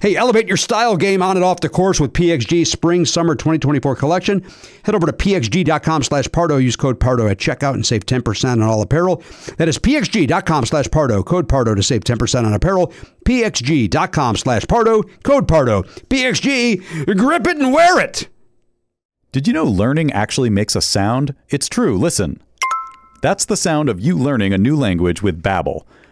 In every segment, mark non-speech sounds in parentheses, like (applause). Hey, elevate your style game on and off the course with PXG Spring Summer 2024 collection. Head over to pxg.com slash Pardo. Use code Pardo at checkout and save 10% on all apparel. That is pxg.com slash Pardo. Code Pardo to save 10% on apparel. pxg.com slash Pardo. Code Pardo. PXG, grip it and wear it. Did you know learning actually makes a sound? It's true. Listen. That's the sound of you learning a new language with Babbel.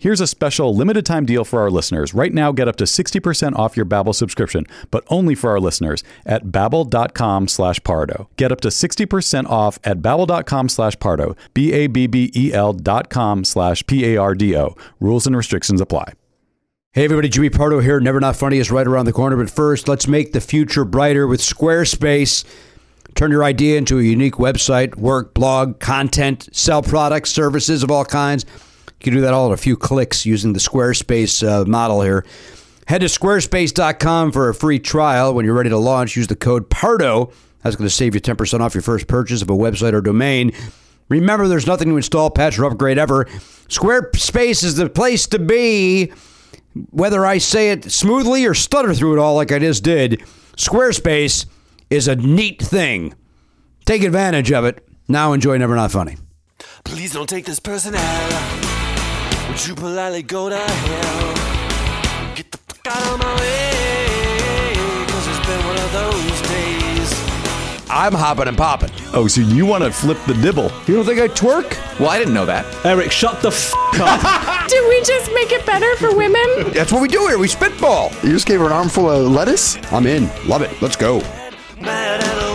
Here's a special limited time deal for our listeners. Right now, get up to 60% off your Babbel subscription, but only for our listeners at babbel.com slash pardo. Get up to 60% off at babbel.com slash pardo, B-A-B-B-E-L E dot com slash P-A-R-D-O. Rules and restrictions apply. Hey everybody, Jimmy Pardo here. Never Not Funny is right around the corner, but first, let's make the future brighter with Squarespace. Turn your idea into a unique website, work, blog, content, sell products, services of all kinds. You can do that all in a few clicks using the Squarespace uh, model here. Head to squarespace.com for a free trial. When you're ready to launch, use the code PARDO. That's going to save you 10% off your first purchase of a website or domain. Remember, there's nothing to install, patch, or upgrade ever. Squarespace is the place to be. Whether I say it smoothly or stutter through it all like I just did, Squarespace is a neat thing. Take advantage of it. Now enjoy Never Not Funny. Please don't take this person out. Would you politely go to hell? Get the fuck out of my way. Cause it's been one of those days. I'm hopping and popping. Oh, so you want to flip the dibble? You don't think I twerk? Well, I didn't know that. Eric, shut the f up. Did we just make it better for women? That's what we do here. We spitball. You just gave her an armful of lettuce? I'm in. Love it. Let's go. Mad at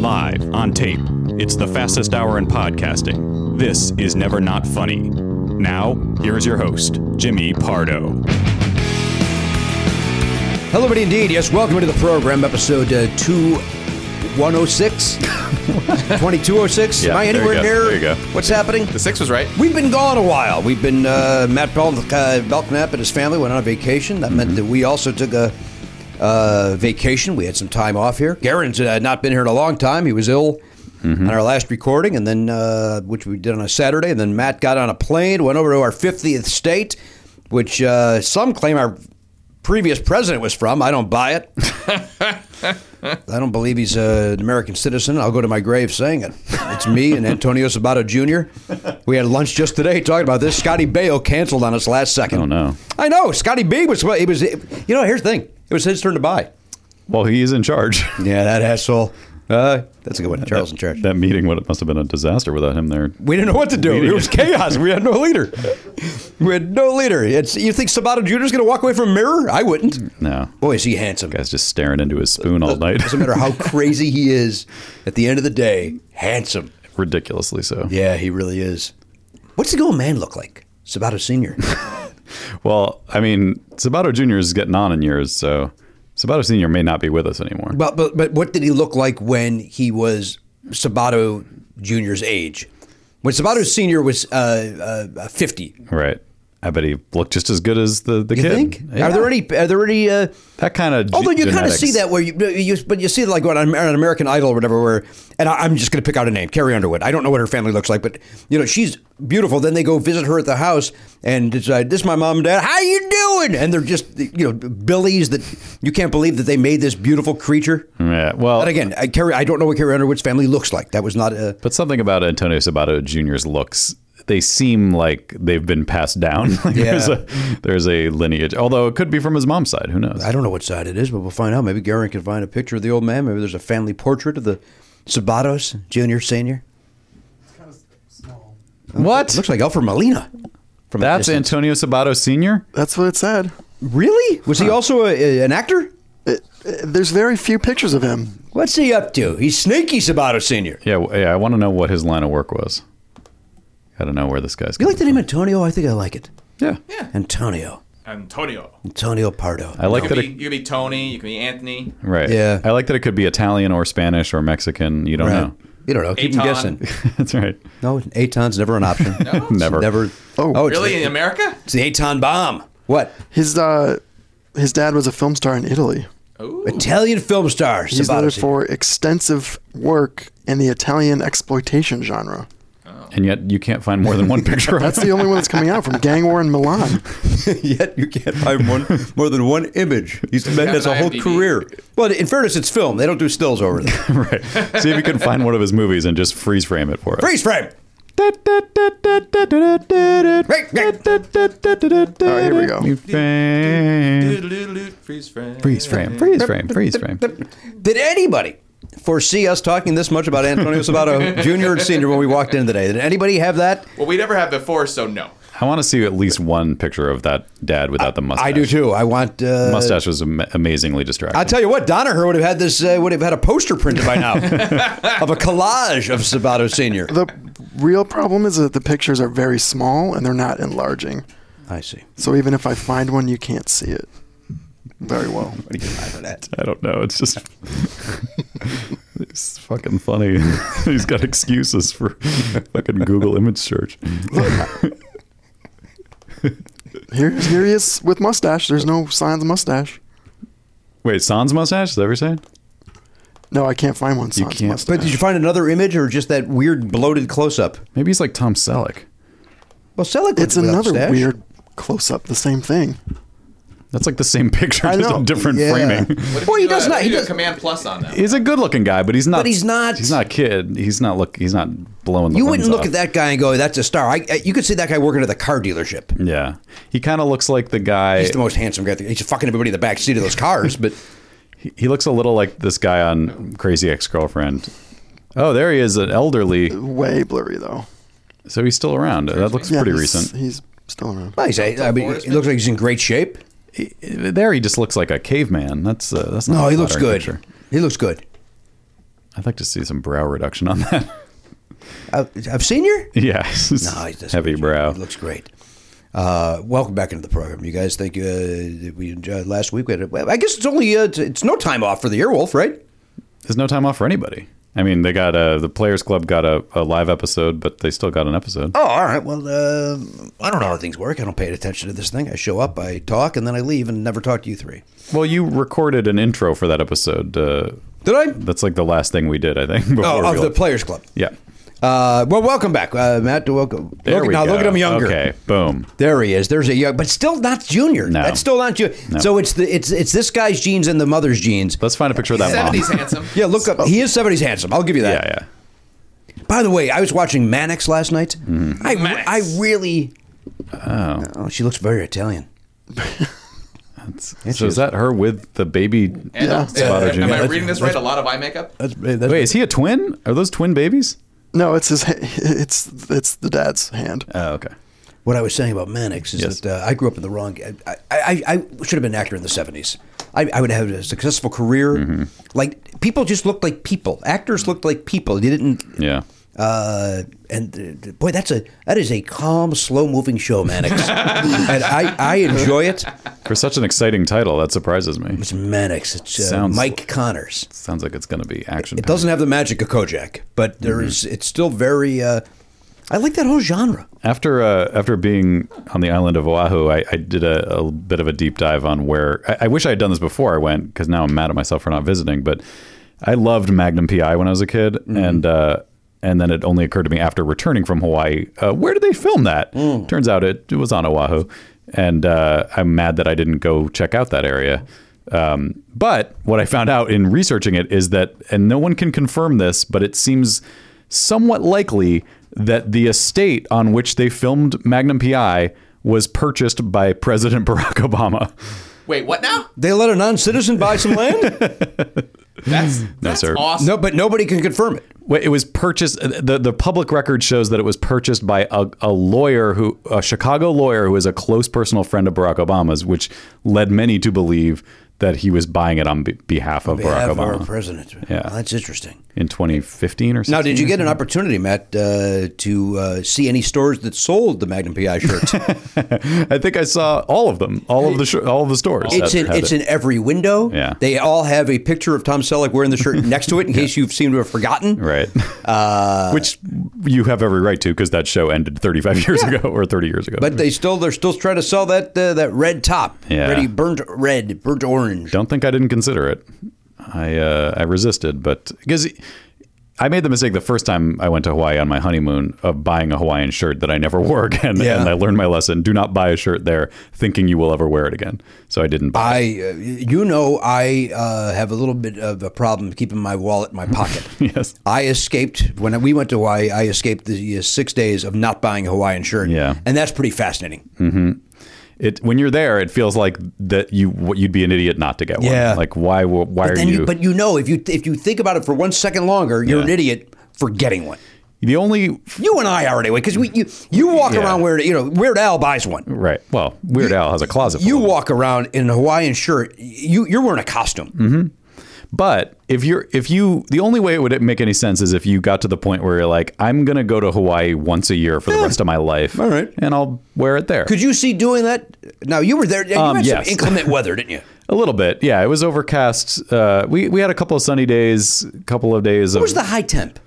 Live, on tape. It's the fastest hour in podcasting. This is Never Not Funny. Now, here's your host, Jimmy Pardo. Hello, everybody. Indeed, yes. Welcome to the program, episode uh, two. 106 2206 Yeah, am i there you anywhere go, near there you go. what's happening The six was right. We've been gone a while. We've been uh, Matt Bel- uh, Belknap and his family went on a vacation. That meant that we also took a uh, vacation. We had some time off here. Garen's uh, not been here in a long time. He was ill Mm-hmm. on our last recording, and then uh, which we did on a Saturday. And then Matt got on a plane, went over to our 50th state, which uh, some claim our previous president was from. I don't buy (laughs) it. I don't believe he's uh, an American citizen. I'll go to my grave saying it. It's me and Antonio Sabato Jr. We had lunch just today talking about this. Scotty Bayo canceled on us last second. Oh, no. I know. Scotty B was it was. You know, here's the thing. It was his turn to buy. Well, he is in (laughs) charge. Yeah, that asshole. Uh, that's a good one. Charles in charge. That meeting would, must have been a disaster without him there. We didn't know what to do. Meeting. It was chaos. We had no leader. We had no leader. It's, you think Sabato Jr. is going to walk away from a mirror? I wouldn't. No. Boy, is he handsome. Guy's just staring into his spoon all night. Doesn't matter how crazy he is. At the end of the day, handsome. (laughs) Ridiculously so. Yeah, he really is. What's the old man look like? Sabato (laughs) Senior. Well, I mean, Sabato Jr. is getting on in years, so Sabato Senior may not be with us anymore. but, but but what did he look like when he was Sabato Junior's age? When Sabato Senior was uh, uh, fifty, right. I bet he looked just as good as the, the you kid. think? Yeah. Are there any? Are there any? Uh, that kind of although you kind of see that where you, you but you see like on Amer- on American Idol or whatever. Where and I, I'm just going to pick out a name, Carrie Underwood. I don't know what her family looks like, but you know she's beautiful. Then they go visit her at the house and decide, "This is my mom and dad. How you doing?" And they're just you know billies that you can't believe that they made this beautiful creature. Yeah. Well, But again, I, Carrie, I don't know what Carrie Underwood's family looks like. That was not a. But something about Antonio Sabato Jr.'s looks, they seem like they've been passed down. (laughs) Like there's, Yeah. a, there's a lineage, although it could be from his mom's side. Who knows? I don't know what side it is, but we'll find out. Maybe Garen can find a picture of the old man. Maybe there's a family portrait of the Sabatos, junior, senior. What? It looks like Alfred Molina. From a That's distance. Antonio Sabato Sr.? That's what it said. really? Was he also a, an actor? There's very few pictures of him. What's he up to? He's Snaky Sabato Senior. Yeah, w- yeah I want to know what his line of work was. I don't know where this guy's You going. like the name Antonio? I think I like it. Yeah. Antonio. Antonio. Antonio Pardo. I like You that can, it be, you can be Tony. You can be Anthony. Right. Yeah. I like that it could be Italian or Spanish or Mexican. You don't You don't know. Keep him Aton. guessing. know. (laughs) That's right. No, Aton's never (laughs) an option. no? Never. Never. Oh. it's Really, the- in America? It's the Aton bomb. What? His uh, his dad was a film star in Italy. Italian film star. He's Sabato noted Senior. for extensive work in the Italian exploitation genre. And yet you can't find more than (laughs) one picture of That's him. (laughs) the only one that's coming out from Gang War in Milan. (laughs) Yet you can't find (laughs) one more than one image. He's man has a an whole IMDb. career. Well, in fairness, it's film. They don't do stills over (laughs) there. right. See if you can find one of his movies and just freeze frame it for us. Freeze frame. Right, right. All right, here we go. Frame. Doodle-doodle-doo, Freeze frame. Freeze frame. Freeze frame. Freeze frame. Did anybody foresee us talking this much about Antonio (laughs) Sabato Jr. and Senior when we walked in today? Did anybody have that? Well, we never had before, so no. I want to see at least one picture of that dad without the mustache. I do too. I want. Uh, Mustache was am- amazingly distracting. I tell you what, Donaher would have had this. Uh, would have had a poster printed by (laughs) now of a collage of Sabato Senior. The real problem is that the pictures are very small and they're not enlarging. I see. So even if I find one, you can't see it very well. What do you buy for that? I don't know. It's just (laughs) it's fucking funny. (laughs) He's got excuses for fucking Google image search. Here, here he is with mustache. There's no signs of mustache. Wait, Sans mustache? Is that what you're saying? No, I can't find one. You Sans can't- mustache. But did you find another image or just that weird bloated close up? Maybe he's like Tom Selleck. Well, Selig It's without another stash. weird close up, the same thing. That's like the same picture, I just a know. different Yeah. framing. What if Well, you he do a- does what not- if he you do a does- command plus on that. He's a good-looking guy, but he's not. But he's not- He's not a kid. He's not look. He's not blowing. The You limbs wouldn't look off. at that guy and go, "That's a star." I, I- you could see that guy working at the car dealership. Yeah, he kind of looks like the guy. He's the most handsome guy. He's fucking everybody in the back seat of those cars. (laughs) But he looks a little like this guy on Crazy Ex-Girlfriend. Oh, there he is, an elderly. Way blurry though. So he's still around. That looks Yeah, pretty he's- recent. He's still around. well, he's, I mean, it looks like he's in great shape. There, he just looks like a caveman. That's uh, that's. Not No, a Oh, he looks flattering picture. good. He looks good. I'd like to see some brow reduction on that. (laughs) Uh, I've seen you. Oh, yeah. No, it doesn't. heavy brow. It looks great. Uh, welcome back into the program, you guys. Thank you. Uh, that we enjoyed last week. We had, well, I guess it's only uh, it's, it's no time off for the Earwolf, right? There's no time off for anybody. I mean, they got a, the Players Club got a, a live episode, but they still got an episode. Oh, all right. Well, uh, I don't know how things work. I don't pay attention to this thing. I show up, I talk, and then I leave and never talk to you three. Well, you recorded an intro for that episode. Uh, Did I? that's like the last thing we did, I think. (laughs) Before Oh, we of the left. Players Club. Yeah. Uh, well, welcome back, uh, Matt. Welcome. There look, we now go. look at him younger. Okay, boom. There he is. There's a young, but still not junior. No. That's still not junior. No. So it's the it's it's this guy's jeans and the mother's jeans. Let's find a picture of that mom. 70s handsome. Yeah, look up. He is 70s handsome. I'll give you that. (laughs) Yeah, yeah. Hmm. By the way, I was watching Mannix last night. I, Mannix. I really. Oh. she looks very Italian. so is that her with the baby Yeah. Spotter Am I Junior? reading this right? A lot of eye makeup? That's, that's Wait, is he a twin? Are those twin babies? No, it's his. (laughs) ha- It's it's the dad's hand. Oh, okay. what I was saying about Mannix is Yes. that uh, I grew up in the wrong. I, I, I should have been an actor in the 70s. I, I would have had a successful career. Mm-hmm. Like people just looked like people. Actors looked like people. They didn't. Yeah. Uh, and uh, boy, that's a that is a calm, slow moving show, (laughs) Mannix. and I, I enjoy it. For such an exciting title, that surprises me. It's Mannix. It's uh, Sounds- Mike Connors. Sounds like it's Mm-hmm. going to be action. It doesn't have the magic of Kojak, but there is. It's still very. Uh, I like that whole genre. After uh, after being on the island of Oahu, I, I did a, a bit of a deep dive on where I, I wish I had done this before I went because now I'm mad at myself for not visiting. But I loved Magnum PI when I was a kid, and uh, and then it only occurred to me after returning from Hawaii, uh, where did they film that? Turns out it, it was on Oahu, and uh, I'm mad that I didn't go check out that area. Um, but what I found out in researching it is that, and no one can confirm this, but it seems somewhat likely that the estate on which they filmed Magnum PI was purchased by President (laughs) Barack Obama. Wait, what now? They let a non-citizen buy (laughs) some land. That's, that's sir. awesome. no, but nobody can confirm it. Wait, It was purchased. uh, the The public record shows that it was purchased by a, a lawyer who, a Chicago lawyer who is a close personal friend of Barack Obama's, which led many to believe that he was buying it on be- behalf of Behalf Barack of our Obama president. Yeah. Well, that's interesting. in 2015 or something. Now, did you get an opportunity, Matt, uh, to uh, see any stores that sold the Magnum (laughs) PI shirts? I think I saw all of them, all of the sh- all of the stores. it's that in had it's it. in every window. Yeah. They all have a picture of Tom Selleck wearing the shirt next to it, (laughs) in case you seem to have forgotten. (laughs) right, Uh, which you have every right to because that show ended 35 (laughs) years ago or 30 years ago. But they still they're still trying to sell that uh, that red top, Yeah. pretty burnt red, burnt orange. don't think I didn't consider it. I uh, I resisted, but because I made the mistake the first time I went to Hawaii on my honeymoon of buying a Hawaiian shirt that I never (laughs) wore again, Yeah. and I learned my lesson: do not buy a shirt there thinking you will ever wear it again. So I didn't buy. I, it. uh, you know, I uh, have a little bit of a problem keeping my wallet in (laughs) my pocket. Yes. I escaped when we went to Hawaii. I escaped the uh, six days of not buying a Hawaiian shirt. Yeah. and that's pretty fascinating. It when you're there, it feels like that you what you'd be an idiot not to get one. Yeah. Like why w- why are But then, you, but you know, if you if you think about it for one second longer, you're Yeah. an idiot for getting one. the only You and I are anyway, because we you you walk Yeah. around wearing you know Weird Al buys one. right? Well, Weird Al has a closet. full You of them. walk around in a Hawaiian shirt. You you're wearing a costume. Mm-hmm. But if you're if you the only way it would make any sense is if you got to the point where you're like, I'm gonna go to Hawaii once a year for the rest of my life. All right. And I'll wear it there. Could you see doing that? Now you were there. You Um, had yes. some inclement weather, didn't you? a little bit. Yeah. It was overcast. Uh we, we had a couple of sunny days, a couple of days What was of uh, the high temp?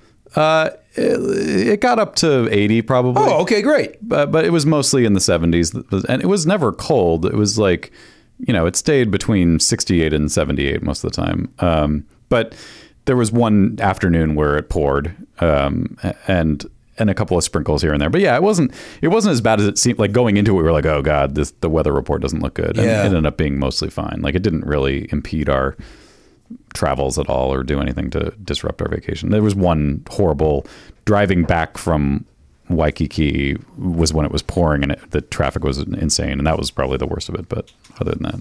it got up to eighty probably. Oh, okay, great. But but it was mostly in the seventies and it was never cold. It was like you know, it stayed between sixty eight and seventy eight most of the time. Um but there was one afternoon where it poured um, a- and and a couple of sprinkles here and there. But yeah, it wasn't it wasn't as bad as it seemed. Like going into it, we were like, oh god, this the weather report doesn't look good. And Yeah. it ended up being mostly fine. Like it didn't really impede our travels at all or do anything to disrupt our vacation. There was one horrible driving back from Waikiki was when it was pouring and it, the traffic was insane, and that was probably the worst of it. But other than that,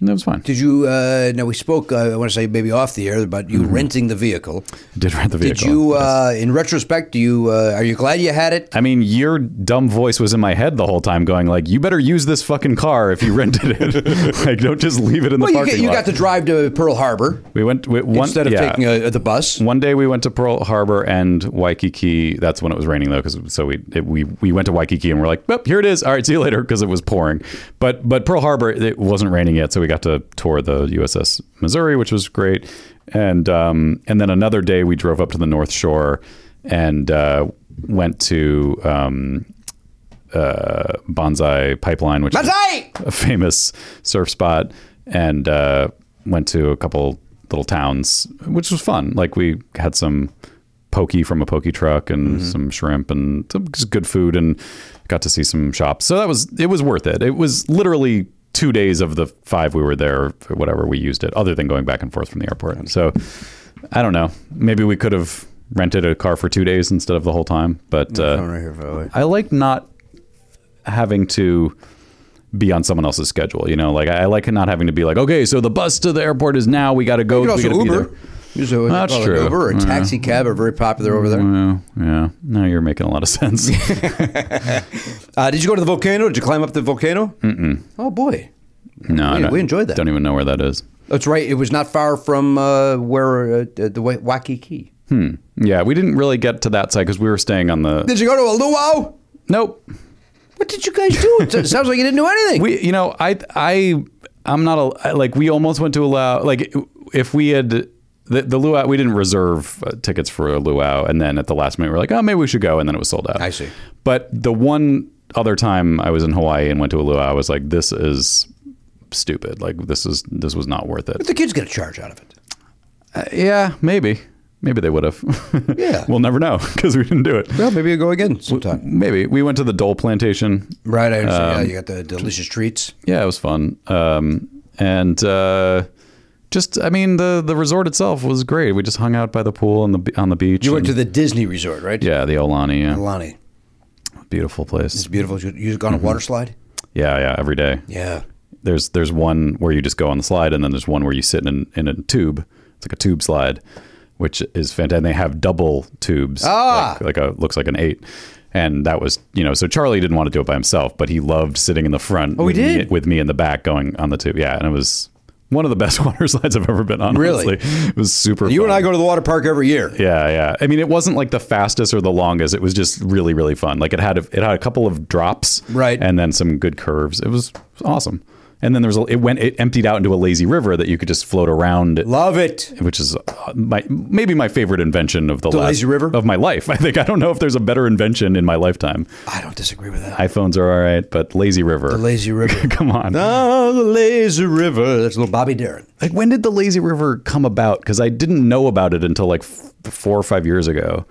And That was fine. Did you? Uh, now we spoke. Uh, I want to say maybe off the air about Mm-hmm. you renting the vehicle. Did rent the vehicle. Did you? Yes. Uh, in retrospect, do you? Uh, are you glad you had it? I mean, your dumb voice was in my head the whole time, going like, "You better use this fucking car if you (laughs) rented it. (laughs) like, don't just leave it in the Well, you, parking get, you lot." got to drive to Pearl Harbor we went we, one, instead of yeah. taking uh the bus. One day we went to Pearl Harbor and Waikiki. That's when it was raining though, because so we it, we we went to Waikiki and we're like, "Well, here it is. All right, see you later," because it was pouring. But but Pearl Harbor, it wasn't raining yet, so we got to tour the USS Missouri, which was great. And um and then another day we drove up to the North Shore and uh, went to um, uh, Bonsai Pipeline, which is- Banzai! a famous surf spot and uh, went to a couple little towns, which was fun. Like we had some pokey from a pokey truck and some shrimp and some just good food and got to see some shops. So that was it was worth it. It was literally two days of the five we were there, or whatever we used it, other than going back and forth from the airport. So I don't know. Maybe we could have rented a car for two days instead of the whole time, but Oh, uh, I like not having to be on someone else's schedule. You know, like I I like not having to be like, okay, so the bus to the airport is now. We got to go. You could we also gotta be Uber. Mm-hmm. Use a- what they That's call it, true. Uber or a taxi cab are very popular over there. there. Yeah, yeah. Now you're making a lot of (laughs) sense. Uh, did you go to the volcano? Did you climb up the volcano? Mm-mm. Oh boy, (laughs) no, I Yeah, don't- we enjoyed that. Don't even know where that is. that's right. It was not far from uh, where uh, the Wa- Waikiki. Yeah, we didn't really get to that side because we were staying on the. Did you go to a luau? Nope. What did you guys (laughs) do? It sounds like you didn't do anything. We, you know, I, I, I'm not a I- like. We almost went to allow like if we had. The, the luau we didn't reserve uh, tickets for a luau and then at the last minute we are like oh maybe we should go and then it was sold out I see. but the one other time i was in hawaii and went to a luau i was like this is stupid like this is this was not worth it the kids get a charge out of it. yeah maybe maybe they would (laughs) have Yeah. we'll never know because we didn't do it Well, maybe you go again sometime. Um, maybe we went to the dole plantation Right, I understand. yeah, you got the delicious treats. yeah, it was fun. Um, and uh, just, I mean, the the resort itself was great. We just hung out by the pool on the on the beach. You went to and- the Disney resort, right? yeah, the Olani, yeah, Alani. beautiful place. It's beautiful. You, you gone on a water slide? Yeah, Mm-hmm. yeah, every day. Yeah. There's there's one where you just go on the slide, and then there's one where you sit in in a tube. It's like a tube slide, which is fantastic. And they have double tubes. Ah! like, like a looks like an eight. And that was, you know, so Charlie didn't want to do it by himself, but he loved sitting in the front. Oh, he with me- did? with me in the back going on the tube. Yeah, and it was one of the best (laughs) water slides I've ever been on. Really? honestly. it was super. You fun. and I go to the water park every year. Yeah, yeah. I mean, it wasn't like the fastest or the longest. It was just really, really fun. Like it had a, it had a couple of drops, Right. and then some good curves. It was, it was awesome. And then there was a, it went it emptied out into a lazy river that you could just float around. Love it. which is uh, my maybe my favorite invention of the, last lazy river? of my life. (laughs) I think I don't know if there's a better invention in my lifetime. I don't disagree with that. iPhones are all right, but lazy river. The lazy (laughs) river. Come on. oh, the lazy river. That's little (laughs) Bobby Darren. Like when did the lazy river come about? Because I didn't know about it until like f- four or five years ago,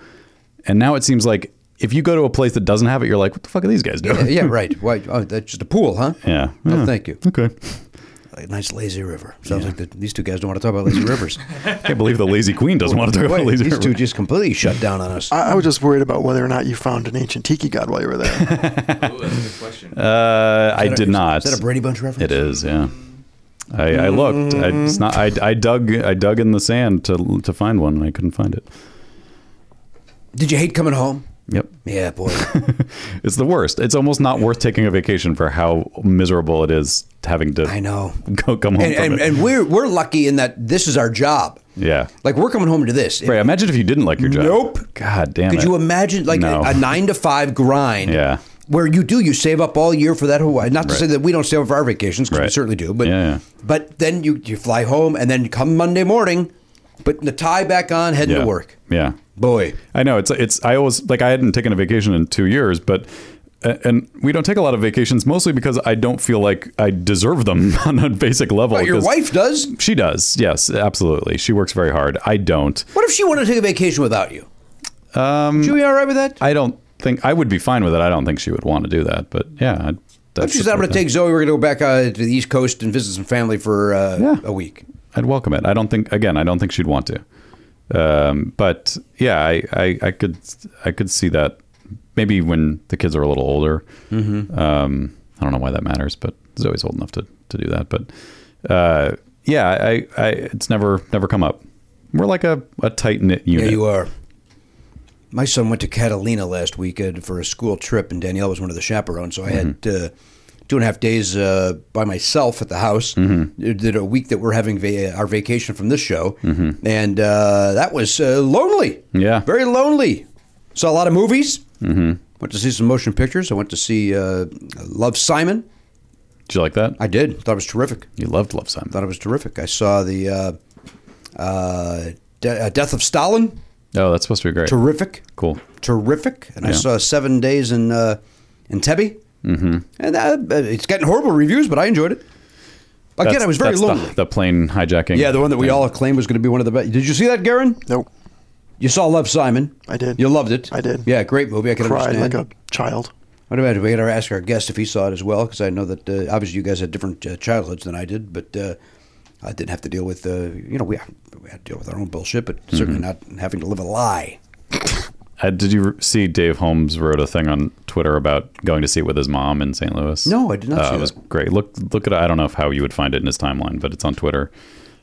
and now it seems like if you go to a place that doesn't have it, you're like, what the fuck are these guys doing? yeah, right. Why, oh, that's just a pool, huh? (laughs) Yeah. No, Yeah. thank you. Okay. A nice lazy river. Sounds like the, these two guys don't want to talk about (laughs) lazy rivers. Can't believe the lazy queen doesn't want to talk about Wait, lazy these river. two just completely shut down on us. I, I was just worried about whether or not you found an ancient tiki god while you (laughs) were there. Ooh, that's a good question. uh, I did not. Is that a Brady Mm. Bunch reference? It is. Yeah. I, I looked. I, it's not. I, I dug. I dug in the sand to to find one, and I couldn't find it. Did you hate coming home? Yep. Yeah, boy. It's the worst. It's almost not worth taking a vacation for how miserable it is having to. (laughs) I know. Go, come home and, from and, it. and we're we're lucky in that this is our job. yeah. Like we're coming home to this. Right. Imagine if you didn't like your job. Nope. God damn Could it. you imagine like No. a, a nine to five grind? Yeah. Where you do you save up all year for that Hawaii? Not to say that we don't save up for our vacations because we Right. certainly do, but Yeah, yeah. but then you you fly home and then come Monday morning, put the tie back on, heading yeah. to work. Yeah. Boy, I know it's it's I always like I hadn't taken a vacation in 2 years but a- and we don't take a lot of vacations mostly because I don't feel like I deserve them (laughs) on a basic level. but your 'cause wife does. She does. Yes, absolutely. She works very hard. I don't. What if she wanted to take a vacation without you? Um, Would you be all right with that? I don't think I would be fine with it. I don't think she would want to do that, but yeah. I'd- What that's if she said, "I'm going to take Zoe. We're going to go back uh, to the East Coast and visit some family for uh, Yeah. a week." I'd welcome it. I don't think again, I don't think she'd want to. Um, but yeah, I, I, I could I could see that maybe when the kids are a Mm-hmm. little older. Um, I don't know why that matters, but Zoe's old enough to, to do that. But uh, yeah, I, I, it's never never come up. We're like a, a tight knit Yeah, unit. you are. My son went to Catalina last weekend for a school trip, and Danielle was one of the chaperones. So I had uh, two and a half days uh, by myself at the house. Did- Did a week that we're having va- our vacation from this show, and uh, that was uh, lonely. Yeah. very lonely. Saw a lot of movies. Mm-hmm. Went to see some motion pictures. I went to see uh, Love Simon. Did you like that? I did. Thought it was terrific. you loved Love Simon. Thought it was terrific. I saw the uh, uh, De- uh, Death of Stalin. Oh, that's supposed to be great. Terrific cool. terrific. And I Yeah. saw Seven Days in uh, in Tebby, mm-hmm. and that, uh, it's gotten horrible reviews, but I enjoyed it. Again, That's- I was very that's the- lonely. The, plane hijacking. yeah, the one that we thing. all acclaimed was going to be one of the best. Did you see that, Garen? Nope. You saw Love Simon. I did. You loved it. I did. Yeah, great movie. I can Cried understand. like a child. What about we got to ask our guest if he saw it as well? Because I know that uh, obviously you guys had different uh, childhoods than I did, but uh, I didn't have to deal with uh, you know we we had to deal with our own bullshit, but Mm-hmm. certainly not having to live a lie. Uh, did you see Dave Holmes wrote a thing on Twitter about going to see it with his mom in St. Louis? No, I did not Uh, see it was that. great. Look, look at. I don't know if how you would find it in his timeline, but it's on Twitter.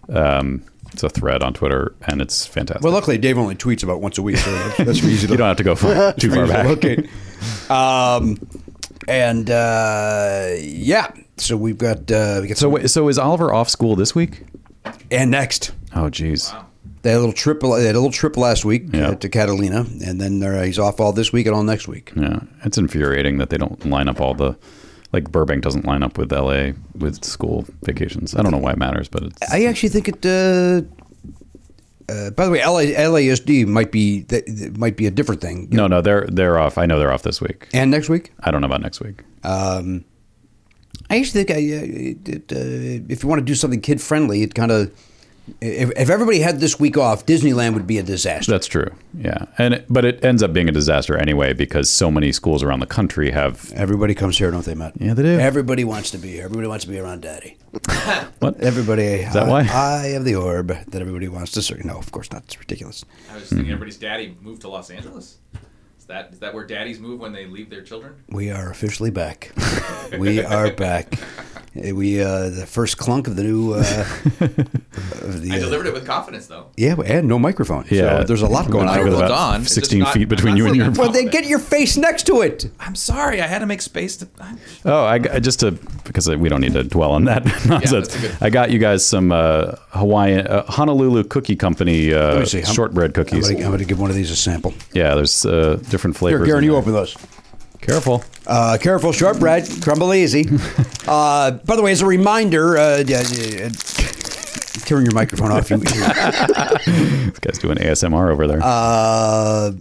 Um, it's a thread on Twitter, and it's fantastic. Well, luckily Dave only tweets about once a week, so that's, that's easy to you don't have to go (laughs) far, too (laughs) far back. Okay. Um, and uh, yeah, so we've got uh, we got So, some- wait, so is Oliver off school this week? and next Oh, geez. they had a little trip. They had a little trip last week Yeah. uh, to Catalina, and then uh, he's off all this week and all next week. Yeah, it's infuriating that they don't line up all the. Like Burbank doesn't line up with LA with school vacations. I don't know why it matters, but it's, I actually think it. Uh, uh, by the way, LA, LASD might be that, that might be a different thing. no, no, they're they're off. I know they're off this week. And next week, I don't know about next week. um, I actually think I, uh, it, uh, if you want to do something kid friendly, it kind of if, if everybody had this week off, Disneyland would be a disaster. That's true. Yeah, and it- but it ends up being a disaster anyway because so many schools around the country have. Everybody comes here, don't they, Matt? Yeah, they do. Everybody wants to be here. Everybody wants to be around Daddy. What? Everybody. that I, why? I have the orb that everybody wants to serve. No, of course not. It's ridiculous. I was thinking everybody's daddy moved to Los Angeles. Is that is that where daddies move when they leave their children? We are (laughs) officially back. we are back. Eh, We uh, the first clunk of the new. Uh, (laughs) of the, I uh, delivered it with confidence, though. yeah, and no microphone. Yeah. so there's a lot going I I got on. Like rolled about on. It's just 16 not- feet between I'm you and not your- so Well, then get your face next to it. I'm sorry. I had to make space to. I'm- (laughs) Oh, I got- just to because we don't need to dwell on that (laughs) nonsense. that's a good- I got you guys some uh, Hawaiian uh, Honolulu Cookie Company uh, me see, how- shortbread I'm cookies. gonna, I'm gonna give one of these a sample. Yeah, there's uh, different flavors. Here, Garen, in you there. open those. Careful. Uh, careful, shortbread, crumble easy. Uh, by the way, as a reminder, uh, yeah, yeah, uh, turn your microphone off. You, This guy's doing ASMR over there. uh,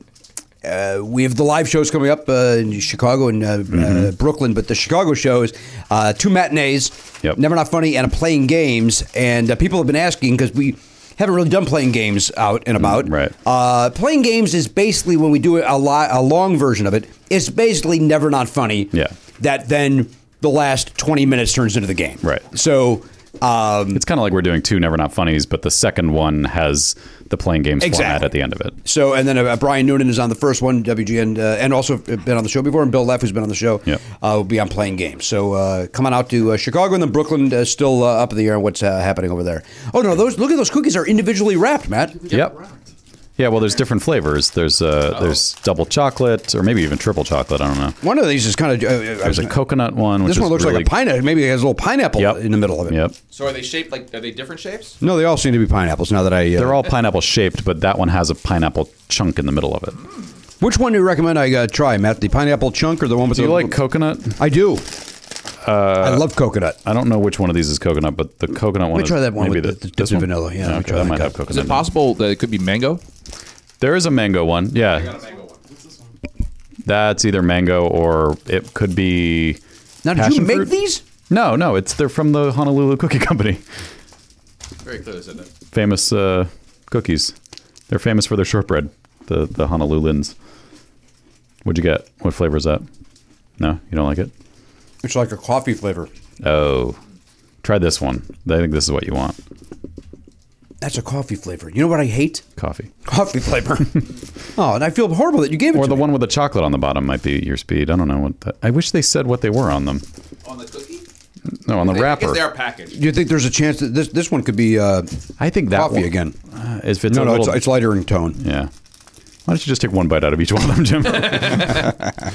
uh, we have the live shows coming up uh, in Chicago and uh, Mm-hmm. uh, Brooklyn, but the Chicago show is uh, two matinees, Yep. Never Not Funny, and a playing games. And uh, people have been asking because we haven't really done playing games out and about. Mm, right. Uh, playing games is basically when we do a, li- a long version of it. It's basically Never Not Funny. Yeah. That then the last twenty minutes turns into the game. Right. So. Um, it's kind of like we're doing two Never Not Funnies, but the second one has the playing games format Exactly. at the end of it. So, and then uh, Brian Noonan is on the first one, WGN, uh, and also been on the show before, and Bill Leff, who's been on the show, Yep. uh, will be on playing games. So, uh, come on out to uh, Chicago and then Brooklyn, uh, still uh, up in the air on what's uh, happening over there. Oh, no, those look at those cookies are individually wrapped, Matt. Yep. Yeah, well, there's different flavors. There's uh, there's Oh. double chocolate, or maybe even triple chocolate. I don't know. One of these is kind of. Uh, There's a coconut one. Which This one is looks really, like a pineapple. Maybe it has a little pineapple Yep. in the middle of it. Yep. So are they shaped like? Are they different shapes? No, they all seem to be pineapples now that I. Uh, They're all pineapple shaped, but that one has a pineapple chunk in the middle of it. Which one do you recommend I uh, try, Matt? The pineapple chunk or the one with Do you the. like uh, coconut? I do. I love coconut. I don't know which one of these is coconut, but the coconut one. me is try that one maybe with the- the this dipped in one? vanilla. Yeah, let me okay, try that that might guy. have coconut. Is it possible that it could be mango? There is a mango one. Yeah, Mango one. that's either mango or it could be. Now, did you passion make fruit. these? No, no, it's they're from the Honolulu Cookie Company. Very clearly said that. famous uh, cookies. They're famous for their shortbread, the the Honolulans. What'd you get? What flavor is that? No, you don't like it. It's like a coffee flavor. Oh, try this one. I think this is what you want. That's a coffee flavor. You know what I hate? (laughs) Coffee, (laughs) Coffee flavor. oh, and I feel horrible that you gave it or to the me. one with the chocolate on the bottom might be your speed. I don't know what. The, I wish they said what they were on them. On the cookie? No, on the They- I guess wrapper. they are packaged. Do you think there's a chance that this this one could be uh, I think that coffee one- again? Uh, if it's No, a no, little, it's, it's lighter in tone. yeah. Why don't you just take one bite out of each one of them, Jim? (laughs) oh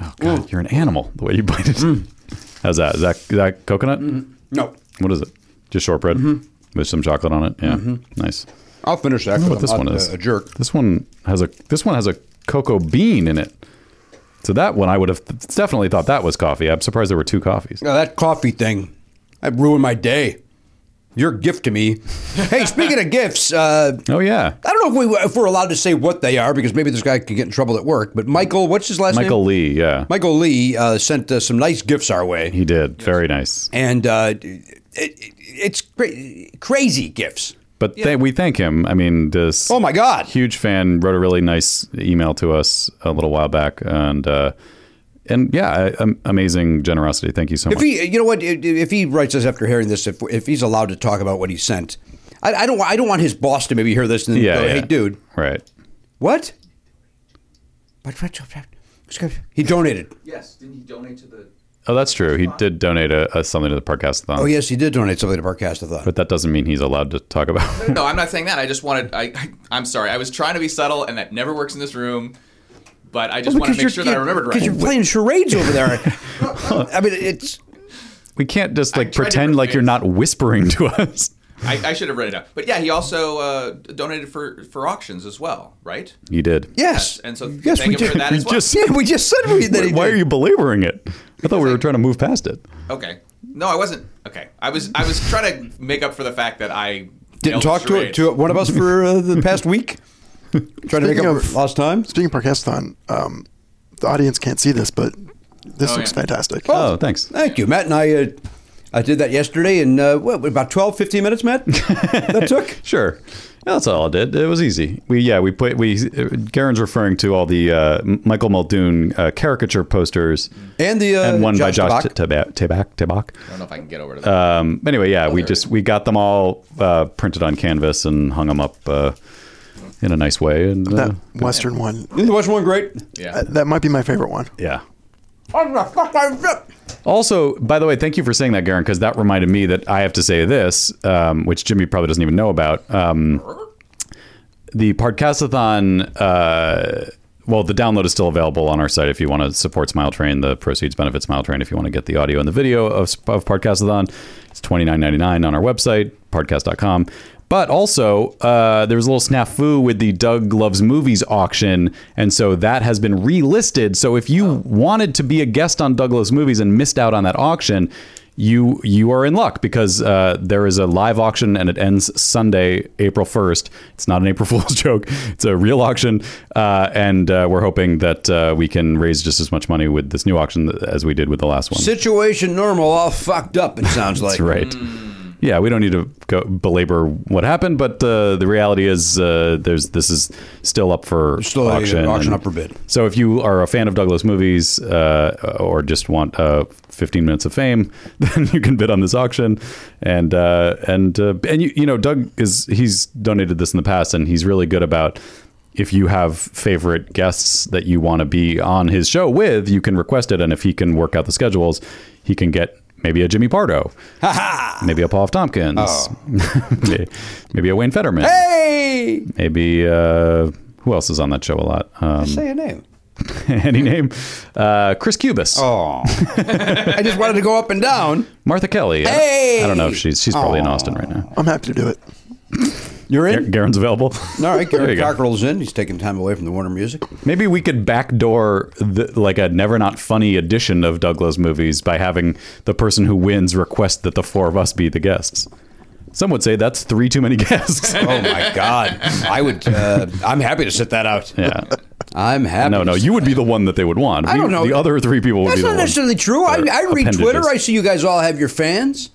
Oh, God, you're an animal. The way you bite it. How's that? Is that is that coconut? No, What is it? Just shortbread with some chocolate on it. Yeah, nice. I'll finish that. I don't 'cause know what this I'm one not, is. uh, A jerk. This one has a this one has a cocoa bean in it. So that one I would have definitely thought that was coffee. I'm surprised there were two coffees. Now that coffee thing, that ruined my day. Your gift (laughs) to me. hey, speaking of gifts, uh, Oh yeah, I don't know if, we, if we're allowed to say what they are because maybe this guy could get in trouble at work. But Michael, what's his last Michael name? Lee. Yeah, Michael Lee uh, sent uh, some nice gifts our way. he did. Very nice. and uh, it, it, it's cra- crazy gifts. But th- we thank him. I mean, this Oh my God! huge fan wrote a really nice email to us a little while back, and uh, and yeah, a- am- amazing generosity. Thank you so If much. he, you know what, if if he writes us after hearing this, if if he's allowed to talk about what he sent, I, I don't, wa- I don't want his boss to maybe hear this and yeah, go, yeah. "Hey, dude, Right. what?" But he donated. Yes. Didn't he donate to the? Oh, that's true. He did donate a, a something to the podcastathon. Oh yes, he did donate something to Barcastathon. But that doesn't mean he's allowed to talk about. No, I'm not saying that. I just wanted. I, I I'm sorry. I was trying to be subtle, and that never works in this room. But I just want to make sure that I remembered right. because you're playing charades over there. (laughs) I mean, it's We can't just I like tried to pretend like rephrase. you're not whispering to us. I, I should have read it out. But yeah, he also uh, donated for for auctions as well, right? You did. yes, And so yes, thank we him for did. that as well. just- (laughs) yeah, we just said we, that Why, he why did. are you belaboring it? I thought we were trying to move past it. Okay. No, I wasn't. Okay. I was I was trying to make up for the fact that I didn't nailed talk to it charades. to one of us for uh, the past (laughs) week. Trying to make Speaking up of- lost time. Speaking of Parkastathon, um, the audience can't see this, but this Oh, looks yeah. fantastic. Oh, thanks. Thank you, Matt. And I, uh, I did that yesterday in uh, what, about 12, 15 minutes, (laughs) Matt. that took. Sure. Yeah, that's all I did. It was easy. We yeah we put we. uh, Garen's referring to all the uh, M- Michael Muldoon uh, caricature posters And the, uh, and one by Josh Josh Tabak Tabak. Tabak Tabak. I don't know if I can get over to Uh, that. Um, anyway, yeah, we there just it we got them all uh, printed on canvas and hung them up uh, in a nice way. And uh, That Western one, Isn't the Western Mm, one great? yeah. uh, that might be my favorite one. yeah. What the fuck I rip? Also, by the way, thank you for saying that, Garen, because that reminded me that I have to say this, um, which Jimmy probably doesn't even know about. Um, the podcastathon, uh, well, the download is still available on our site if you want to support Smile Train. The proceeds benefit Smile Train if you want to get the audio and the video of, of podcastathon. It's twenty nine ninety nine on our website, podcast.com. But also, uh, there was a little snafu with the Doug Loves Movies auction, and so that has been relisted. So if you wanted to be a guest on Doug Loves Movies and missed out on that auction, you you are in luck because uh, there is a live auction and it ends Sunday, April first. It's not an April (laughs) Fool's joke; it's a real auction, uh, and uh, we're hoping that uh, we can raise just as much money with this new auction as we did with the last one. Situation normal, all fucked up, it sounds like. hmm. That's right. Yeah, we don't need to go belabor what happened, but uh, the reality is uh, there's this is still up for Still, uh, auction, auction and- up for bid. So if you are a fan of Douglas movies uh, or just want uh, 15 minutes of fame, (laughs) then you can bid on this auction. And uh, and uh, and you you know Doug is he's donated this in the past, and he's really good about. If you have favorite guests that you want to be on his show with, you can request it, and if he can work out the schedules, he can get maybe a Jimmy Pardo, maybe a Paul F. Tompkins, (laughs) May- maybe a Wayne Fetterman, Oh. Hey! maybe uh, who else is on that show a lot? Um, (laughs) Say your name. any name. Uh, Chris Cubis, Oh. (laughs) I just wanted to go up and down. Martha Kelly. I don't- Hey! I don't know if she's she's probably in Austin right now. I'm happy to do it. You're Gar- in? Garen's available. (laughs) All right, There Gary you go. Cockrell's in. He's taking time away from the Warner Music. Maybe we could backdoor the, like a never not funny edition of Douglas movies by having the person who wins request that the four of us be the guests. Some would say that's three too many (laughs) guests. Oh my God! I would. Uh, I'm happy to sit that out. yeah. I'm happy. No, to no, sit you would be the one that they would want. I don't know. The other three people would That's be the not one. necessarily true. I, Or I read Twitter. appendages. I see you guys all have your fans.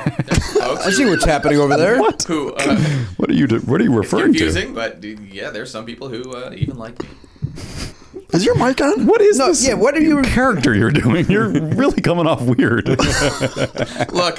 I see what's happening over there. What? Who? Uh, What are you? do- What are you referring to? confusing, but uh, yeah, there's some people who uh, even like me. Is your mic on? What is No, this? yeah, what are you- character you're doing? (laughs) You're really coming off weird. Look,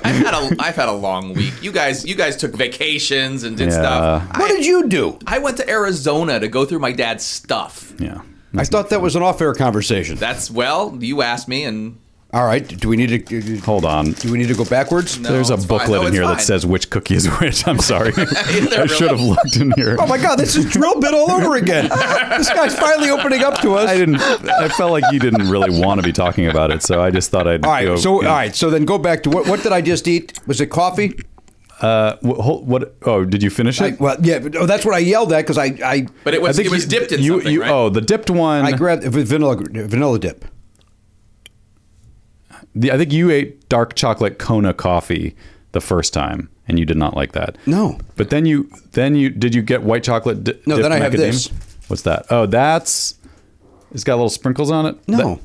I've had a I've had a long week. You guys, you guys took vacations and did Yeah. stuff. What did you do? I went to Arizona to go through my dad's stuff. yeah. I thought that was an off-air conversation. That's well, you asked me, and All right. Do we need to Hold on. Do we need to go backwards? No. There's a it's fine. booklet No, in it's here that fine. says which cookie is which. I'm (laughs) sorry. (laughs) I there should have really? looked in here. Oh my God! This is drill bit all over (laughs) again. this guy's finally opening up to us. I didn't. I felt like you didn't really want to be talking about it, so I just thought I'd. All right. go- so all right. So then go back to what? What did I just eat? Was it coffee? Uh, wh- hol- what? Oh, did you finish I, it? well, yeah. But, oh, that's what I yelled at because I I But it was it was you- dipped in you, something, you- right? Oh, the dipped one. I grabbed it was vanilla vanilla dip. The- I think you ate dark chocolate Kona coffee the first time, and you did not like that. No. But then you then you did you get white chocolate? Di- No, dipped then I have macadamia? this. What's that? Oh, that's. It's got little sprinkles on it. No. That-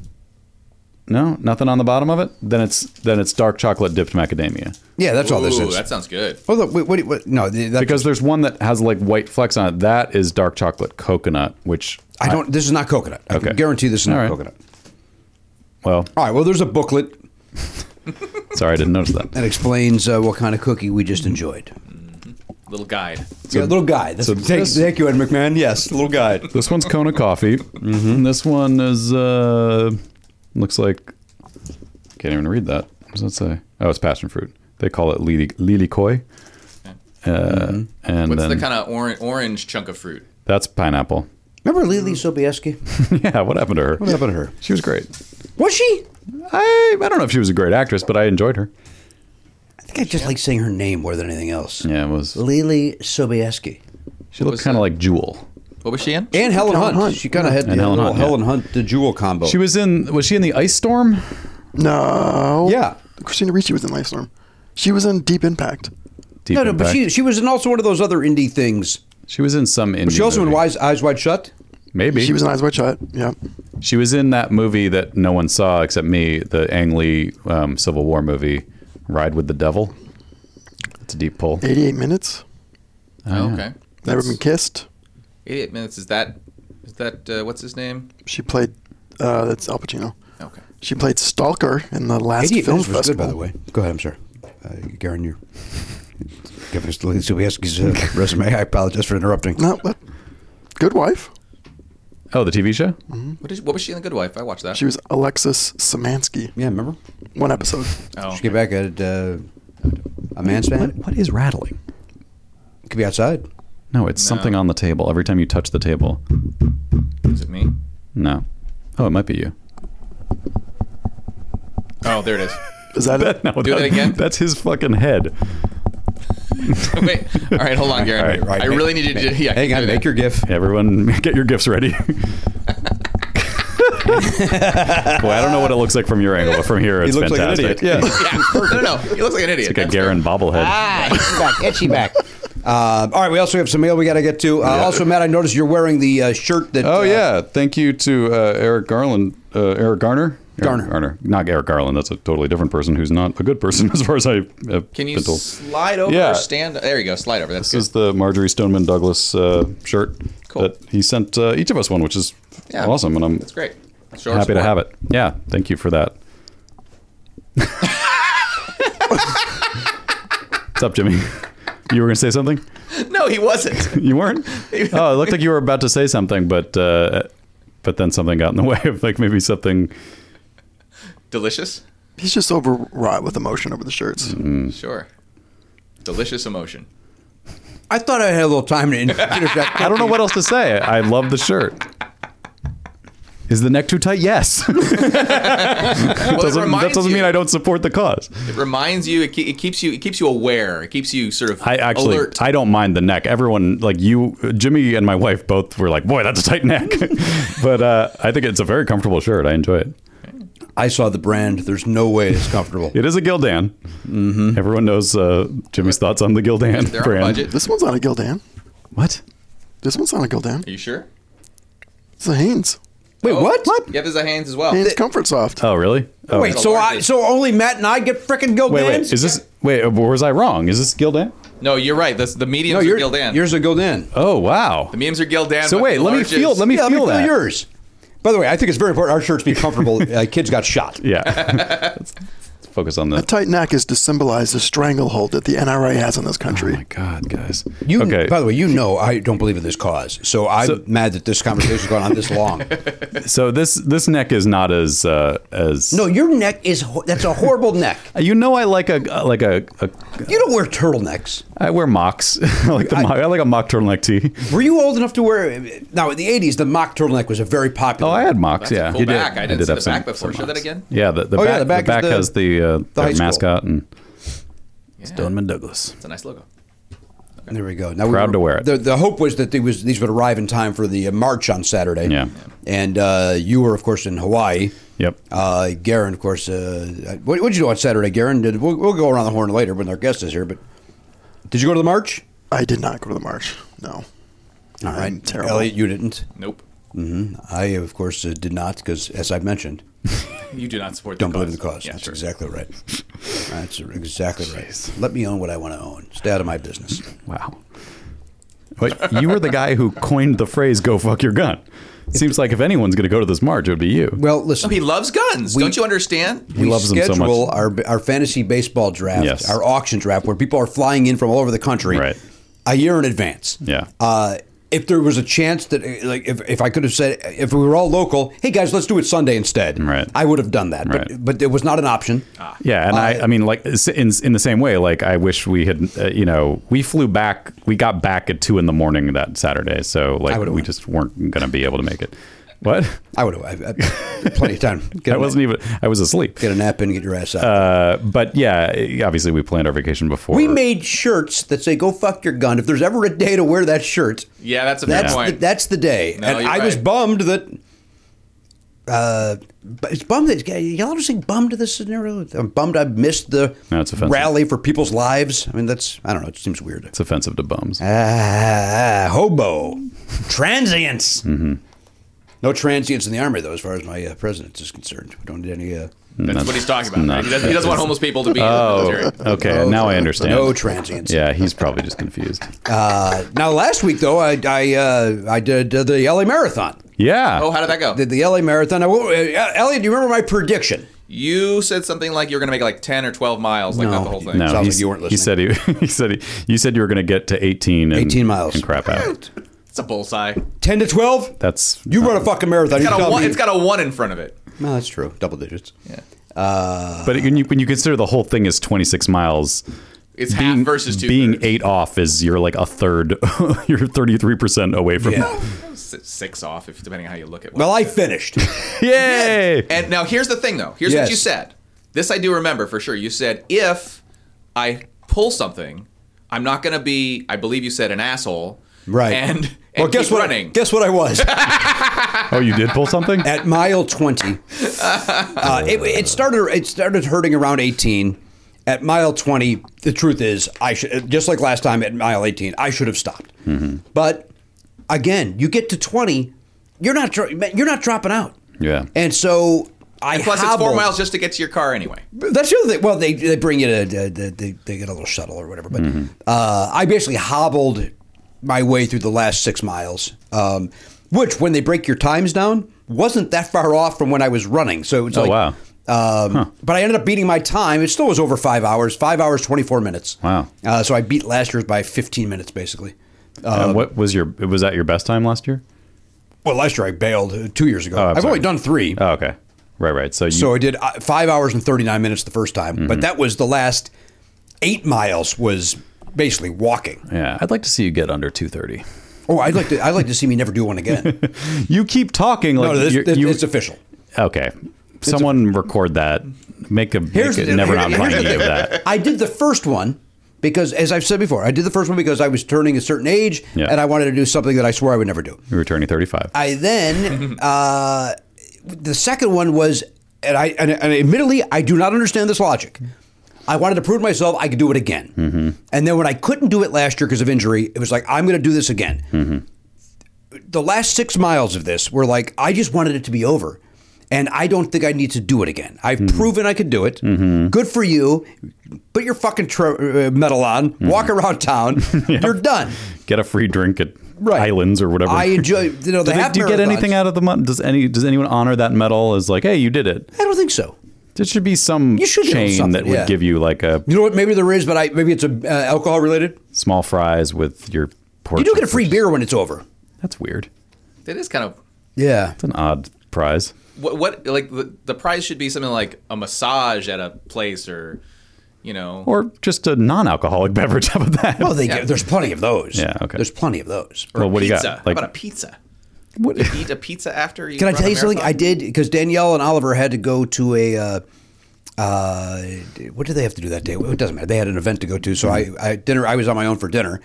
no, nothing on the bottom of it. Then it's then it's dark chocolate dipped macadamia. yeah, that's all this Ooh, is. that sounds good. Hold on. Wait, what, do you- what, no, the- that, Because there's one that has like white flecks on it. That is dark chocolate coconut, which I don't. This is not coconut. I Okay. can guarantee this is not All right. coconut. well, All right. Well, there's a booklet sorry, I didn't notice that. that explains uh, what kind of cookie we just enjoyed. Little guide. yeah, little guy. That's, so thank, this- thank you, Ed McMahon. Yes, little guy. This one's Kona coffee. Mm-hmm. This one is uh looks like can't even read that. What does that say? Oh, it's passion fruit. They call it lili, lili koi. Uh, And Mm-hmm. What's then the kind of orange orange chunk of fruit? that's pineapple. (laughs) Remember Lily Sobieski? yeah, what happened to her? What happened to her? She was great. Was she? I I don't know if she was a great actress, but I enjoyed her. I think I just like saying her name more than anything else. Yeah, it was. Lily Sobieski. She looked was uh, kind that? of like Jewel. What was she in? And Helen Hunt. Hunt. She kind of had the And Helen little Hunt, yeah. Helen Hunt the jewel combo. She was in. Was she in the Ice Storm? No. Yeah. Christina Ricci was in Ice Storm. She was in Deep Impact. Deep no, no, but Impact. she she was in also one of those other indie things. She was in some indie. Was she also in movie. Wise, Eyes Wide Shut? Maybe She was in Eyes Wide Shut. Yeah. She was in that movie that no one saw except me, the Ang Lee um, Civil War movie, Ride with the Devil. It's a deep pull. 88 minutes. Oh, okay. Never been kissed. 88 minutes. Is that is that uh, what's his name? She played. Uh, that's Al Pacino. Okay. She played Stalker in the last Eighty-eight film films was good, festival. by the way. Go ahead, I'm sorry. Uh, Garen, (laughs) you give us Lily Sobieski's (laughs) uh, resume. I apologize for interrupting. No, but good wife. Oh, the TV show? What, is, what was she in The Good Wife? I watched that. She was Alexis Samansky. Yeah, remember? One episode. oh, She get back at uh, a man's man. What is rattling? Could be outside. No, it's something on the table. Every time you touch the table. is it me? No. Oh, it might be you. Oh, there it is. (laughs) Is that it? (laughs) No, Do that again? That's his fucking head. Wait. All right, hold on, Garen. All right, I really needed to. Yeah, Hang do on, that. make your gif. Everyone, (laughs) get your gifts (laughs) ready. Boy, I don't know what it looks like from your angle, but from here it's looks like an fantastic. idiot, yeah. Yeah. no, no, no. He looks like an idiot. It's like a That's Garen bobblehead. Ah, itchy (laughs) back, itchy back. Um, all right, we also have some mail we got to get to. Uh, Also, Matt, I noticed you're wearing the uh, shirt that. Oh uh, yeah, thank you to uh, Eric Garland, uh, Eric Garner, Eric Garner. Garner, not Eric Garland. That's a totally different person who's not a good person, (laughs) as far as I have Can you been told. slide over Yeah. or stand? There you go. Slide over. That's this good. is the Marjorie Stoneman Douglas uh, shirt Cool. that he sent uh, each of us one, which is Yeah. awesome, and I'm That's great. Show our happy to support. have it. Yeah, thank you for that. What's up, Jimmy? You were going to say something? (laughs) No, (laughs) he wasn't. You weren't? Oh, it looked like you were about to say something, but uh, but then something got in the (laughs) way of like maybe something. Delicious. He's just overwrought with emotion over the shirts. Hmm. Sure. Delicious emotion. I thought I had a little time to (laughs) in- interject. I don't know what else to say. I love the shirt. Is the neck too tight? Yes. (laughs) Well, it Doesn't- that reminds doesn't you- mean I don't support the cause. It reminds you. It, ke- it keeps you. It keeps you aware. It keeps you sort of I actually, alert. I don't mind the neck. Everyone, like you, Jimmy, and my wife both were like, "Boy, that's a tight (laughs) neck," but uh, I think it's a very comfortable shirt. I enjoy it. I saw the brand. There's no way it's comfortable. It is a Gildan. Mm-hmm. Everyone knows uh, Jimmy's thoughts on the Gildan (laughs) They're brand. on budget. This one's not a Gildan. What? This one's not a Gildan. Are you sure? It's a Hanes. Wait, Oh, what? What? Yep, this is a Hanes as well. Hanes Comfort Soft. Oh, really? Oh, Wait, so I so only Matt and I get frickin' Gildans? wait, wait. Is this? Wait, uh, was I wrong? Is this Gildan? No, you're right. This, the no? mediums You're, are Gildan. yours are Gildan. Oh, wow. the mediums are Gildan. So but wait, the let me larges- feel. Let me yeah, feel let that. me (laughs) feel (laughs) yours. By the way, I think it's very important our shirts be comfortable. uh, kids got shot. Yeah. focus on A the. tight neck is to symbolize the stranglehold that the NRA has on this country. Oh my God, guys. You, okay. By the way, you know I don't believe in this cause, so I'm mad that this conversation's gone on (laughs) this long. so this this neck is not as uh, as. No, your neck is ho- that's a horrible neck. You know, I like a like a, a You don't wear turtlenecks. I wear mocks. (laughs) I like the mock, I like a mock turtleneck tee. Were you old enough to wear? Now in the '80s, the mock turtleneck was a very Oh, popular. I had mocks. That's a yeah, cool back. I didn't see the back before. Show that mocks. again? Yeah, the, the Oh, back, yeah, the back, is the- has the, uh, high their school. mascot and Yeah. Stoneman Douglas. It's a nice logo. There we go. Now we Proud were- to wear it. The, the hope was that they was, these would arrive in time for the uh, march on Saturday. Yeah. And uh, you were, of course, in Hawaii. Yep. Uh, Garen, of course. Uh, what did you do on Saturday, Garen? Did, we'll, we'll go around the horn later when our guest is here. But did you go to the march? I did not go to the march. No. All I'm terrible. Elliot, you didn't. Nope. I, of course, uh, did not because, as I mentioned, You do not support. don't the believe in cause. the cause. Yeah, That's sure. (laughs) exactly right. That's exactly right. Let me own what I want to own. Stay out of my business. Wow. But you were the guy who coined the phrase "Go fuck your gun." Seems like if anyone's going to go to this march, it would be you. Well, listen. No, he loves guns. We- Don't you understand? He we loves them so schedule much. our our fantasy baseball draft, Yes. our auction draft, where people are flying in from all over the country, Right. a year in advance. Yeah. Uh, if there was a chance that, uh, like, if, if I could have said, if we were all local, hey guys, let's do it Sunday instead. Right. I would have done that, Right. but but it was not an option. Yeah, and I, I mean, like s- in in the same way, like I wish we had, uh, you know, we flew back, we got back at two in the morning that Saturday, so like we would've went. just weren't going to be able to make it. What? I would have I, I, plenty of time. (laughs) Get I a- wasn't even. I was asleep. get a nap in, get your ass out. Uh, but yeah, obviously we planned our vacation before. we made shirts that say "Go fuck your gun." If there's ever a day to wear that shirt, Yeah, that's a fair That's the, point. that's the day. No, and you're I was right. bummed that. Uh, but it's bummed that y'all just saying bummed to this scenario. I'm bummed I missed the No, it's offensive. rally for people's lives. I mean, that's I don't know. It seems weird. It's offensive to bums. Ah, hobo, transients. Mm-hmm. No transients in the army, though, as far as my uh, president is concerned. We don't need any. Uh, That's what he's talking about. right? He doesn't, he doesn't want homeless people to be Oh. in the military. Okay, now I understand. No transients. Yeah, he's probably just confused. Uh, now, last week though, I I, uh, I did uh, the LA Marathon. Yeah. Oh, how did that go? Did the LA Marathon? Now, what- uh, Elliot, do you remember my prediction? You said something like you're going to make like 10 or 12 miles, like not the whole thing. no, Sounds like he's- you weren't He said he, (laughs) he said he, you said you were going to get to 18 and 18 miles. and crap out. It's a bullseye. 10 to 12? That's You run a fucking marathon. It's You got, a tell one, me. it's got a one in front of it. no, that's true. Double digits. Yeah. But when you, when you consider the whole thing is 26 miles, It's half being, versus two. being thirds. eight off is you're like a third, (laughs) you're 33% away from Yeah. S- six off, if depending on how you look at. One. Well, I (laughs) finished. (laughs) Yay! and now here's the thing, though. Here's Yes. what you said. This I do remember for sure. You said if I pull something, I'm not going to be. I believe you said an asshole. Right. And, and well, guess keep what? running. Guess what I (laughs) was Oh, you did pull something? (laughs) at mile 20. Uh, it, it started. It started hurting around 18. At mile 20, the truth is, I should just like last time at mile 18, I should have stopped. But again, you get to 20, you're not dro- you're not dropping out. Yeah. And so I Plus, it's four hobbled- miles just to get to your car anyway. That's the other thing. Well, they they bring you to to- to- they, they get a little shuttle or whatever. But uh, I basically hobbled my way through the last six miles, um, which when they break your times down wasn't that far off from when I was running. So it's Oh, like, wow. Um, But I ended up beating my time. It still was over five hours, five hours twenty four minutes. Wow. Uh, so I beat last year's by fifteen minutes, basically. Um, and Uh, what was your, was that your best time last year? Well, last year I bailed uh, two years ago. Oh, I'm I've sorry. only done three. Oh, okay. Right, right. So you, Mm-hmm. So I did uh, five hours and 39 minutes the first time, but that was the last eight miles was basically walking. yeah, I'd like to see you get under 230. Oh, I'd like to, I'd like to see me never do one (laughs) again. You keep talking like no, this, you're, this- you, it's official. Okay. Someone record that. Make a make it the- never (laughs) not here- here's find the any thing. of that. (laughs) I did the first one because, as I've said before, I did the first one because I was turning a certain age Yeah. and I wanted to do something that I swore I would never do. You were turning 35. (laughs) I then uh, the second one was, and I and, and admittedly I do not understand this logic. I wanted to prove to myself I could do it again, Mm-hmm. and then when I couldn't do it last year because of injury, it was like I'm going to do this again. Mm-hmm. The last six miles of this were like I just wanted it to be over, and I don't think I need to do it again. I've Mm-hmm. proven I could do it. Good for you. Put your fucking tr- uh, medal on. Walk Mm-hmm. around (laughs) town. You're done. get a free drink at Right. Islands or whatever. I enjoy- you know, do, they- the half do you get marathons- anything out of the month? Does any does anyone honor that medal as like, hey, you did it? I don't think so. There should be some You should get chain something, that would yeah. give you like a You know what? Maybe there is, but I maybe it's a, uh, alcohol related. small fries with your pork. You do get a free beer when it's over. That's weird. That is kind of Yeah. It's an odd prize. what, what like the, the prize should be something like a massage at a place or you know Or just a non-alcoholic (laughs) beverage. How about that? Well, Oh, they Yeah. get, there's plenty of those. Yeah, okay. There's plenty of those. Well, what pizza. do you got? How about a pizza? what, Eat a pizza after you Can I run tell a you something? marathon? I did because Danielle and Oliver had to go to a. Uh, uh, what did they have to do that day? It doesn't matter. They had an event to go to, so Mm-hmm. I, I dinner. I was on my own for dinner,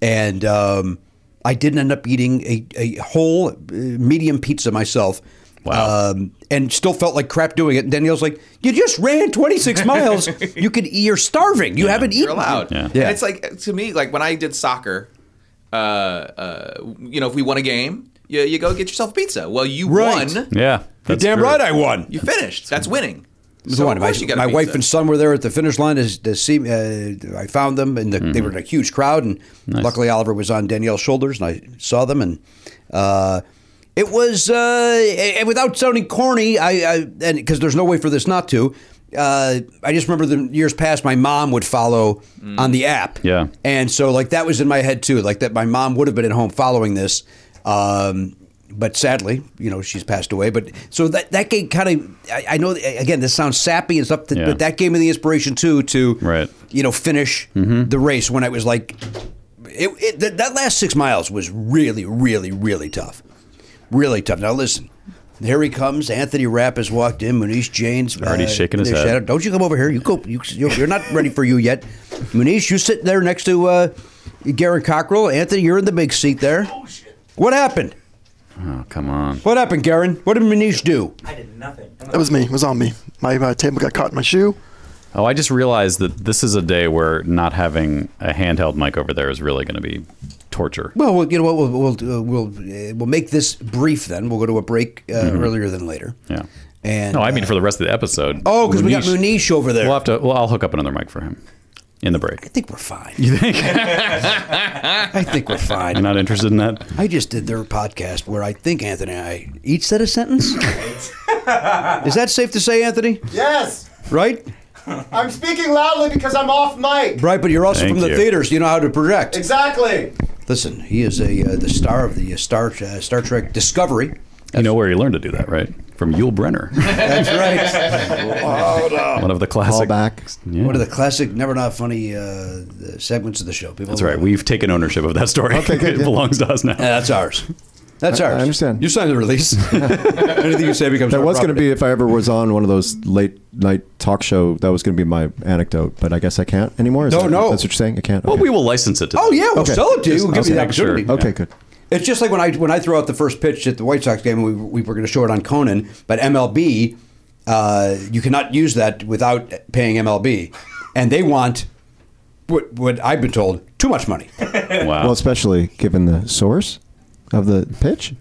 and um, I didn't end up eating a, a whole uh, medium pizza myself. Wow. Um, and still felt like crap doing it. And Danielle's like, "You just ran 26 (laughs) miles. You could. You're starving. You haven't eaten. You're allowed. Yeah. And Yeah. it's like to me, like when I did soccer, uh, uh, you know, if we won a game, you, you go get yourself a pizza. Well, you Right. won. yeah, You're that's damn true. right. I won. You finished. That's winning. was So the of one. My, course you got a my wife pizza. and son were there at the finish line to, to see. Uh, I found them, and the, they Mm-hmm. were in a huge crowd. And luckily, Oliver was on Danielle's shoulders, and I saw them. And uh, it was, uh, and without sounding corny, I, I and because there's no way for this not to. Uh, I just remember the years past, my mom would follow Mm. on the app. Yeah. And so like that was in my head too, like that my mom would have been at home following this. Um, but sadly, you know, she's passed away. But so that that game kind of, I, I know. Again, this sounds sappy and stuff, Yeah. but that gave me the inspiration too to, Right. Mm-hmm. you know, finish the race when I was like, it, it, that, that last six miles was really, really, really tough, really tough. Now listen, here he comes. Anthony Rapp has walked in. Munish Jane's Already shaking his their head. shadow. uh, Don't you come over here? You go. You, you're you're not ready for you yet, Munish. You sit there next to uh, Garrett Cockrell. Anthony, you're in the big seat there. What happened? Oh, come on. What happened, Garen? What did Manish do? I did nothing. That was me. It was on me. My uh, table got caught in my shoe. Oh, I just realized that this is a day where not having a handheld mic over there is really going to be torture. Well, well, you know what? We'll we'll uh, we'll, uh, we'll make this brief. Then we'll go to a break uh, earlier than later. Mm-hmm. Yeah. And No, I mean uh, for the rest of the episode. oh, because we got Munish over there. We'll have to. Well, I'll hook up another mic for him in the break. I think we're fine. You think? (laughs) I think we're fine. I'm not interested in that. I just did their podcast where I think Anthony and I each said a sentence. Is that safe to say, Anthony? Yes! Right? I'm speaking loudly because I'm off mic. Right, but you're also Thank from the you. theaters. You know how to project. Exactly. Listen, he is a uh, the star of the uh, Star uh, Star Trek Discovery. You know where he learned to do that, right? From Yul Brenner, (laughs) That's right. one of the classic. Callbacks. (laughs) Yeah. One of the classic, never not funny uh, segments of the show. People That's right. We've taken ownership of that story. (laughs) it belongs to us now. Yeah, that's ours. That's I ours. understand. You signed the (laughs) release. Anything you say becomes. That our was going to property. be if I ever was on one of those late night talk show. That was going to be my anecdote, but I guess I can't anymore. Is No, that- no. That's what you're saying. I can't. Well, Okay. we will license it to. Oh them. yeah, we'll Okay. sell it to you. We'll give you the Okay, sure. opportunity. Okay, good. It's just like when I when I threw out the first pitch at the White Sox game, we, we were going to show it on Conan, but MLB, uh, you cannot use that without paying MLB, and they want what, what I've been told too (laughs) much money. Wow. Well, especially given the source of the pitch.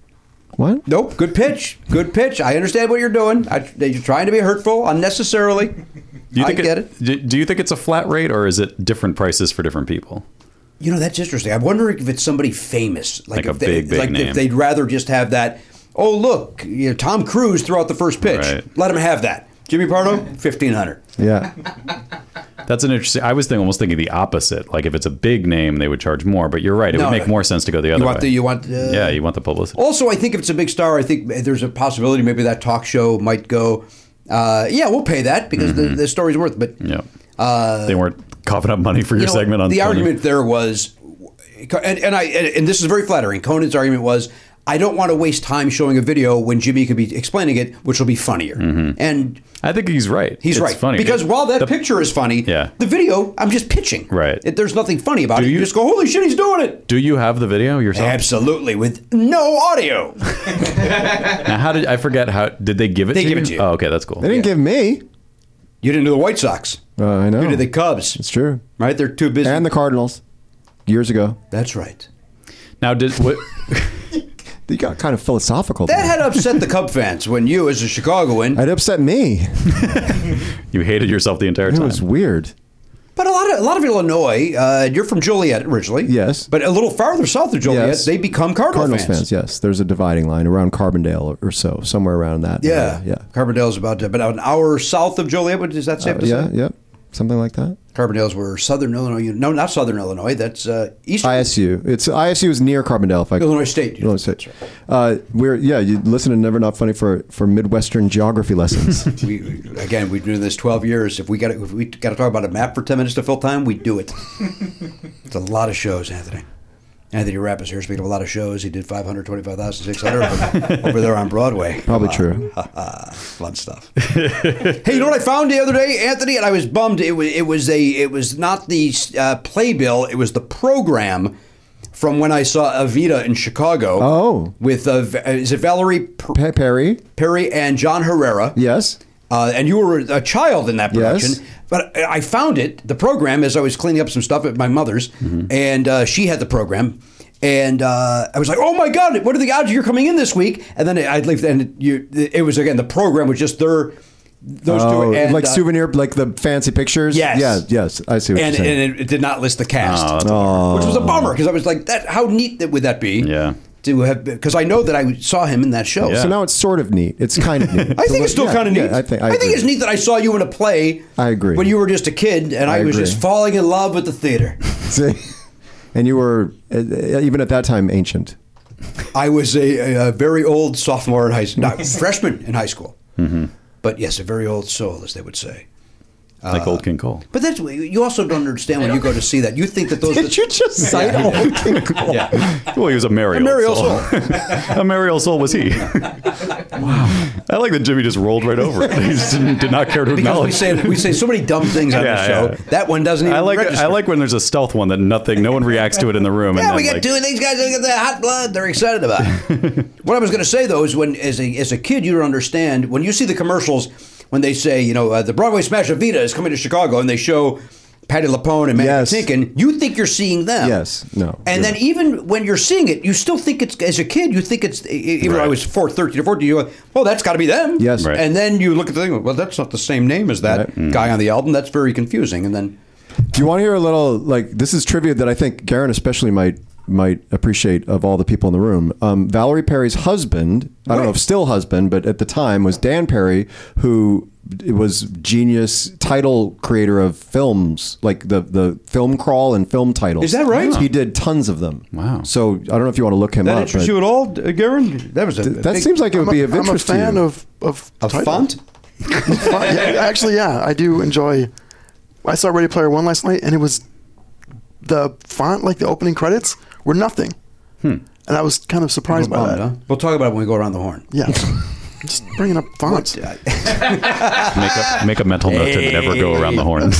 What? nope, good pitch, good pitch. I understand what you're doing. I, that you're trying to be hurtful unnecessarily. do you think I get it. do- Do you think it's a flat rate or is it different prices for different people? You know, that's interesting. I'm wondering if it's somebody famous, Like like, a if they, big, big like name. if they'd rather just have that. Oh, look, you know, Tom Cruise threw out the first pitch. Right. Let him have that. Jimmy Pardo, fifteen hundred. (laughs) Yeah. That's an interesting. I was thinking, almost thinking the opposite. Like if it's a big name, they would charge more. But you're right; it No, would make no. more sense to go the other You want way. the you want uh, yeah, you want the publicity. Also, I think if it's a big star, I think there's a possibility maybe that talk show might go. Uh, yeah, we'll pay that because the, the story's worth. it. But Mm-hmm. Yeah, they weren't coughing up money for your Uh, you know, segment on the Conan. argument there was, and, and I and, and this is very flattering. Conan's argument was, I don't want to waste time showing a video when Jimmy could be explaining it, which will be funnier. And I think he's right. he's Mm-hmm. It's right Funny because It- while that the- picture is funny, Yeah. the video I'm just pitching. Right. it, there's nothing funny about it. You, you- just go, holy shit, he's doing it. Do you have the video yourself? Absolutely, with no audio. (laughs) Now, how did I forget? How did they give it? They to give you? it to you. Oh, okay, that's cool. They didn't give me. you didn't do the White Sox. Uh, I know. You did the Cubs. It's true. Right? They're too busy. And the Cardinals years ago. That's right. Now, did what? (laughs) You got kind of philosophical. That there. had upset the Cub fans when you, as a Chicagoan, it upset me. you hated yourself the entire It time. was weird. But a lot of a lot of Illinois, uh, you're from Joliet originally. Yes. But a little farther south of Joliet, Yes. they become Cardinal Cardinals fans. fans. yes. There's a dividing line around Carbondale or so, somewhere around that. Yeah. area. yeah. Uh, Carbondale's about to, about an hour south of Joliet. What is that safe to yeah, say? yeah, something like that. Carbondale's were Southern Illinois. No, not Southern Illinois. That's uh, Eastern ISU. It's ISU is near Carbondale. If I Illinois State. Illinois State. Uh, we're yeah. You listen to Never Not Funny for for Midwestern (laughs) geography lessons. We, we- again, we've been doing this 12 years. If we got if we got to talk about a map for 10 minutes to fill time, we do it. it's a lot of shows, Anthony. Anthony Rapp is here. Speaking of a lot of shows, he did 525,600 of them over there on Broadway. Probably true. Fun stuff. hey, you know what I found the other day, Anthony? And I was bummed. It was it was a it was not the uh, playbill. It was the program from when I saw Evita in Chicago. Oh. with uh, Va- is it Valerie Per- Pe- Perry. Perry and John Herrera? Yes. Uh, and you were a child in that Yes. production. But I I found it, the program, as I was cleaning up some stuff at my mother's, Mm-hmm. and uh, she had the program. And uh, I was like, "Oh my God! What are the odds you're coming in this week?" And then I'd leave, and you, it was again the program was just their those Oh, two, and, like uh, souvenir, like the fancy pictures. Yes. Yeah. Yes. I see what and, you're saying. and it, it did not list the cast, (laughs) Oh, that's a which was a bummer because I was like, "That how neat that would that be?" Yeah. to have because I know that I saw him in that show. Yeah. So so now it's sort of neat. It's kind of neat. (laughs) I think it's still Yeah, kind of neat. yeah, I think. I, agree. think it's neat that I saw you in a play. I agree. When you were just a kid, and I, I was agree. just falling in love with the (laughs) theater. See? And you were uh, uh, even at that time ancient. I was a, a, a very old sophomore in high school, (laughs) not freshman in high school. Mm-hmm. But yes, a very old soul, as they would say. Uh, like old King (laughs) Cole. But that's you also don't understand when you go to see that. You think that those Did you just (laughs) say Yeah, I old (laughs) King Cole? Well, he was a merry, merry old old soul. (laughs) a merry old soul (laughs) was he. wow. I like that Jimmy just rolled right (laughs) over it. He just didn't, did not care to because we acknowledge. say we say so many dumb things on Yeah, the show. yeah. That one doesn't even. I like register. I like when there's a stealth one that nothing, no one reacts to it in the room. and Yeah, then, we got like, two of these guys that got the hot blood. They're excited about it. (laughs) what I was going to say though is when, as a as a kid, you don't understand when you see the commercials when they say, you know, uh, the Broadway smash of Vita is coming to Chicago, and they show Patty LaPone and Maggie Yes. Tinkin. You think you're seeing them. Yes. No. And then You're- even when you're seeing it, you still think it's as a kid. You think it's e- e- even though I Right. was four, 13 or fourteen. You go, well, that's got to be them. Yes. Right. Mm. And then you look at the thing. Well, that's not the same name as that guy on the album. That's very confusing. And then Do you want to hear a little like this is trivia that I think Garen especially might might appreciate of all the people in the room. Um, Valerie Perry's husband, I don't know if still husband, but at the time was Dan Perry, who was genius title creator of films like the the film crawl and film titles. Is that right? He did tons of them. Wow. So I don't know if you want to look him that up. interests but you at all, uh, Garen? That was a That big- seems like it would I'm be a- of interest I'm a fan to you. of of a title. font. Fun- yeah, actually, yeah, I do enjoy. I saw Ready Player One last night, and it was the font, like the opening credits, were nothing, and I was kind of surprised by that. We'll talk about it when we go around the (laughs) horn. Yeah, (laughs) just bringing up fonts. make Ah. a, make a mental note to never go around the horn.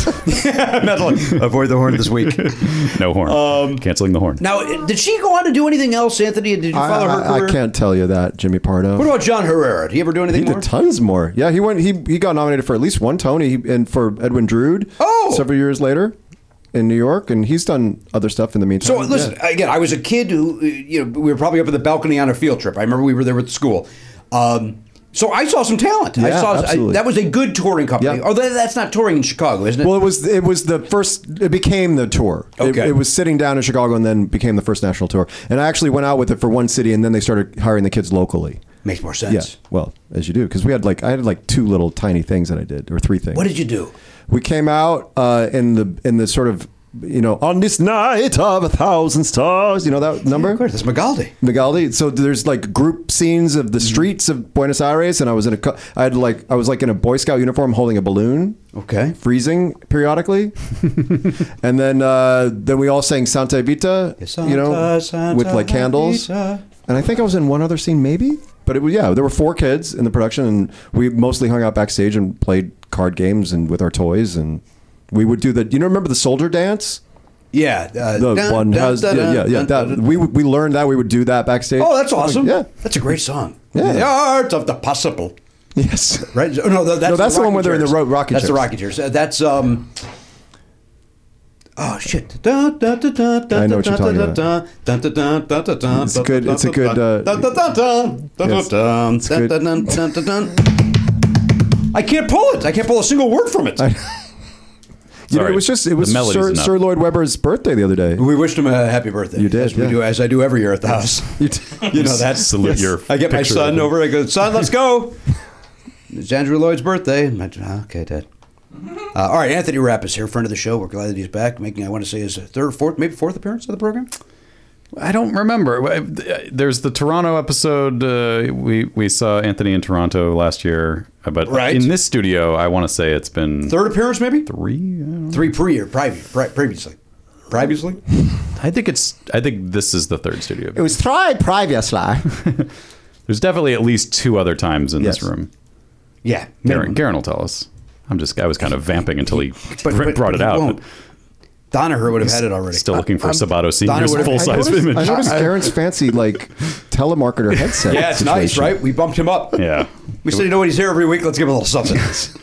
Avoid the horn this (laughs) week. (laughs) no horn. Um, Canceling the horn. now, did she go on to do anything else, Anthony? Did you I, follow her I- I career? can't tell you that, Jimmy Pardo. What about John Herrera? Did he ever do anything He more? did tons more. Yeah, he went. He he got nominated for at least one Tony he- and for Edwin Drood. Oh! several years later, in New York, and he's done other stuff in the meantime. so listen again. I was a kid who, uh, you know, we were probably up in the balcony on a field trip. I remember we were there with the school. Um, so I saw some talent. I Yeah, saw I- absolutely. that was a good touring company. Yeah. Although that's not touring in Chicago, isn't it? Well, it was it was the first. It became the tour. It- Okay. It, was sitting down in Chicago and then became the first national tour. And I actually went out with it for one city, and then they started hiring the kids locally. Makes more Yeah. sense. Well, as you do, because we had like I had like two little tiny things that I did, or three things. What did you do? We came out uh, in the in the sort of you know on this night of a thousand stars. You know that number. That's Magaldi. Magaldi. So there's like group scenes of the streets of Buenos Aires, and I was in a, co- I had like, I was like in a Boy Scout uniform holding a balloon. Okay. Freezing (laughs) periodically, and then uh, then we all sang Santa Vita, you know, Santa, Santa with like candles. Vita. And I think I was in one other scene, maybe. But it was yeah, there were four kids in the production, and we mostly hung out backstage and played card games and with our toys, and we would do the. You know, remember the soldier dance? Yeah. Uh, The dun, one dun, has dun, yeah, dun, yeah, dun, yeah. That dun, dun. we would- we learned that we would do that backstage. Oh, that's awesome. Yeah. (laughs) That's a great song. Yeah. The art of the possible. Yes. (laughs) Right? Oh, No, that's, No, that's the one where they're in the Rocketeers. Ro- Rocketeers. That's the Rocketeers. Uh, That's um. Oh shit! I I know know what you're talking about. It's a good- it's a good, uh, good. I can't pull it. I can't pull a single word from it. You know, Sorry. it was just it The was melody's Sir, enough. Sir Lloyd Webber's birthday the other day. We wished him a happy birthday. You did, as we yeah. do, as I do every year at the house. (laughs) (laughs) You, t- You know that. Salute your I get my picture son of him. over. I go, son, let's go. (laughs) It's Andrew Lloyd's birthday. I'm like, "Oh, okay, Dad. Uh, all right, Anthony Rapp is here, friend of the show. We're glad that he's back, making I want to say his third, fourth, maybe fourth appearance of the program. I don't remember. There's the Toronto episode. Uh, we we saw Anthony in Toronto last year, uh, but Right. in this studio, I want to say it's been Third appearance, maybe three. I don't know. three pre or private, pri- previously, previously. I think it's. I think this is the third studio. was tried previously. There's definitely at least two other times in Yes. this room. Yeah, Garen, Garen will tell us. I'm just. I was kind of vamping until he But- br- but- brought but it he out. won't. Donaher would have had it already. Uh, Still looking for Sabato Donna Senior's would've- full size (laughs) I noticed, I image. noticed Karen's fancy like telemarketer headset. yeah, it's nice, situation. right? We bumped him up. Yeah, We said, you know what? He's here every week. Let's give him a little something. (laughs) all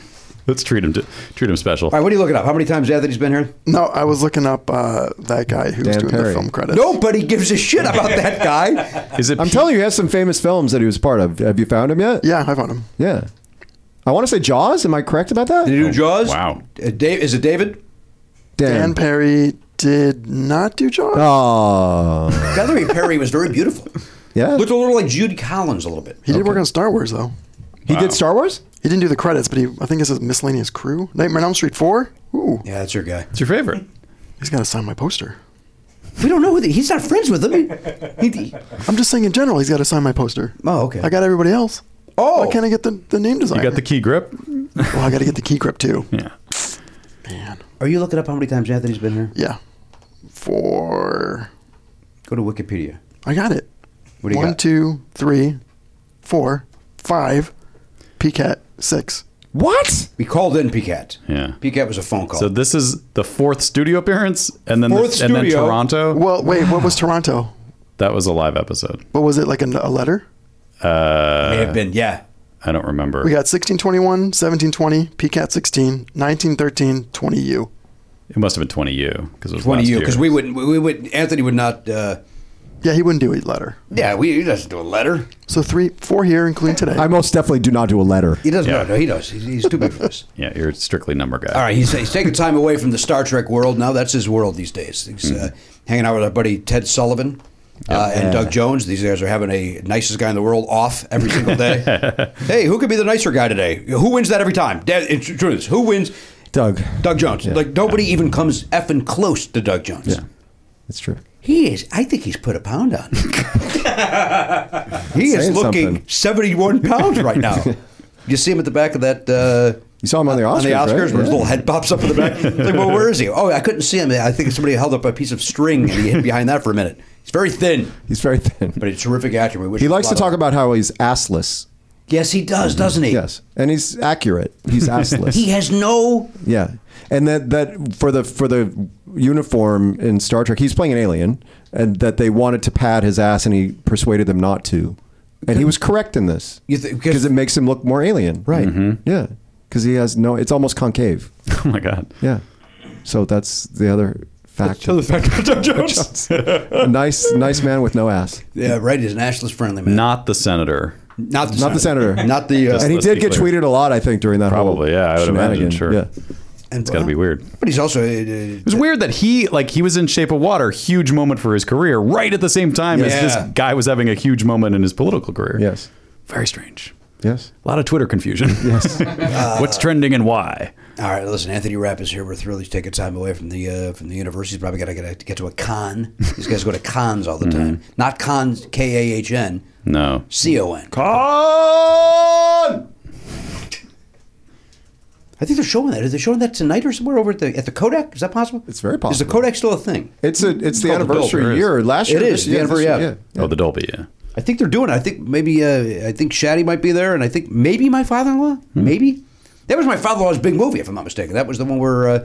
let's treat him. To, treat him special. right, what are you looking up? How many times Anthony's been (laughs) here? No, I was looking up uh, that guy who's Dan doing Perry. the film credits. Nobody gives a shit about that guy. Is it? I'm telling you, he has some famous films that he was part of. Have you found him yet? Yeah, I found him. Yeah. I want to say Jaws. Am I correct about that? Did he do Jaws? wow. Uh, Dave, is it David? Dan Perry did not do Jaws. Oh. Guthrie Perry was very beautiful. Yeah. Looked a little like Jude Collins a little bit. He did work on Star Wars though. he did Star Wars? He didn't do the credits, but he I think it says miscellaneous crew. Nightmare on Elm Street four. Ooh, Yeah, that's your guy. It's your favorite. he's got to sign my poster. We don't know who the, he's not friends with him. He- he- I'm just saying in general, he's got to sign my poster. Oh, okay. I got everybody else. Oh. why can't I get the, the name design? You got the key grip. Well, I got to get the key (laughs) grip too. Yeah. Are you looking up how many times Anthony's been here? Yeah, four. Go to Wikipedia. I got it. What do you One, got? two, three, four, five. PCAT six. What? We called in PCAT. Yeah. PCAT was a phone call. So this is the fourth studio appearance, and then the- Fourth and then studio. Toronto. Well, wait, what was Toronto? that was a live episode. What was it like a, a letter? May have been, yeah. I don't remember. We got 1621, 1720, PCAT 16, 1913, 20U. it must have been 20U because it was 20 last you year. because we wouldn't. We, we would. Anthony would not. Uh, Yeah, he wouldn't do a letter. yeah, we, he doesn't do a letter. So three, four here, including today. I most definitely do not do a letter. He doesn't. Yeah. No, no, he does. He's, he's too big for this. yeah, you're a strictly number guy. All right, he's, he's taking time away from the Star Trek world. Now that's his world these days. He's uh, Mm-hmm. hanging out with our buddy Ted Sullivan uh, and Doug Jones. These guys are having a nicest guy in the world off every single (laughs) day. hey, who could be the nicer guy today? Who wins that every time? Da- in tr- truth, who wins? Doug. Doug Jones. Like nobody even comes effing close to Doug Jones. Yeah. That's true. He is. I think he's put a pound on. (laughs) he is Saying looking something. seventy-one pounds right (laughs) now. You see him at the back of that. Uh, You saw him on the Oscars. on the right? Oscars, where his Yeah. little head pops up in the back. It's like, well, where is he? Oh, I couldn't see him. I think somebody held up a piece of string and he hid behind that for a minute. He's very thin, He's very thin. but a terrific actor. We wish he him a likes to lot talk of- about how he's assless. Yes, he does, doesn't he? Yes. And he's accurate. (laughs) He's assless. He has no. Yeah, and that that for the for the uniform in Star Trek, he's playing an alien, and that they wanted to pad his ass, and he persuaded them not to, and he was correct in this You thi- 'cause- because it makes him look more alien, right? Mm-hmm. Yeah, because he has no. It's almost concave. (laughs) Oh my god. Yeah, so that's the other fact. (laughs) Doug Jones. nice, nice man with no ass. yeah, right. He's an ashless friendly man. Not the senator. not the Not the senator. (laughs) Not the. Uh, and he let's did be get clear. tweeted a lot, I think, during that whole Probably, yeah, I would imagine, sure. shenanigan. Yeah. and- It's got to be weird. It But he's also. Uh, was weird that he like he was in Shape of Water, huge moment for his career, right at the same time as Yeah. this guy was having a huge moment in his political career. Yes. Very strange. Yes. A lot of Twitter confusion. Yes. (laughs) What's trending and why? uh, All right, listen. Anthony Rapp is here. We're thrilled he's taking time away from the uh, from the university. He's probably got to get get to a con. These guys go to cons all Mm-hmm. the time. Not cons, K A H N, No. C O N. Con! I think they're showing that. Is they showing that tonight or somewhere over at the at the Kodak? Is that possible? It's very Is the possible. Kodak still a thing? It's a it's the called the Bill, anniversary there is. year. Last It year is, this- the yeah, anniversary, this year, yeah. Oh, the Dolby. Yeah. I think they're doing it. I think maybe uh, I think Shaddy might be there, and I think maybe my father-in-law. Hmm. Maybe that was my father-in-law's big movie, if I'm not mistaken. That was the one where uh,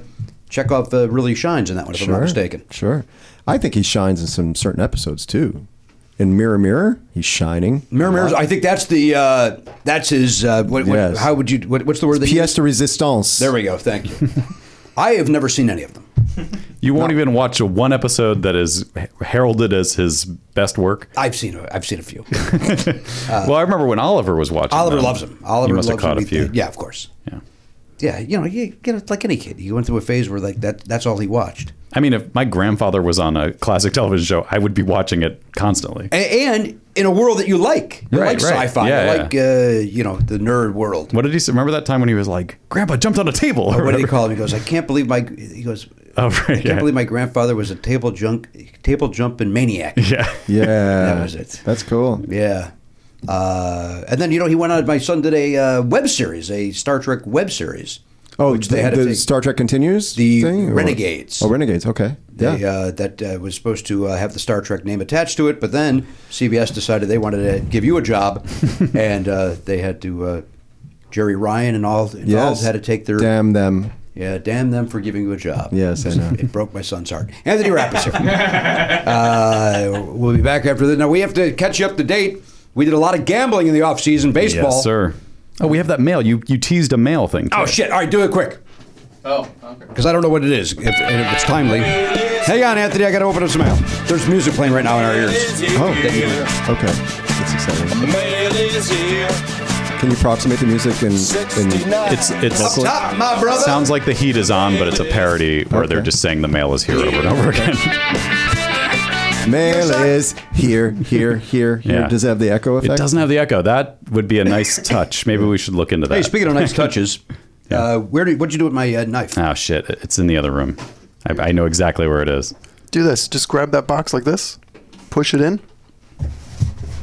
Chekhov uh, really shines in that one, if I'm not mistaken. Sure. I think he shines in some certain episodes too. In Mirror Mirror, he's shining. Mirror, mirrors. I think that's the uh, that's his. Uh, what, what, Yes. How would you? What, what's the word? that you- Pièce de résistance. There we go. Thank (laughs) you. I have never seen any of them. You won't even watch a one episode that is heralded as his best work. I've seen. a- I've seen a (laughs) few. well, I remember when Oliver was watching. Uh, Oliver them. loves them. Oliver you must loves have caught them. a few. Yeah, of course. Yeah. yeah, you know, you, you know, it's like any kid. You went through a phase where like that that's all he watched. I mean, if my grandfather was on a classic television show, I would be watching it constantly. A- and in a world that you like, you Right, like right. sci-fi, Yeah, you yeah. like uh, you know the nerd (laughs) world. What did he say? Remember that time when he was like, "Grandpa jumped on a table"? Or What did he whatever? call him? He goes, I can't believe my. He goes, (laughs) Oh, right, I can't yeah. believe my grandfather was a table junk, table jumping (laughs) maniac. (laughs) Yeah. Yeah, That was it. That's cool. Yeah. Uh, and then you know he went on. My son did a uh, web series, a Star Trek web series. Oh, which the, they had to the take. Star Trek continues. The thing, or- Renegades. Oh, Renegades. Okay. They, yeah. uh, that uh, was supposed to uh, have the Star Trek name attached to it, but then CBS decided they wanted to give you a (laughs) job, and uh, they had to uh, Jerry Ryan and all involved Yes. had to take their damn them. yeah damn them for giving you a job. Yes, (laughs) I know. it broke my son's heart. Anthony Rapp (laughs) is here. uh, we'll be back after this. Now we have to catch you up to date. We did a lot of gambling in the off season baseball. Yes, sir. Oh, we have that mail. You you teased a mail thing. Oh too. shit! All right, do it quick. Oh, okay. because I don't know what it is, if, and if it's timely. Hang on, Anthony, I got to open up some mail. There's music playing right now in our ears. Oh, okay. That's exciting. Mail is here. Can you approximate the music in? in Oh, It's it's Up top, my brother. sounds like the heat is on, but it's a parody where they're Okay. just saying the mail is here over and over again. mail is here, here, here, here. Yeah. Does it have the echo effect? It doesn't have the echo. That would be a (laughs) nice touch. Maybe we should look into that. hey, speaking of (laughs) nice touches, uh, where did what'd you do with my uh, knife? Oh shit! It's in the other room. I, I know exactly where it is. Do this. Just grab that box like this, push it in.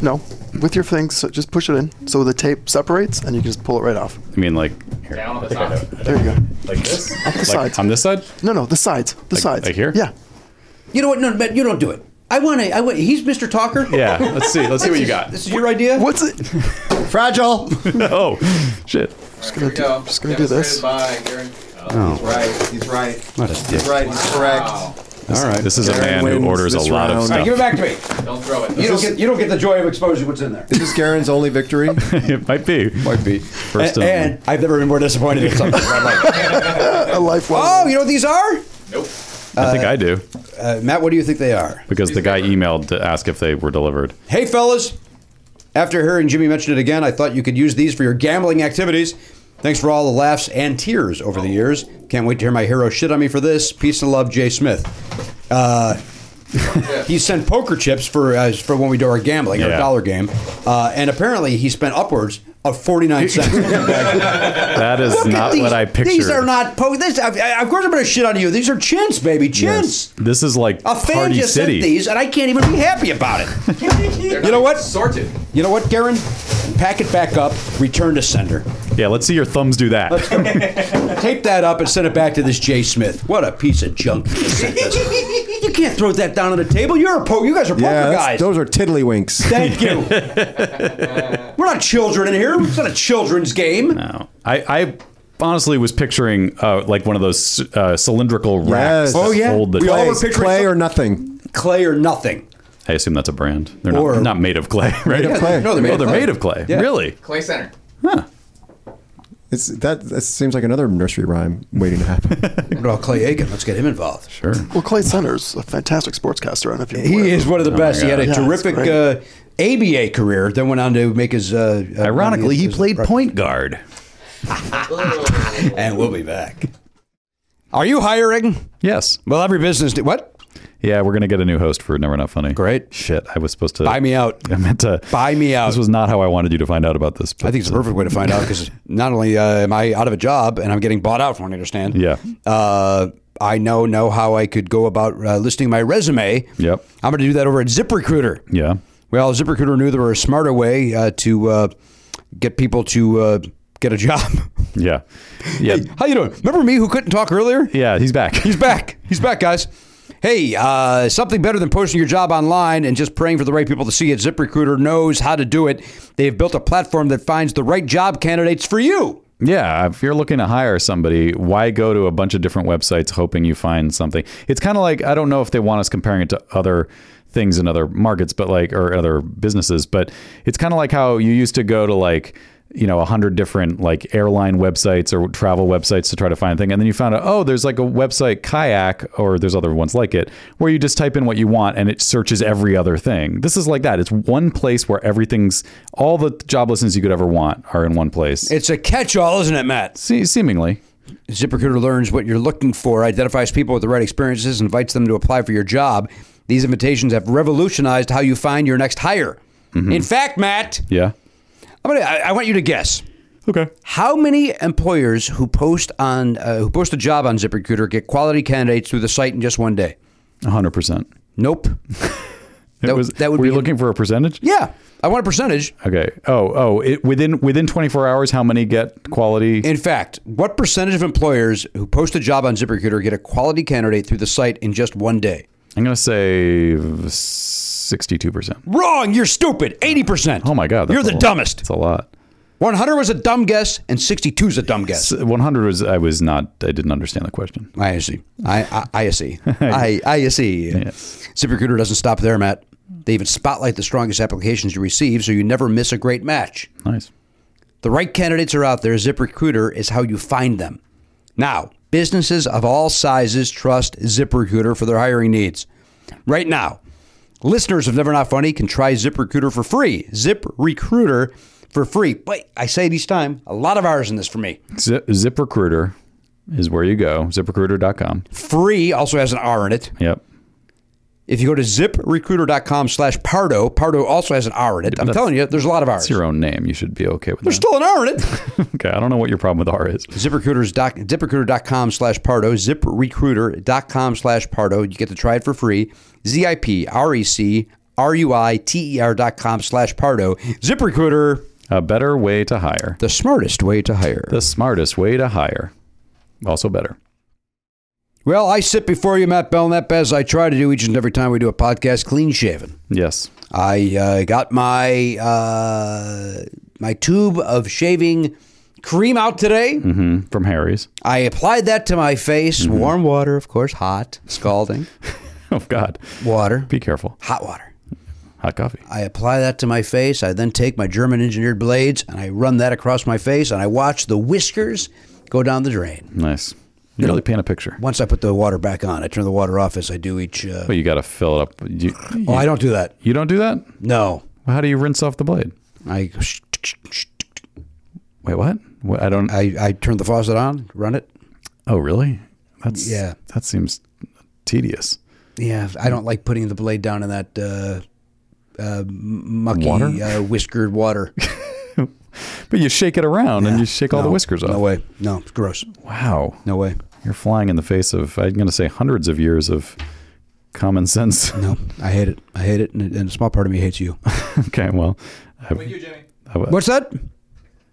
No, with your thing, so just push it in so the tape separates and you can just pull it right off. I mean, like here, Down on the top. There you go. like this, the like sides. on this side. No, no, the sides. The Like- sides. like here? Yeah. You know what? No, Matt, you don't do it. I want to. I want. He's Mr. Talker. Yeah. Let's see. Let's see what you got. This is your idea. What's it? Fragile. oh shit! Just gonna do- just gonna do this. Oh. right. He's right. Not a dick. Right. He's correct. All right. This is a Darren man wins who orders a this lot of round. stuff. Give it back to me. Don't throw it. You don't get. You don't get the joy of exposing what's in there. Is this Garen's only victory? (laughs) it might be. Might be. First and, of all. and I've never been more disappointed in something. in my (laughs) life. A life well. oh, you know what these are? Nope. I think I do Uh, Matt, what do you think they are? because the guy emailed to ask if they were delivered. Hey, fellas. After hearing Jimmy mention it again, I thought you could use these for your gambling activities. Thanks for all the laughs and tears over the years. Can't wait to hear my hero shit on me for this. Peace and love, Jay Smith. Uh, (laughs) he sent poker chips for uh, for when we do our gambling, our Yeah. dollar game, uh, and apparently he spent upwards of (laughs) forty nine cents. That is Look at not these. what I pictured. These are not poker. This, I, I, of course, I'm going to shit on you. These are chintz, baby, chintz. This is like A fan Party just City. sent these, and I can't even be happy about (laughs) it. you know what? Sorted. You know what, Garen? Pack it back up, return to sender. Yeah, let's see your thumbs do that. Tape that up and send it back to this Jay Smith. What a piece of junk you just sent us. You can't throw that down on the table. You're a po- you guys are poker yeah, that's- guys. those are tiddlywinks. Thank you. We're not children in here. It's not a children's game. No. I, I honestly was picturing uh, like one of those uh, cylindrical racks. Yes. Oh, that yeah. Hold the We all Clay, were picturing clay some- or nothing. Clay or nothing. I assume that's a brand. They're not, Or- not made of clay, right? of clay. No, they're made oh, of they're clay. made of clay. Yeah. Really? Clay Center. Huh. It's that. That seems like another nursery rhyme waiting to happen. What about Clay Aiken? Let's get him involved. Sure. Well, Clay Center's a fantastic sportscaster. I don't know if you He is one of the best. He had a Yeah, it's terrific great. uh, ABA career, then went on to make his. Uh, uh, Ironically, he his- played point guard. And we'll be back. Are you hiring? Yes. Well, every business. Do- what? Yeah, we're gonna get a new host for Never Not Funny. Great. Shit, I was supposed to Buy me out. (laughs) I meant to Buy me out. This was not how I wanted you to find out about this. But I think it's a perfect way to find out because not only uh, am I out of a job and I'm getting bought out, from what I understand. Yeah. Uh, I now know how I could go about uh, listing my resume. Yep. I'm going to do that over at ZipRecruiter. Yeah. Well, ZipRecruiter knew there were a smarter way uh, to uh, get people to uh, get a job. (laughs) Yeah. Yeah. how you doing? Remember me who couldn't talk earlier? Yeah, he's back. (laughs) He's back. He's back, guys. Hey, uh, something better than posting your job online and just praying for the right people to see it. ZipRecruiter knows how to do it. They've built a platform that finds the right job candidates for you. Yeah, if you're looking to hire somebody, why go to a bunch of different websites hoping you find something? It's kind of like I don't know if they want us comparing it to other things in other markets, but like or other businesses, but it's kind of like how you used to go to like you know a hundred different like airline websites or travel websites to try to find a thing and then you found out oh there's like a website kayak or there's other ones like it where you just type in what you want and it searches every other thing this is like that it's one place where everything's all the job listings you could ever want are in one place It's a catch all, isn't it, Matt? Se- seemingly ZipRecruiter learns what you're looking for, identifies people with the right experiences, invites them to apply for your job. These invitations have revolutionized how you find your next hire. In fact, Matt, Yeah. I'm gonna, I, I want you to guess Okay. how many employers who post on uh, who post a job on ZipRecruiter get quality candidates through the site in just one day. 100%. (laughs) Nope. It That- was, that would were be- you looking for a percentage? yeah, I want a percentage. Okay. Oh, oh, it, within within 24 hours, how many get quality? In fact, what percentage of employers who post a job on ZipRecruiter get a quality candidate through the site in just one day? I'm going to say 62%. Wrong. You're stupid. Eighty percent. Oh my God. that's You're a the lot. dumbest. That's a lot. One hundred was a dumb guess, and sixty-two is a dumb (laughs) guess. 100 was, I was not, I didn't understand the question. I see. I I, (laughs) I see. I I see. Yes. ZipRecruiter doesn't stop there, Matt. They even spotlight the strongest applications you receive, so you never miss a great match. Nice. The right candidates are out there. ZipRecruiter is how you find them. Now, businesses of all sizes trust ZipRecruiter for their hiring needs. Right now, listeners of Never Not Funny can try ZipRecruiter for free. ZipRecruiter for free. But I say it each time, a lot of hours in this for me. Zip, ZipRecruiter is where you go. ZipRecruiter.com. Free also has an R in it. Yep. If you go to ziprecruiter.com slash Pardo, Pardo also has an R in it. I'm that's- telling you, there's a lot of R's. It's your own name. You should be okay with There's that. still an R in it. okay. I don't know what your problem with R is. ZipRecruiter's doc, ZipRecruiter.com slash Pardo, ZipRecruiter.com slash Pardo. You get to try it for free. Z I P R E C R U I T E R dot com slash Pardo. ZipRecruiter, A better way to hire. the smartest way to hire. The smartest way to hire. Also better. well, I sit before you, Matt Belknap, as I try to do each and every time we do a podcast, clean shaven. Yes. I uh, got my uh, my tube of shaving cream out today. hmm From Harry's. I applied that to my face. Warm water, of course, hot, scalding (laughs) Oh, God. water, Be careful. hot water. Hot coffee. I apply that to my face. I then take my German engineered blades and I run that across my face and I watch the whiskers go down the drain. Nice. You really paint a picture. Once I put the water back on, I turn the water off as I do each. Uh, But you got to fill it up. You, oh, I don't do that. you don't do that? No, Well, How do you rinse off the blade? I, Wait, what? what I don't. I I turn the faucet on, run it. oh, really? That's Yeah. That seems tedious. Yeah, I don't like putting the blade down in that uh, uh, m- mucky, Water? Uh, (laughs) whiskered water. But you shake it around and you shake all the whiskers off. no way. No, it's gross. Wow. No way. You're flying in the face of, I'm going to say, hundreds of years of common sense. (laughs) No, I hate it. I hate it, and, and a small part of me hates you. (laughs) okay, well. I, But you, Jimmy, I- What's that?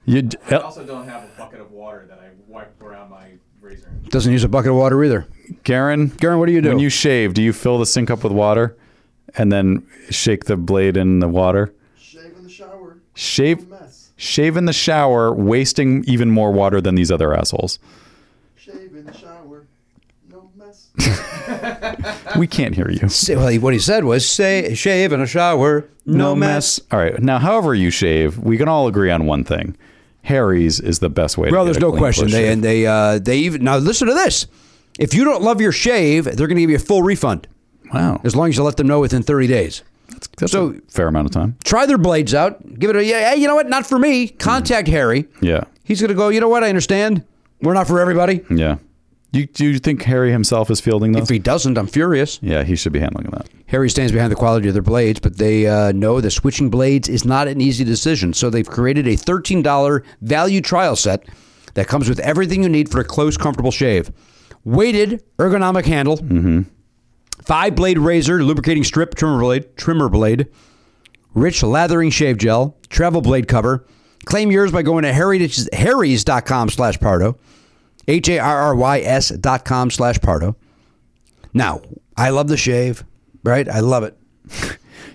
You, d- I also don't have a bucket of water that I wipe around my razor. Doesn't use a bucket of water either. Garen, Garen, what do you do? When you shave, do you fill the sink up with water and then shake the blade in the water? Shave in the shower. Shave, Mess. shave in the shower, wasting even more water than these other assholes. Shave in the shower. No mess. We can't hear you. Say- Well, he- what he said was say shave and a shower, no, mess. All right. Now, however you shave, we can all agree on one thing: Harry's is the best way. Well, to get there's a no clean question. close They shave. and they uh, they even now listen to this. If you don't love your shave, they're going to give you a full refund wow, as long as you let them know within 30 days. that's so- a fair amount of time. Try their blades out. Give it a yeah. Hey, you know what? Not for me. Contact Harry. Yeah, He's going to go. You know what? I understand. We're not for everybody. yeah. Do you, do you think Harry himself is fielding If those? he doesn't, I'm furious. yeah, he should be handling that. Harry stands behind the quality of their blades, but they uh, know that switching blades is not an easy decision. So they've created a $13 value trial set that comes with everything you need for a close, comfortable shave. Weighted ergonomic handle, five blade razor, lubricating strip, trimmer blade, trimmer blade, rich lathering shave gel, travel blade cover. Claim yours by going to Harry's, harrys.com slash Pardo, H A R R Y S dot com slash Pardo. Now, I love the shave, right? I love it.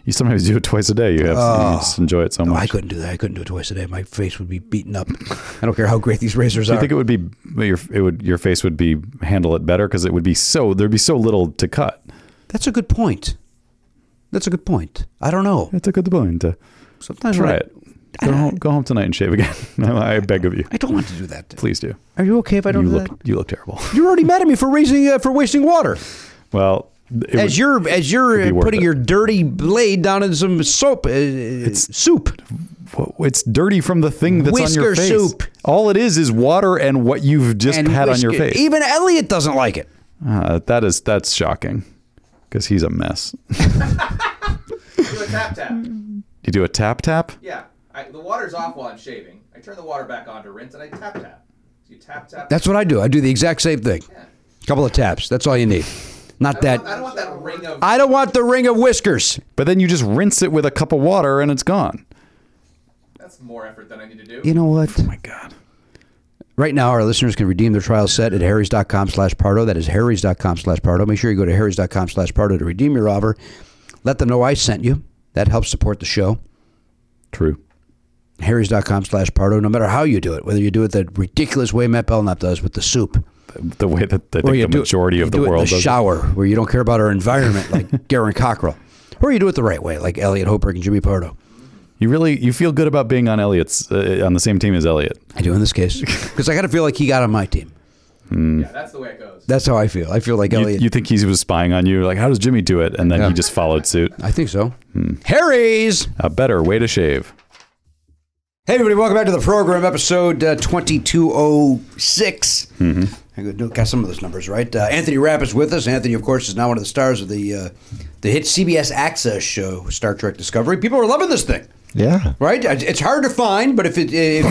You sometimes do it twice a day. You have you just enjoy it so Oh. No, much. I couldn't do that. I couldn't do it twice a day. My face would be beaten up. I don't care how great these razors Do are. you think it would be your it would your face would be handle it better because it would be so there'd be so little to cut. That's a good point. That's a good point. I don't know. That's a good point. Uh, Sometimes Try when I- it. Go home, go home tonight and shave again. (laughs) I beg of you. I don't want to do that. Please do. Are you okay if I don't You do look that? you look terrible. (laughs) You're already mad at me for raising uh, for wasting water. Well, it as would- you're as you're be uh, worth putting it. your dirty blade down in some soap uh, soup. Wha- It's dirty from the thing that's on your Whisker face. soup. All it is is water and what you've just And had on whisk your it. face. Even Elliot doesn't like it. Uh, that is that's shocking because he's a mess. Do a tap tap. You do a tap tap. Yeah. I, the water's off while I'm shaving. I turn the water back on to rinse, and I tap tap. So you tap tap. That's what I do. I do the exact same thing. couple of taps. That's all you need. Not I that. don't, want, I don't want that ring of. I don't want the ring of whiskers. But then you just rinse it with a cup of water and it's gone. That's more effort than I need to do. You know what? my god. Right now, our listeners can redeem their trial set at harrys.com slash Pardo. That is harrys.com slash Pardo. Make sure you go to harrys.com slash Pardo to redeem your offer. Let them know I sent you. That helps support the show. True. harrys.com slash Pardo. No matter how you do it, whether you do it the ridiculous way Matt Belknap does with the soup. The way that I think you the do it- majority you of the do it in world the does. it. shower where you don't care about our environment like (laughs) Darren Cockrell. Or you do it the right way like Elliot Hoper and Jimmy Pardo. You really you feel good about being on Elliot's uh, on the same team as Elliot. I do in this case because I got to feel like he got on my team. Yeah, that's the way it goes. That's how I feel. I feel like You, Elliot. you think he was spying on you? Like how does Jimmy do it? And then Oh, Yeah. he just followed suit. I think so. Harry's. A better way to shave. Hey everybody, welcome back to the program, episode uh, 2206. I got- got some of those numbers right. Uh, Anthony Rapp is with us. Anthony, of course, is now one of the stars of the uh, the hit CBS Access show, Star Trek Discovery. People are loving this thing. Yeah. Right? It's hard to find, but if it, if,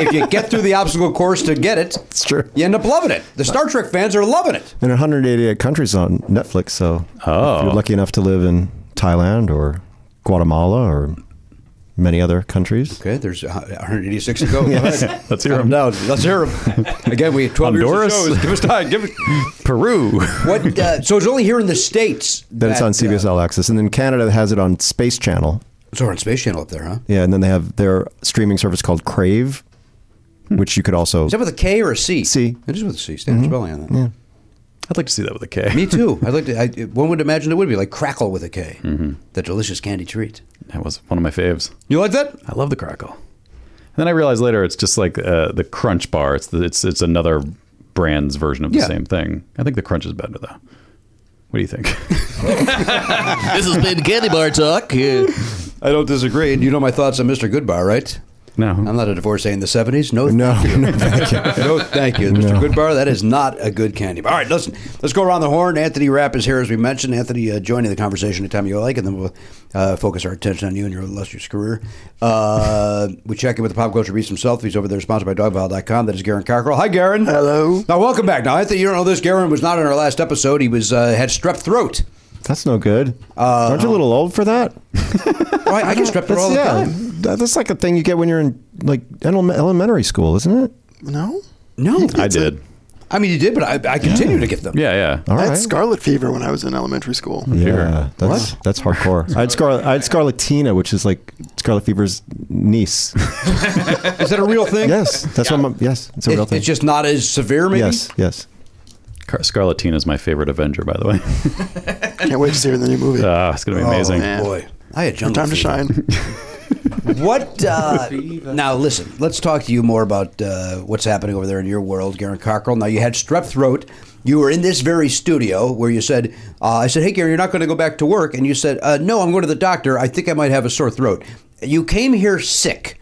if you get through the obstacle course to get it, it's true. You end up loving it. The Star Trek fans are loving it. In 188 countries on Netflix, so Oh. if you're lucky enough to live in Thailand or Guatemala or many other countries. Okay, there's 186 to go. Go ahead. Let's hear him. No, let's hear them. Again, we have 12 Honduras? years of shows. Give us time. Give us (laughs) Peru. What? Uh, so it's only here in the states that, Then it's on CBS Uh, All Access, and then Canada has it on Space Channel. so on Space Channel up there, huh? Yeah, and then they have their streaming service called Crave, which you could also. Hmm. Is that with a K or a C? C. It is with a C. Standard spelling on that. I'd like to see that with a K. Me too. I'd like to. I, one would imagine it would be like crackle with a K. Mm-hmm. That delicious candy treat. That was one of my faves. You like that? I love the crackle. And then I realized later it's just like uh, the Crunch bar. It's the, it's it's another brand's version of the Yeah. same thing. I think the Crunch is better though. What do you think? (laughs) This has been Candy Bar Talk. I don't disagree. And you know my thoughts on Mr. Goodbar, right? I'm no. not a divorcee in the 70s. No, (laughs) (laughs) No, no, no, thank you, Mr. Goodbar. That is not a good candy bar. All right, listen, let's go around the horn. Anthony Rapp is here, as we mentioned. Anthony, uh, joining the conversation anytime you like, and then we'll uh, focus our attention on you and your illustrious career. Uh, we check in with the pop culture beast himself. He's over there, sponsored by dogpile.com. That is Garen Cockrell. Hi, Garen. Hello. Now, welcome back. Now, Anthony, you don't know this. Garen was not in our last episode. He was uh, had strep throat. that's no good. Uh, Aren't you a little old for that? Oh, I, I get strep throat all the yeah, time. that- that's like a thing you get when you're in like ele- elementary school, isn't it? No, No, I did. I mean, you did, but I, I continue to get them. Yeah, yeah. All I right. Hmm. had scarlet fever when I was in elementary school. Yeah, that's that's hardcore. I had Scarlet, I had Scarletina, which is like Scarlet Fever's (laughs) niece. Is that a real thing? Yes, that's what I'm. Yes, it's a It- real thing. It's just not as severe, maybe. yes, yes. Car- Scarletina is my favorite Avenger, by the way. (laughs) Can't wait to see her in the new movie. Ah, it's Oh, gonna be amazing. man. Boy, I had jungle Time to fever. shine. What? Uh, now, listen. Let's talk to you more about uh, what's happening over there in your world, Garen Cockrell. Now, you had strep throat. You were in this very studio where you said, uh, "I said, hey, Garen, you're not going to go back to work," and you said, uh, "No, I'm going to the doctor. I think I might have a sore throat." You came here sick.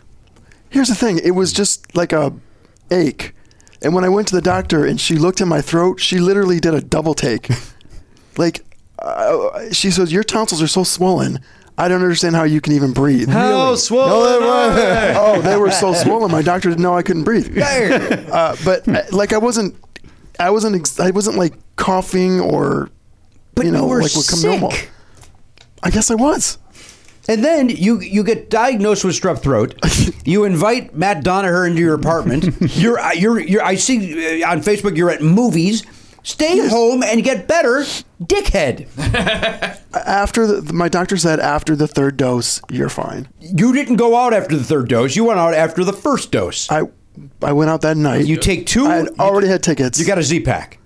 Here's the thing. It was just like a ache, and when I went to the doctor and she looked in my throat, she literally did a (laughs) double take. like, uh, she says, "Your tonsils are so swollen. I don't understand how you can even breathe." How swollen are they? oh, they (laughs) were so swollen. My doctor didn't know I couldn't breathe. Uh, but uh, like I wasn't, I wasn't, ex- I wasn't like coughing or, But you know, you were like what come normal. sick. I guess I was. And then you you get diagnosed with strep (laughs) throat. You invite Matt Donaher into your apartment. you're you're you're. I see uh, on Facebook you're at movies. Stay home and get better, (laughs) dickhead. After the, my doctor said after the third dose, you're fine. You didn't go out after the third dose. You went out after the first dose. I I went out that night. you take two. I had you- already had tickets. You got a Z pack.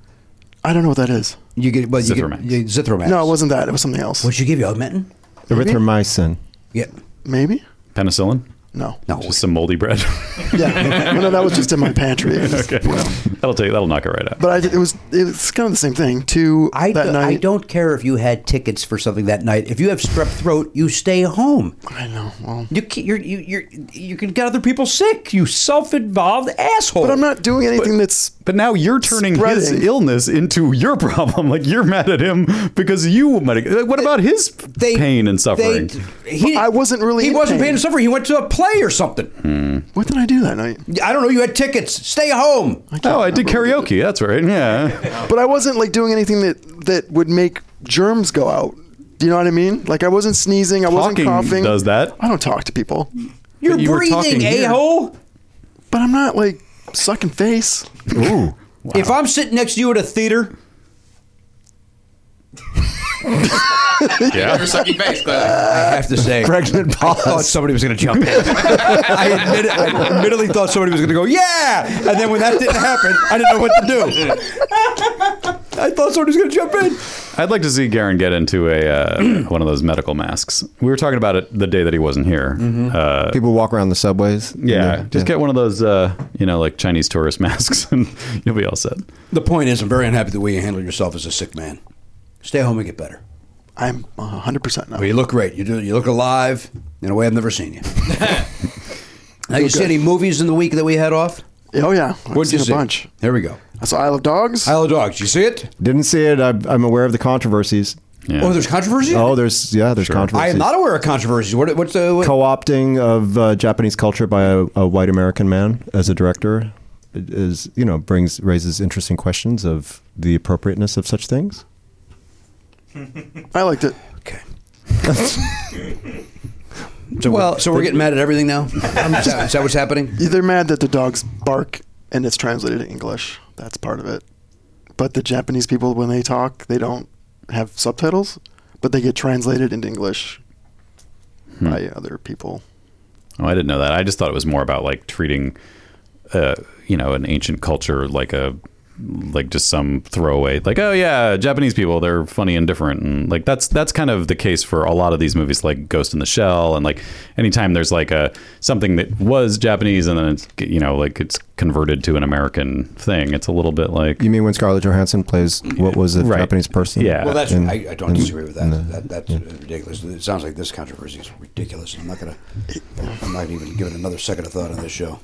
I don't know what that is. You get well. You Zithromax. Get, you- Zithromax. No, it wasn't that. It was something else. What you give you augmentin? Erythromycin. Yeah. Maybe. Penicillin. No. No. Just some moldy bread. (laughs) (laughs) Yeah. well, no, that was just in my pantry. okay. That'll take. That'll knock it right out. But I, did- it was it's kind of the same thing. Two I, that do, night. I don't care if you had tickets for something that night. If you have strep throat, you stay home. I know. Well, You can, you're, you you're, you can get other people sick. You self-involved asshole. but I'm not doing anything that's. But now you're turning his Spreading. illness into your problem. Like you're mad at him because you. medic- like, What about his They- pain and suffering? They, he, I wasn't really He in wasn't pain. pain and suffering. He went to a play or something. What did I do that night? I don't know. You had tickets. Stay home. oh, I did karaoke. That's right. Yeah. But I wasn't like doing anything that that would make germs go out. Do you know what I mean? Like I wasn't sneezing. I wasn't Talking coughing. does that. I don't talk to people. You're you were talking breathing, here. a hole. But I'm not like sucking face. Ooh. If I'm sitting next to you at a theater, Yeah. You're sucking face, clearly. (laughs) I have to (laughs) say, Pregnant I thought somebody was going to jump in. I, admit, I admittedly thought somebody was going to go, yeah. And then when that didn't happen, I didn't know what to do. (laughs) I thought somebody was going to jump in. I'd like to see Garen get into a uh, (clears throat) one of those medical masks. We were talking about it the day that he wasn't here. Uh, People walk around the subways. yeah, just get one of those, uh, you know, like Chinese tourist (laughs) masks, and you'll be all set. The point is, I'm very unhappy the way you handle yourself as a sick man. Stay home and get better. I'm 100 percent now. Well, you look great. You do. You look alive in a way I've never seen you. now, you see any movies in the week that we had off? Oh yeah. I've What'd seen you a see? bunch. Here we go. I saw Isle of Dogs. Isle of Dogs. You see it? Didn't see it. I, I'm aware of the controversies. Yeah. Oh, there's controversy. Oh, there's yeah, there's I controversies. am not aware of controversies. What, what's the what? co-opting of uh, Japanese culture by a, a white American man as a director is you know brings raises interesting questions of the appropriateness of such things. I liked it. okay? so well, so we're getting mad at everything now. is, that- is that what's happening? They're mad that the dogs bark and it's translated to English. That's part of it. But the Japanese people, when they talk, they don't have subtitles, but they get translated into English by other people. Oh, I didn't know that. I just thought it was more about like treating, uh, you know, an ancient culture like a like just some throwaway like oh yeah japanese people they're funny and different and like that's that's kind of the case for a lot of these movies like ghost in the shell and like anytime there's like a something that was japanese and then it's you know like it's converted to an american thing it's a little bit like You mean when Scarlett Johansson plays what was a Right. Japanese person? Yeah. Well, that's And- I, I don't and- disagree with that. and, uh, that that's ridiculous. It sounds like this controversy is ridiculous. I'm not gonna. I'm not even giving another second of thought on this show.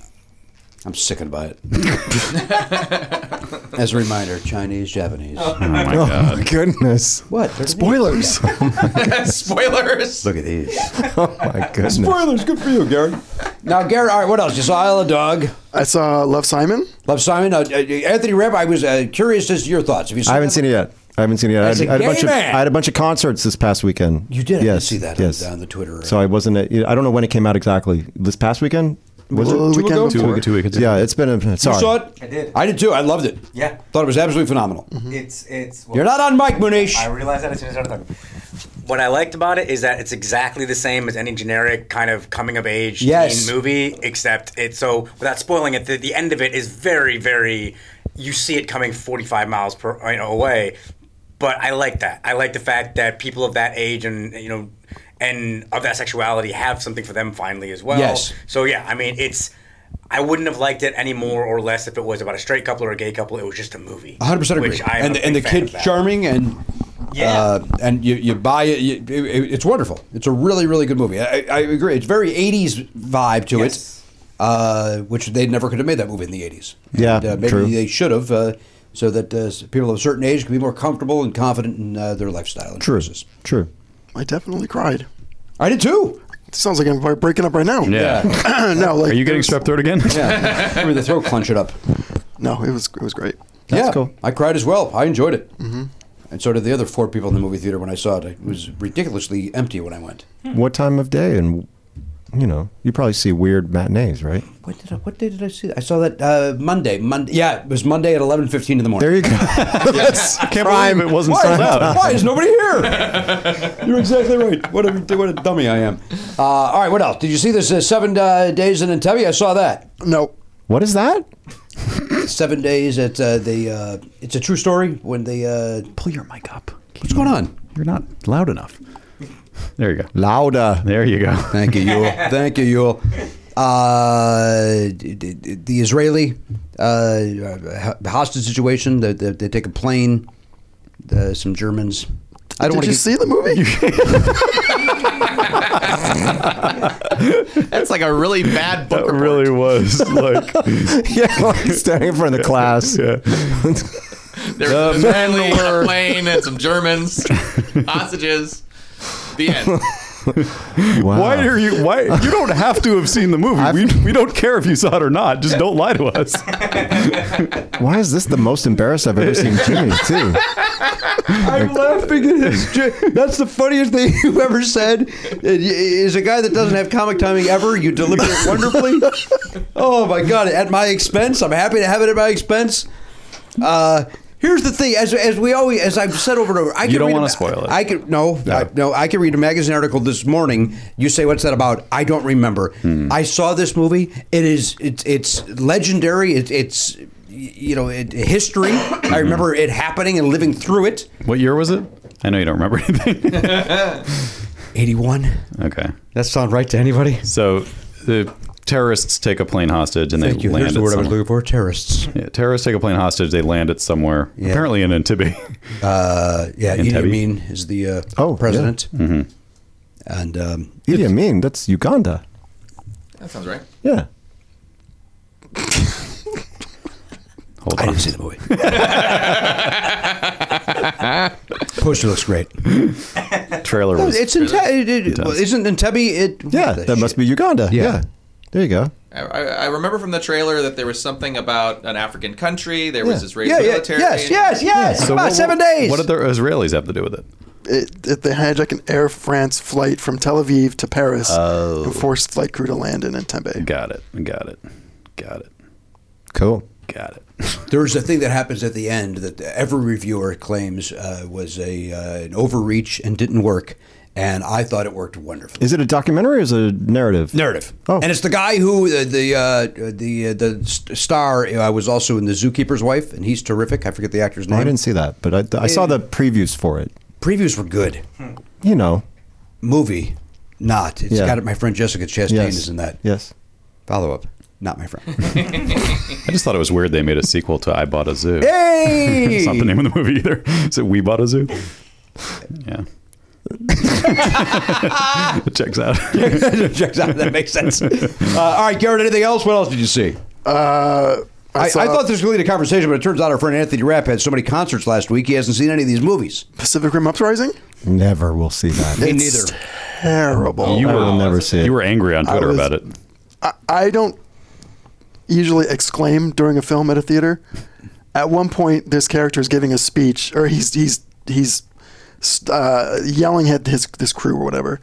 I'm sickened by it. (laughs) As a reminder, Chinese, Japanese. oh my (laughs) Oh god my goodness! What spoilers? (laughs) Spoilers. Look at these. Oh my goodness! Good for you, Gary. Now, Gary. All right. What else? You saw Isle of Dog. I saw Love Simon. Love Simon. Uh, uh, Anthony Rapp. I was uh, curious as to your thoughts. Have you? Seen I haven't seen it yet. I haven't seen it yet. I As had, a I had gay a bunch of man. I had a bunch of concerts this past weekend. You did. I did Yes. see that on- uh, Yes. on the Twitter. So I wasn't. I don't know when it came out exactly. This past weekend was Well, it? we can- two, two weekends Yeah, it's been a You sorry. Uh, saw it? I did. I did too. I loved it. Yeah. Thought it was absolutely phenomenal. It's it's. You're not on mic, Munish. I realized that as soon as I started talking. What I liked about it is that it's exactly the same as any generic kind of coming of age Yes. teen movie, except it's so without spoiling it. The, the end of it is very, very. You see it coming 45 miles per you know, away, but I like that. I like the fact that people of that age and you know, and of that sexuality have something for them finally as well. Yes. So yeah, I mean it's. I wouldn't have liked it any more or less if it was about a straight couple or a gay couple. It was just a movie. 100% agree. Which I am And a the, and the big fan kid's of that. charming and Yeah. uh, and you, you buy it, you, it, it- It's wonderful. It's a really really good movie. I, I agree. It's very 80s vibe to Yes. it, uh, which they never could have made that movie in the 80s. Yeah, And, uh, maybe true. they should have. Uh, so that uh, people of a certain age can be more comfortable and confident in uh, their lifestyle and True. choices. True. I definitely cried. I did too. (laughs) It sounds like I'm breaking up right now. yeah, (laughs) no, like are you getting strep throat again Yeah, I mean the throat clench it up. No, it was it was great. That's yeah, cool. I cried as well. I enjoyed it. Mm-hmm. And so did the other four people in the movie theater when I saw it. It was ridiculously empty when I went. What time of day and you know you probably see weird matinees, right? What did I, what day did I see? that? I saw that uh, Monday. Monday. Yeah, it was Monday at eleven fifteen in the morning. There you (laughs) go. (laughs) yes I can't believe it wasn't why, sold out why is nobody here? (laughs) You're exactly right. What a what a dummy I am. Uh, all right, what else? Did you see this uh, seven uh, days in Entebbe? I saw that. No, What is that? Seven days at uh, the. Uh, it's a true story when they. Uh, pull your mic up what's going on? (laughs) You're not loud enough. There you go. Lauda. There you go. Thank you, Yule. Thank you, Yule. Uh, d- d- d- the Israeli uh, ho- hostage situation. The, the, they take a plane. Uh, some Germans. I don't Did want you to see the (laughs) movie? That's like a really bad That book. report. really was like yeah, like standing in front of the class. There's The an men Israeli were- plane and (laughs) some Germans, hostages. The end. (laughs) Wow. Why are you? Why you don't have to have seen the movie. We, we don't care if you saw it or not. Just don't lie to (laughs) us. Why is this the most embarrassed I've ever (laughs) seen Jimmy too? I'm laughing at (laughs) his. That's the funniest thing (laughs) you've ever said. Is a guy that doesn't have comic timing ever. You deliver (laughs) it wonderfully. Oh my god! At my expense, I'm happy to have it at my expense. Uh, here's the thing: as, as we always, as I've said over and over, I can don't read a wanna ma- spoil it. I can no, I, no. I can read a magazine article this morning. You say, "What's that about?" I don't remember. Hmm. I saw this movie. It is. It's. It's legendary. It, it's. You know, (coughs) it, history. I remember it happening and living through it. What year was it? I know you don't remember anything. (laughs) Eighty-one. okay, That sound right to anybody? so the terrorists take a plane hostage and Thank they you. land. Here's the at word I was somewhere. looking for: terrorists. Yeah, terrorists take a plane hostage. They land it somewhere, apparently in (laughs) Entebbe. Uh, yeah, Idi Entebbe? Amin is the uh, Oh, yeah. president, and um, Idi Amin, that's Uganda. That sounds right. Yeah. Hold I on. didn't see the movie. Poster looks great. (laughs) Trailer was. It's in Te- it, it, does. isn't Entebbe. It Yeah, that must be Uganda. Yeah. Yeah. There you go. I, I I remember from the trailer that there was something about an African country. There was Yeah. Israeli Yeah, yeah, military. yes, yes, yes. Come on, seven days. What did the Israelis have to do with it? It, it, they hijack an Air France flight from Tel Aviv to Paris and force flight crew to land in Entebbe. Got it. Got it. Got it. Cool. Got it. There's a thing that happens at the end that every reviewer claims uh, was a uh, an overreach and didn't work, and I thought it worked wonderfully. Is it a documentary or is it a narrative? narrative. Oh. And it's the guy who uh, the uh, the uh, the st- star uh, was also in the Zookeeper's Wife, and he's terrific. I forget the actor's I name. didn't see that, but I, I saw the previews for it. Previews were good. You know. Movie, not. It's Yeah. got it. My friend Jessica Chastain Yes. is in that. Yes. Follow up, not my friend. (laughs) I just thought it was weird they made a sequel to I Bought a Zoo. (laughs) It's not the hey, name of the movie either. Is it We Bought a Zoo? Yeah. (laughs) it checks out. checks out. That makes (laughs) sense. Uh, all right, Garrett. Anything else? What else did you see? Uh, I, I, saw thought this was going to lead a conversation, but it turns out our friend Anthony Rapp had so many concerts last week, he hasn't seen any of these movies. Pacific Rim Uprising. Never will (laughs) see that. Me It's neither. Terrible. You (laughs) I will were, never see it. you were angry on Twitter was- about it. I, I don't usually exclaim during a film at a theater. At one point, this character is giving a speech, or he's he's he's uh, yelling at his this crew or whatever,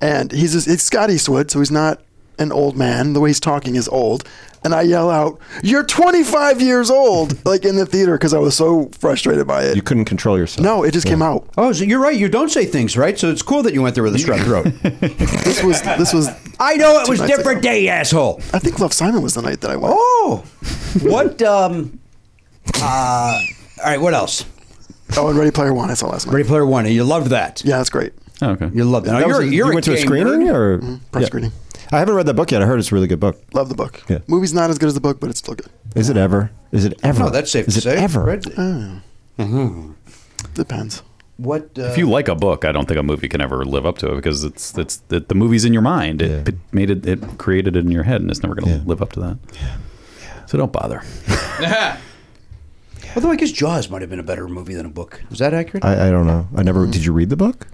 and he's just, it's Scott Eastwood, so he's not an old man. The way he's talking is old, and I yell out, "You're 25 years old!" like in the theater because I was so frustrated by it. You couldn't control (laughs) yourself. no, it just came out. Oh, so you're right. You don't say things, right? So it's cool that you went there with a (laughs) strep throat. This was this was. I know it was nights different ago. day, asshole. I think Love Simon was the night that I went. Oh, what? Um, uh, all right, what else? Oh, and Ready Player One I saw last night. Ready Player One. and You loved that. yeah, that's great. Oh, okay. You loved that. Now, That you're, was a- you're you went to a game screening nerd. or Press Yeah. screening. I haven't read that book yet. I heard it's a really good book. Love the book. Yeah. Movie's not as good as the book, but it's still good. Is it ever? Is it ever? Uh, No, that's safe Is to it say. ever? right? Depends. What? Uh, If you like a book, I don't think a movie can ever live up to it because it's it's the, the movie's in your mind. It, Yeah. it made it, it created it in your head, and it's never going to Yeah. live up to that. So don't (laughs) bother. although I guess Jaws might have been a better movie than a book. Is that accurate? I, I don't know. I never. Did you read the book?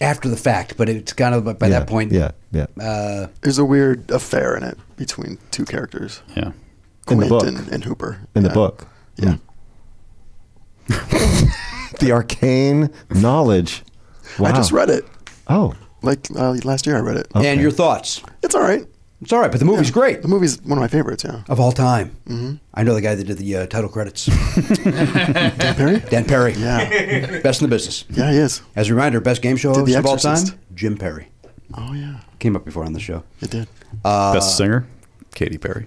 After the fact, but it's kind of Mm-hmm. by yeah. that point. Yeah. Yeah. Uh, There's a weird affair in it between two characters, Yeah. In Quint the book. and, and Hooper. In uh, the Yeah. book. Mm. Yeah. The arcane knowledge. Wow. I just read it. Oh. Like uh, last year, I read it. And your thoughts? It's all right. It's all right, but the movie's great The movie's one of my favorites. (laughs) Yeah. of all time. Mm-hmm. I know the guy that did the uh, title credits, Perry. Dan Perry. Yeah. best in the business. Yeah, he is. As a reminder, best game show Did The host of all time, Exorcist. Jim Perry. Oh yeah, Came up before on the show. it did. Uh, Best singer, Katy Perry.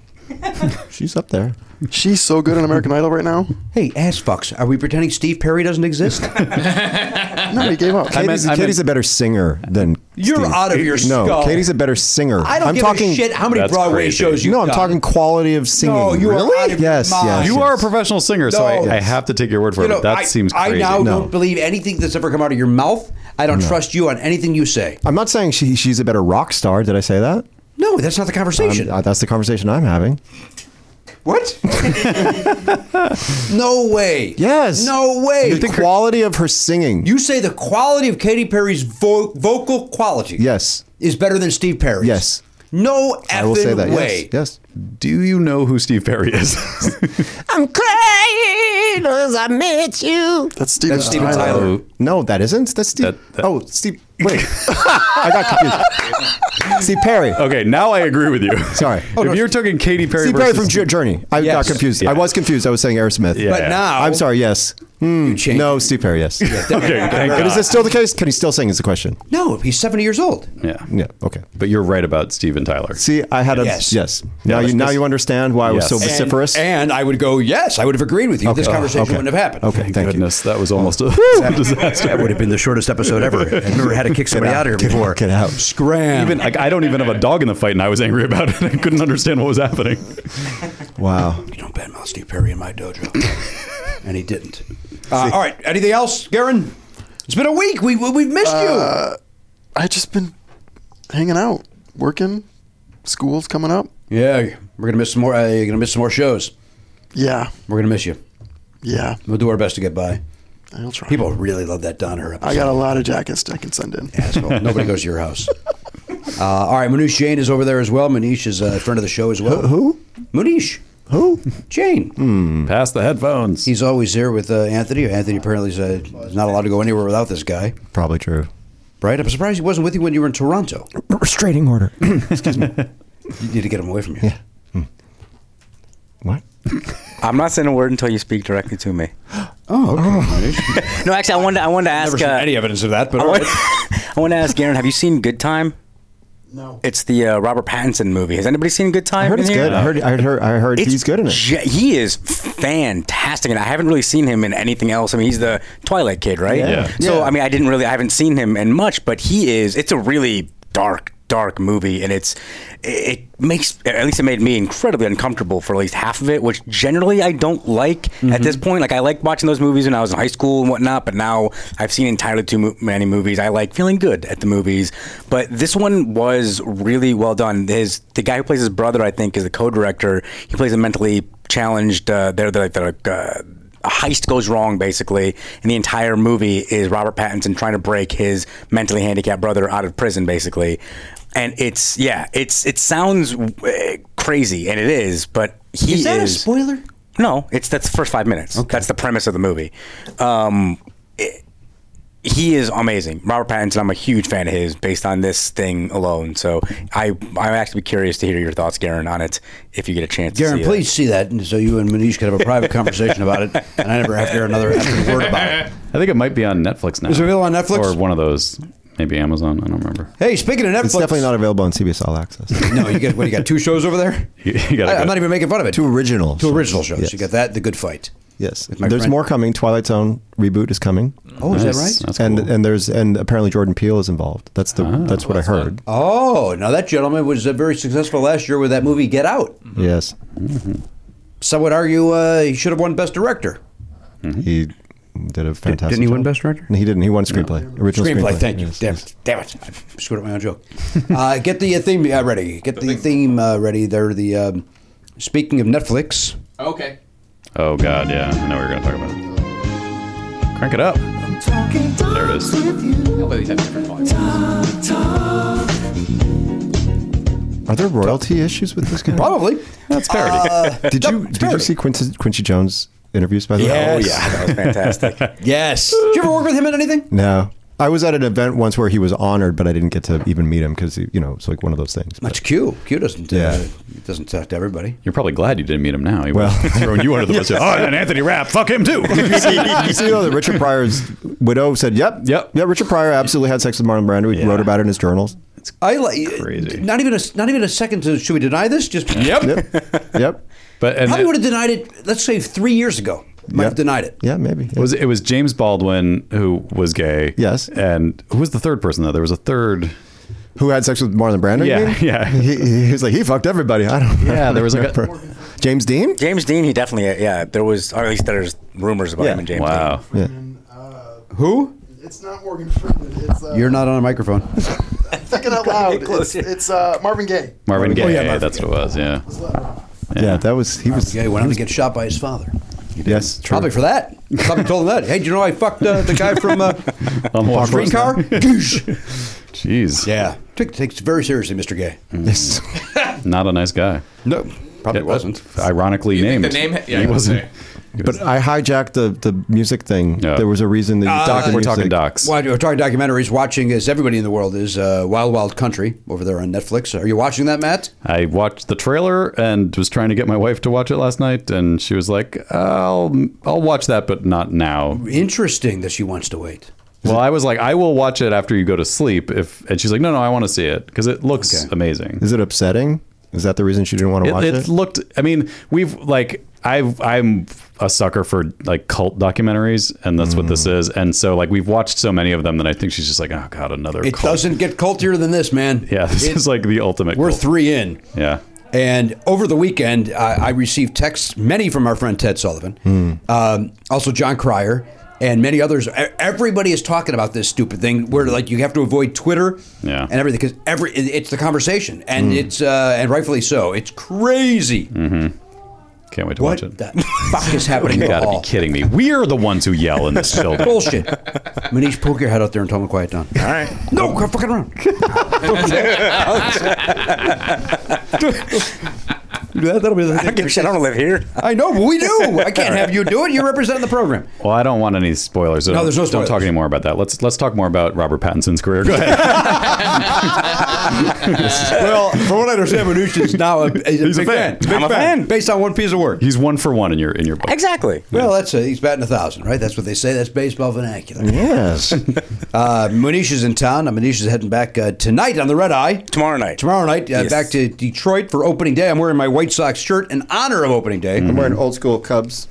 She's up there. She's so good on American Idol (laughs) right now. Hey, ass fucks, are we pretending Steve Perry doesn't exist? No, he gave up. Katie's, I meant- Katie's a better singer than You're Steve. out of your no. skull. Katie's a better singer. I don't I'm give talking, a shit how many That's Broadway crazy. shows you've No, I'm done. talking quality of singing. No, you are really? out of your yes, mind. yes. You yes. are a professional singer, so No. I, I have to take your word for You it. know, but that I, seems I crazy. now No. don't believe anything that's ever come out of your mouth. I don't trust you on anything you say. I'm not saying she, she's a better rock star. Did I say that? No, that's not the conversation. Uh, that's the conversation I'm having. what? (laughs) no way. Yes. No way. The quality of her singing. You say the quality of Katy Perry's vo- vocal quality yes. is better than Steve Perry's. Yes. No effing I will say that. way. Yes. Do you know who Steve Perry is? (laughs) I'm crying because I met you. That's Steven That's Steven Tyler. Tyler. No, that isn't. That's Steve. That- that- oh, Steve. Wait. I got (laughs) confused. Steve Perry. okay, now I agree with you. Sorry. if you're talking Katy Perry Oh, Steve Perry versus from J- Journey. I got Yes. confused. Yeah. I was confused. I was saying Aerosmith. Yeah. But now I'm sorry. Yes. Hmm. changed no, Steve Perry. (laughs) Yes. (laughs) okay, thank But God. is this still the case? Can he still sing? Is the question. No, he's seventy years old. yeah. Yeah. Okay. But you're right about Steven Tyler. See, I had a Yes. yes. Now Yeah, you now this- you understand why I was so Yes. And- vociferous. And I would go, yes, I would have agreed with you. This conversation okay. wouldn't have happened. okay. Thank you. Goodness, that was almost a (laughs) disaster. That would have been the shortest episode (laughs) ever. I've never had to kick somebody out, of here Get before. out. Get out. Scram. Even like I don't even have a dog in the fight, and I was angry about it. (laughs) I couldn't understand what was happening. Wow. you don't badmouth Steve Perry in my (laughs) dojo. and he didn't. Uh, all right. Anything else, Garen? It's been a week. We, we, we've missed I just been hanging out, working, school's coming up. you. Yeah. We're going to miss some more. Uh, you're going to miss some more shows. Yeah, We're going to miss you. yeah, We'll do our best to get by. I'll try. People really love that Don Her episode. I got a lot of jackets I can send in. (laughs) asshole. Nobody goes to your house. Uh, all right, Manish Jain is over there as well. Manish is a friend of the show as well. Who? Manish. Who? Jain. Pass the headphones. He's always there with uh, Anthony. Anthony apparently is uh, is not allowed to go anywhere without this guy, Probably true. right? I'm surprised he wasn't with you when you were in Toronto. Restraining order. You need to get him away from you. Yeah. (clears throat) what? (laughs) I'm not saying a word until you speak directly to me. Oh, okay. (laughs) No, actually, I wanted I wanted to Never ask. seen Uh, any evidence of that, but (laughs) I all want, right. I want to ask Garen, have you seen Good Time? No. It's the uh, Robert Pattinson movie. Has anybody seen Good Time? I heard in it's here? good. I heard. I heard. I heard It's he's good in it. ge- he is fantastic, and I haven't really seen him in anything else. I mean, he's the Twilight kid, right? Yeah. So I mean, I didn't really, I haven't seen him in much, but he is. It's a really dark, dark movie, and it's it makes at least it made me incredibly uncomfortable for at least half of it, which generally I don't like at Mm-hmm. this point. Like I liked watching those movies when I was in high school and whatnot, but now I've seen entirely too mo- many movies. I like feeling good at the movies, but this one was really well done. His the guy who plays his brother, I think, is the co-director. He plays a mentally challenged. Uh, they're they're like they're. Uh, a heist goes wrong basically, and the entire movie is Robert Pattinson trying to break his mentally handicapped brother out of prison basically. And it's yeah, it's it sounds uh, crazy, and it is, but he Is that a is- spoiler? No, it's that's the first five minutes. That's the premise of the movie. Um, it- he is amazing, Robert Pattinson. I'm a huge fan of his, based on this thing alone. So I I'm actually curious to hear your thoughts, Garen, on it if you get a chance. Garen, to see please see that, and so you and Manish can have a (laughs) private conversation about it, and I never have to hear another (laughs) effing word about it. I think it might be on Netflix now. Is it available on Netflix? or one of those? Maybe Amazon. I don't remember. (laughs) Hey, speaking of Netflix, It's definitely not available on CBS All Access. (laughs) No, you got what? You got two shows over there. You, you gotta I, go. am not even making fun of it. Two original. Two original shows. Yes. You got that, The Good Fight. Yes. my There's friend. more coming. Twilight Zone reboot is coming. Oh, is that Nice. right? That's and cool. and there's and apparently Jordan Peele is involved. That's the Ah, that's what I heard. Oh, now that gentleman was uh, very successful last year with that movie Get Out. Yes, Some would argue uh, he should have won Best Director. he did a fantastic. Mm-hmm. didn't he win job. Best Director? No, He didn't. He won screenplay. Original Screenplay, screenplay. thank you. Yes, damn, yes. it. damn it. I screwed up my own joke. (laughs) uh, get the uh, theme uh, ready. Get the, theme uh, ready. They're the. Um, speaking of Netflix, Okay. oh God, yeah. I know we were gonna talk about it. Crank it up. There it is. Are there royalty issues with this guy? probably. Uh, That's parody. (laughs) Did you did you parody. see Quincy, Quincy Jones interviews by the way? Oh, Yes. it. Oh, That was fantastic. Yes. Did you ever work with him on anything? No. I was at an event once where he was honored, but I didn't get to even meet him because you know it's like one of those things. but- Much Q. Q doesn't. Uh, Yeah. Doesn't talk to everybody. You're probably glad you didn't meet him now. He Well- well, (laughs) throwing you under the bus. Oh, and Anthony Rapp, fuck him too. (laughs) (laughs) you see though that Richard Pryor's widow said, "Yep, Yep. yeah." Richard Pryor absolutely had sex with Marlon Brando. He Yeah. wrote about it in his journals. It's I like Crazy. Not even a not even a second to should we deny this? Just yep. (laughs) Yep. but and probably it, would have denied it. Let's say three years ago, might Yeah. have denied it. Yeah, maybe. was it was James Baldwin who was gay. Yes. And who was the third person though? There was a third. Who had sex with Marlon Brando? you Yeah, mean? yeah. (laughs) He, he was like, he fucked everybody. I don't. Yeah, there was like a- remember. James Dean. James Dean, he definitely, uh, yeah, there was, or at least there's rumors about Yeah. him and James Wow. Yeah. Uh, Who? It's not Morgan Freeman. It's uh, You're not on a (laughs) microphone. thinking (laughs) out loud. It's, closer. it's uh, Marvin Gaye. Marvin Gaye. yeah, Marvin that's what it was. Yeah. yeah, that was he was. Yeah, he went on to get shot by his father. Yes, true. Probably for that. Probably told him that. Hey, do you know I fucked uh, the guy (laughs) from uh, On Wall Street Street. Car? Goosh. (laughs) Jeez. yeah, Took- takes very seriously, Mister Gay. Mm. (laughs) Yes. Not a nice guy. No, probably Yeah, wasn't. Ironically You think named. the name- yeah, he I would wasn't. say. he was- but I hijacked the the music thing. Yeah. There was a reason that you Doc, the we're music. talking docs. Well, we're talking documentaries. Watching as everybody in the world is uh, Wild Wild Country over there on Netflix. Are you watching that, Matt? I watched the trailer and was trying to get my wife to watch it last night, and she was like, "I'll I'll watch that, but not now." Interesting that she wants to wait. Well, I was like, "I will watch it after you go to sleep." If and she's like, "No, no, I want to see it because it looks Okay. amazing." Is it upsetting? Is that the reason she didn't want to It, watch it? it looked. I mean, we've like I've I'm a sucker for like cult documentaries, and that's what Mm. this is. And so like we've watched so many of them that I think she's just like, "Oh God, another." It cult. doesn't get cultier than this, man. Yeah, this It- is like the ultimate. We're cult. three in. Yeah. And over the weekend, I, I received texts, many from our friend Ted Sullivan, Hmm. um, also John Cryer, and many others. E- Everybody is talking about this stupid thing where like you have to avoid Twitter Yeah. and everything because every it- it's the conversation, and Hmm. it's uh, and rightfully so. It's crazy. Can't wait to What Hmm, watch it. the fuck is (laughs) happening You at gotta all? be kidding me. We are the ones who yell in this (laughs) building. Bullshit. Manish, poke your head out there and tell him to quiet down. All right. No, quit fucking (laughs) around. (laughs) that, that'll be the Dean. (laughs) I don't give a shit. I don't live here. (laughs) I know, but we do. I can't have you do it. You're representing the (laughs) program. Well, I don't want any spoilers. No, there's no Don't talk spoilers. anymore about that. Let's let's talk more about Robert Pattinson's career. Go (laughs) ahead. Well, from what I understand, Mnuchin is now a, is a He's a big fan. Big I'm a fan. Based on one piece of work. He's one for one in your in your book. Exactly. Well, that's a, he's batting a thousand, right? That's what they say. That's baseball vernacular. (laughs) Yes. Uh, Manish is in town. Uh, Manish is heading back uh, tonight on the red eye. Tomorrow night. Tomorrow night, uh, Yes. back to Detroit for opening day. I'm wearing my White Sox shirt in honor of opening day. I'm wearing old school Cubs.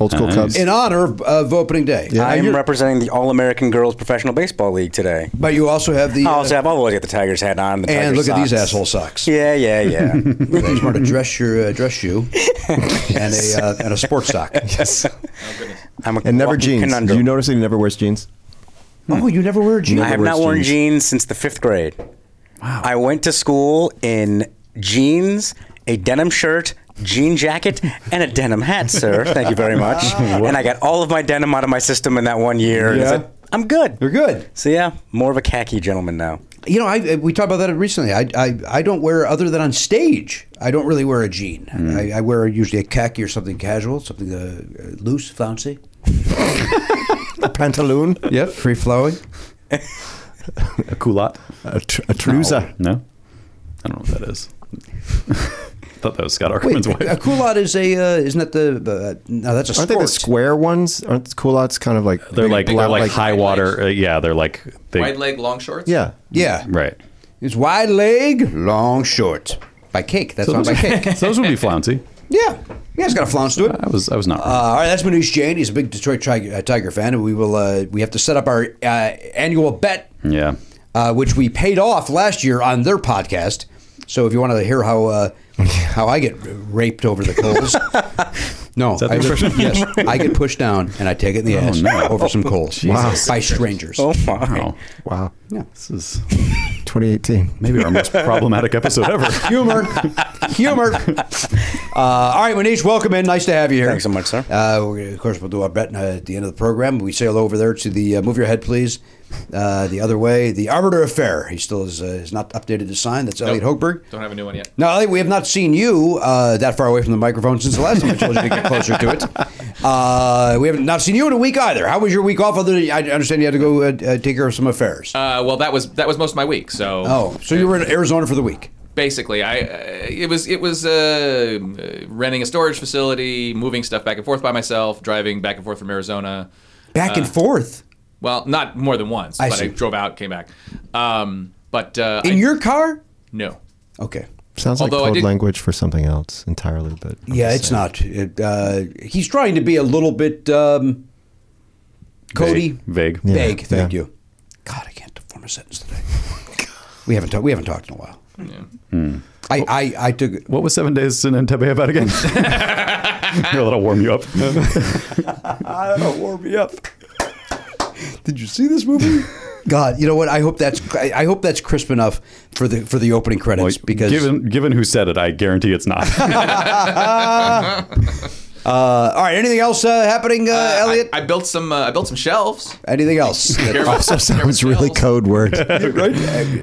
Old school Nice. Cubs. In honor of, of opening day. I am you're- representing the All American Girls Professional Baseball League today. But you also have the. I uh, also have always got the Tigers hat on. The and Tiger look at these socks. asshole socks. Yeah, (laughs) yeah, yeah. Look at that. He's wearing a dress, your, uh, dress shoe and, a, uh, and a sports sock. Yes. I'm a and never walking jeans. Did Conundrum. you notice that he never wears jeans? Oh, you never wear jeans? I have wears not worn jeans. jeans. since the fifth grade. Wow. I went to school in jeans, a denim shirt, jean jacket, and a denim hat, sir. Thank you very much. and I got all of my denim out of my system in that one year. and I Yeah. said, I'm good. You're good. So yeah, more of a khaki gentleman now. You know, I, I- we talked about that recently. I, I, I don't wear other than on stage. I don't really wear a jean. I, I wear usually a khaki or something casual, something uh, loose, flouncy. Pantaloon. (laughs) Yep, free flowing. A culotte? A, tr- a trouser. No, I don't know what that is. (laughs) Thought that was Scott Wait, Ackerman's a wife. culotte is a uh, isn't that the uh, no? That's a sport. Aren't they the square ones? Aren't culottes kind of like They're like they're like high wide water. Uh, yeah, they're like they, Wide leg, long shorts. yeah. yeah, right. It's wide leg, long short. By cake. That's on by (laughs) cake. So those would be flouncy. yeah, yeah. It's got a flounce to it. I was I was not. Uh, Wrong. all right, that's Manush Jain. He's a big Detroit Tiger, uh, Tiger fan, and we will uh, we have to set up our uh, annual bet, yeah. uh, which we paid off last year on their podcast. So if you want to hear (laughs) how uh, how I get raped over the coals, no, that the I, impression? yes, I get pushed down and I take it in the ass no. over some coals by strangers. Oh my. Wow. Wow. Yeah. This is 2018. maybe our most problematic episode ever. Humor, humor. Uh, all right, Manish, welcome in. Nice to have you here. Thanks so much, sir. Uh, we're gonna- of course, we'll do our bet uh, at the end of the program. We sail over there to the uh, move your head, please. Uh, the other way, the arbiter of fair. He still is, uh, is not updated his sign. That's Elliot Hochberg. Don't have a new one yet. Now, Elliot, we have not seen you uh, that far away from the microphone since the last time I told you (laughs) to get closer to it. Uh, we have not seen you in a week either. How was your week off? Other, than, I understand you had to go uh, uh, take care of some affairs. Uh, well, that was that was most of my week. So oh, so you were in Arizona for the week. basically, I uh, it was it was uh, uh, renting a storage facility, moving stuff back and forth by myself, driving back and forth from Arizona. uh, Back and forth. Well, not more than once, I but see. I drove out, came back. Um, But uh, in I- your car? no, Okay. Sounds like Although I code did- language for something else entirely, but I'm Yeah, just it's saying. not. It, uh, he's trying to be a little bit um, (laughs) Cody Vague. Yeah. Vague, thank yeah. you. God, I can't form a sentence today. (laughs) we haven't talked. We haven't talked in a while. Hmm. I, I I took What was seven days in Entebbe about again? (laughs) Here, that'll warm you up. that'll warm me up. Did you see this movie? God, you know what? I hope that's I I hope that's crisp enough for the for the opening credits because given given who said it, I guarantee it's not. uh, all right. Anything else uh, happening, uh, I- Elliot? I, built some. Uh, I built some shelves. anything else? There That- were- Also there were sounds really shelves. (laughs) code word.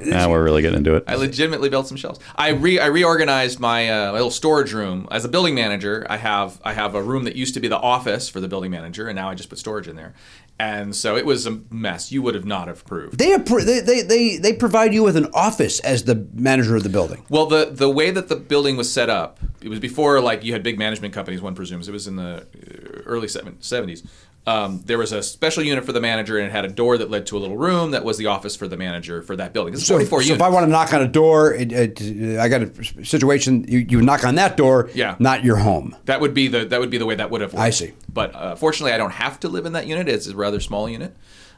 now we're really getting into it. I legitimately built some shelves. I re I reorganized my, uh, my little storage room. As a building manager, I have I have a room that used to be the office for the building manager, and now I just put storage in there. And so it was a mess. You would have not have approved. they, appro- they they they they provide you with an office as the manager of the building. Well, the the way that the building was set up, it was before like you had big management companies. One presumes it was in the uh, early seventies. Um, there was a special unit for the manager, and it had a door that led to a little room that was the office for the manager for that building. It's So, forty four so units. if I want to knock on a door, it, it, I got a situation. You, you knock on that door, Yeah. not your home. That would be the that would be the way that would have worked. I see. But uh, fortunately, I don't have to live in that unit. It's a rather small unit.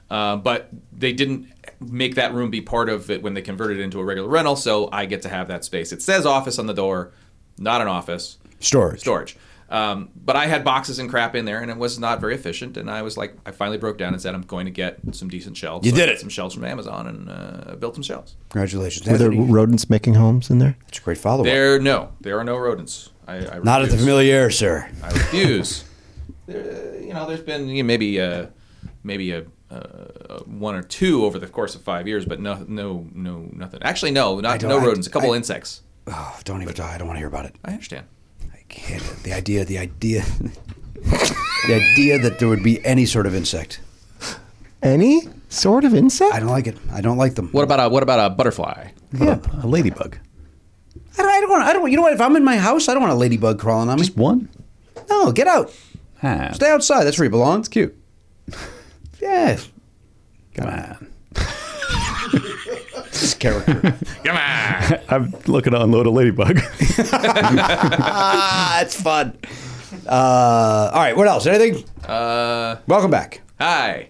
Uh, but they didn't make that room be part of it when they converted it into a regular rental, so I get to have that space. It says office on the door, not an office. Storage. Storage. Um, but I had boxes and crap in there, and it was not very efficient. And I was like, I finally broke down and said, I'm going to get some decent shelves. You did it. Some shelves from Amazon and uh, built some shelves. Congratulations, Were there Anthony. rodents making homes in there? It's a great follow-up. There, no, there are no rodents. I, I not at the refuse. familiar, sir. I refuse. (laughs) there, uh, you know, there's been you know, maybe uh, maybe a, uh, one or two over the course of five years, but no, no, no, nothing. Actually, no, not don't- no I- rodents. A couple I- insects. Oh, don't even die. I don't want to hear about it. I understand. I can't. The idea. The idea. (laughs) the idea that there would be any sort of insect. Any sort of insect? I don't like it. I don't like them. What about a what about a butterfly? Yeah, a ladybug. I don't, I don't want. I don't. You know what? If I'm in my house, I don't want a ladybug crawling on me. Just one. No, get out. Ah, Stay outside. That's where you belong. It's cute. (laughs) Yeah. Come on. This character. Come on. I'm looking to unload a ladybug. (laughs) (laughs) ah, it's fun. Uh, all right. What else? Anything? uh, Welcome back. hi.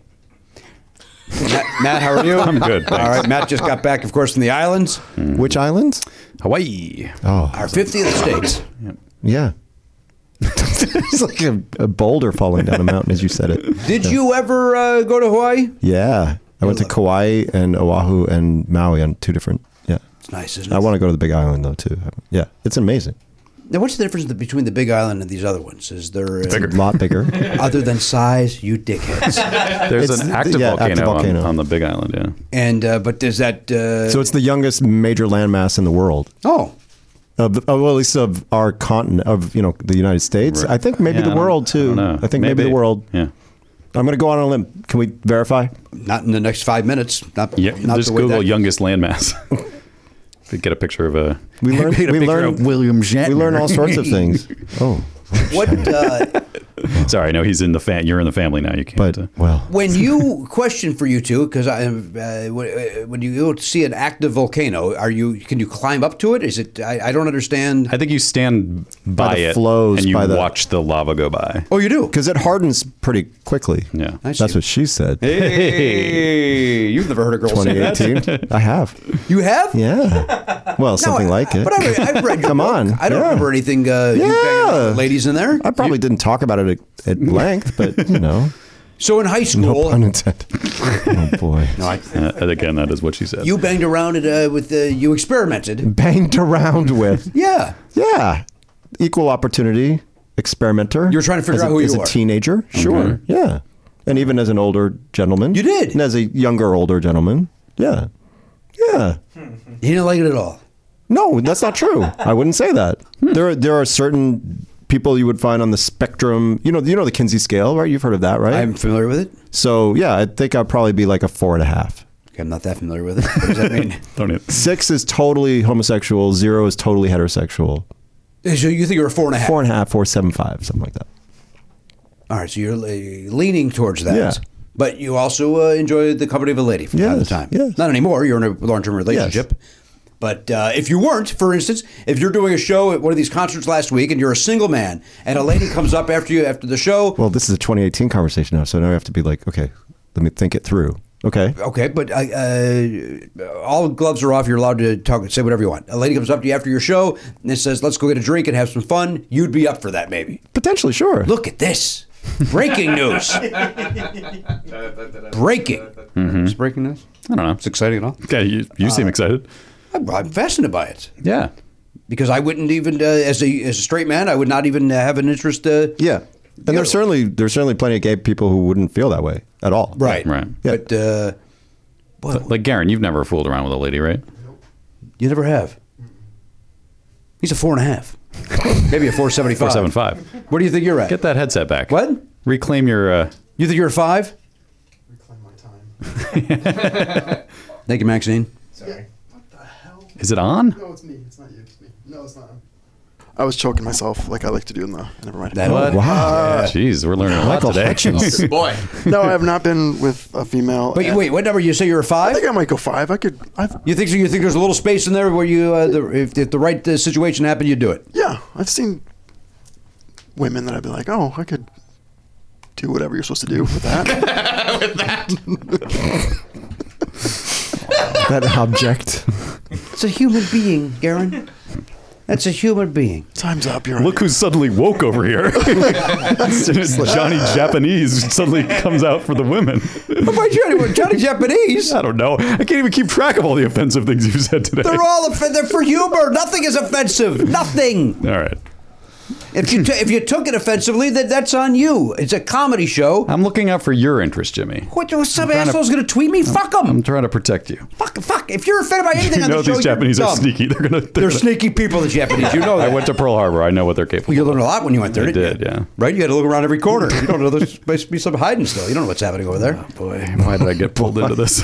Matt, Matt, how are you? I'm good, thanks. All right, Matt just got back, of course, from the islands, Which Hmm. islands? Hawaii. Oh, our 50th state. yeah. (laughs) it's like a, a boulder falling down a mountain as you said it. Did you ever uh, go to Hawaii? Yeah. I went to Kauai and Oahu and Maui on two different. Yeah. It's nice, isn't it? I want to go to the Big Island though too. Yeah, it's amazing. Now, what's the difference between the Big Island and these other ones? Is there uh, It's (laughs) a lot bigger. (laughs) other than size, you dickheads? There's It's- an active yeah, volcano, active volcano. On, on the Big Island. Yeah. and uh, but does that? Uh, so it's the youngest major landmass in the world. oh, Of the, oh, well, at least of our continent, of you know the United States. I think maybe Yeah, I the don't- world I too. don't know. think maybe. the world. Yeah. I'm going to go out on a limb. Can we verify? not in the next five minutes. Not, Yeah. not just the way Google that- youngest landmass. (laughs) Could Get a picture of a. (laughs) We learn. We learn. William We learn all sorts of (laughs) things. Oh, What uh, Sorry, no, he's in the fan. You're in the family now. You can't. but uh, well, when you (laughs) question for you two? Because I am uh, when when you go to see an active volcano, are you can you climb up to it? Is it? I, I don't understand. I think you stand by, the it flows, and you by the- watch the lava go by. oh, you do. because it hardens pretty quickly. Yeah. I that's what she said. Hey, you've never heard a girl say that. 2018. I have. You have? Yeah. Well, No, something I- like I- it. But I, I've (laughs) read your Come book. on. I don't Yeah. remember anything. Uh, you banging out Yeah. with ladies in there. I probably didn't talk about it (laughs) at, at length, but you know, So in high no school, pun intended. (laughs) Oh boy. (laughs) Uh, and again, that is what she said. you banged around it uh, with uh, you experimented. Banged around (laughs) with. Yeah. Yeah. Equal opportunity experimenter. You were trying to figure As a- out who as you a are. teenager. Sure. Yeah. And even as an older gentleman. You did. And as a younger older gentleman. Yeah. Yeah. He didn't like it at all. No, that's not true. I wouldn't say that. There, are, there are certain people you would find on the spectrum. You know, you know the Kinsey scale, right? You've heard of that, right? I'm familiar with it. so yeah, I think I'd probably be like a four and a half. Okay, I'm not that familiar with it. What does that (laughs) mean? Don't e, even- Six is totally homosexual. Zero is totally heterosexual. so you think you're a four and a half? Four and a half, four seven five, something like that. All right, so you're le- uh, leaning towards that. Yeah. But you also uh, enjoy the company of a lady from time to Yes, time. yes. Not anymore. You're in a long term relationship. But uh, if you weren't, for instance, if you're doing a show at one of these concerts last week and you're a single man and a lady comes up after you after the show, Well, this is a 2018 conversation now, so now I have to be like, okay, let me think it through. Okay. okay, but I, uh, all gloves are off. You're allowed to talk, say whatever you want. A lady comes up to you after your show and says, "Let's go get a drink and have some fun." You'd be up for that, maybe. Potentially, sure. Look at this. Breaking news. Breaking. Mm-hmm. Is breaking news? I don't know. It's Uh, exciting at all? Okay, you, you seem excited. I'm, I'm fascinated by it Yeah. because I wouldn't even, uh, as, a, as a straight man, I would not even uh, have an interest. Uh, Yeah. And there's certainly there's certainly plenty of gay people who wouldn't feel that way at all. Right. Right. But uh, Like, Garen, you've never fooled around with a lady, right? you never have. He's a four and a half. Maybe a 475. 475. What do you think you're at? Get that headset back. What? Reclaim your. Uh, You think you're a five? Reclaim my time. Thank you, Maxine. What the hell? is it on? No, it's me. It's not you. It's me. No, it's not. I was choking myself like I like to do in the. Never mind. That- What? Wow. Uh, Jeez, we're learning a lot Michael today. Hutchins. Boy, no, I have not been with a female. But you, and- wait, what number? You say you're a I five? think I might go five. I could. I've, You think so? You think there's a little space in there where you, uh, the, if, if the right uh, situation happened, you'd do it. yeah, I've seen women that I'd be like, oh, I could do whatever you're supposed to do (laughs) with that. That object. It's a human being, Garen. That's a human being. Time's up. (laughs) You're Look who's suddenly woke over (laughs) here. (laughs) Johnny Japanese suddenly comes out for the women. What about you? Anyone? Johnny (laughs) Japanese? I don't know. I can't even keep track of all the offensive things you've said today. They're all off- they're for humor. Nothing is offensive. Nothing. all right. If you t- if you took it offensively, then that's on you. It's a comedy show. I'm looking out for your interest, Jimmy. What? Some trying to- asshole's gonna tweet me? Fuck I'm them. trying to protect you. Fuck. Fuck. If you're offended by (laughs) anything You on know the show, these you're Japanese are dumb. sneaky. They're gonna. They're sneaky people. The Japanese. You know I that. went to Pearl Harbor. I know what they're capable. You of. learned a lot when you went there. I didn't did, you? yeah. Right. You had to look around every corner. You don't know there's supposed to be some hiding still. You don't know what's happening over there. Oh, Boy, why did I get pulled into this?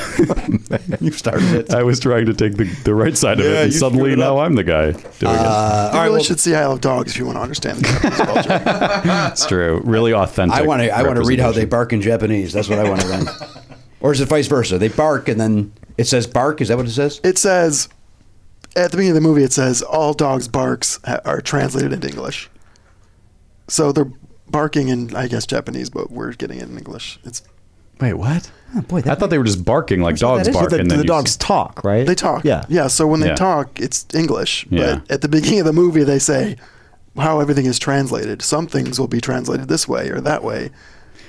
(laughs) You started it. I was trying to take the, the right side of Yeah, it, and you suddenly screwed it now up. I'm the guy doing Uh, you all right. really Well, should see I Love Dogs if you want to understand the Japanese culture. it. It's true. Really authentic. I want to. I want to read how they representation. bark in Japanese. That's what I want to learn. or is it vice versa? They bark and then it says bark. Is that what it says? It says at the beginning of the movie. It says all dogs' barks ha- are translated into English. So they're barking in, I guess, Japanese, but we're getting it in English. It's Wait, what? boy, (laughs) that- I thought they were just barking like dogs that is. bark, The, and then the you dogs s- talk, right? They talk. Yeah. Yeah. So when they Yeah. talk, it's English. Yeah. But at the beginning of the movie, they say how everything is translated. Some things will be translated this way or that way.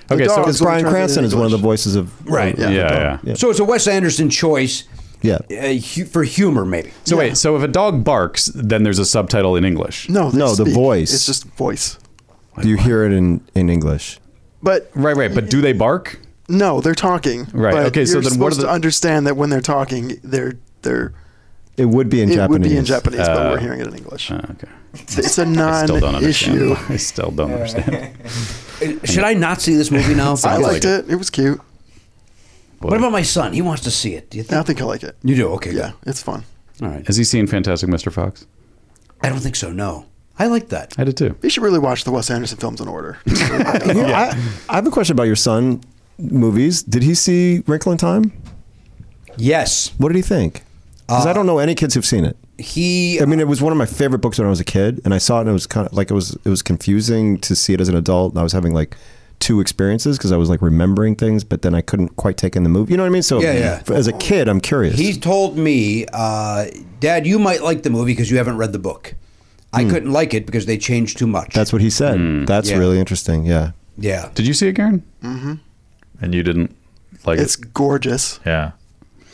The Okay, so dogs it's will be Brian translated Cranston in is one of the English. voices of Right. Yeah, Yeah. yeah. So it's a Wes Anderson choice. Yeah. Uh, hu- for humor, maybe. So wait, so if a dog barks, then there's a subtitle in English. No, they No, the speak. voice. It's just voice. You hear it in in English. But Right, right. But do they bark? no, they're talking. Right, But okay, so you're then what are supposed the- to understand that when they're talking, they're they're. It would be in it Japanese. would be in Japanese, but Uh, we're hearing it in English. Oh, okay. it's a I still don't understand. non-issue. I still don't understand. (laughs) Should I not see this movie now? (laughs) I like liked it. It was cute. What about my son? He wants to see it. Do you I think? think I like it. You do. Okay. Yeah, it's fun. Good. All right. Has he seen Fantastic Mr. Fox? I don't think so. No. I like that. I did too. You should really watch the Wes Anderson films in order. (laughs) Here, I, I have a question about your son movies. Did he see Wrinkle in Time? Yes. What did he think? Because I don't know any kids who've seen it. He. I mean, it was one of my favorite books when I was a kid, and I saw it, and it was kind of like it was it was confusing to see it as an adult, and I was having like two experiences because I was like remembering things, but then I couldn't quite take in the movie. You know what I mean? So Yeah, yeah. f- As a kid, I'm curious. He told me, uh, Dad, you might like the movie because you haven't read the book. I couldn't like it because they changed too much. That's what he said. Hmm. That's Yeah. really interesting. Yeah. yeah. Did you see it, Garen? Mm-hmm. And you didn't like it's it? gorgeous, Yeah.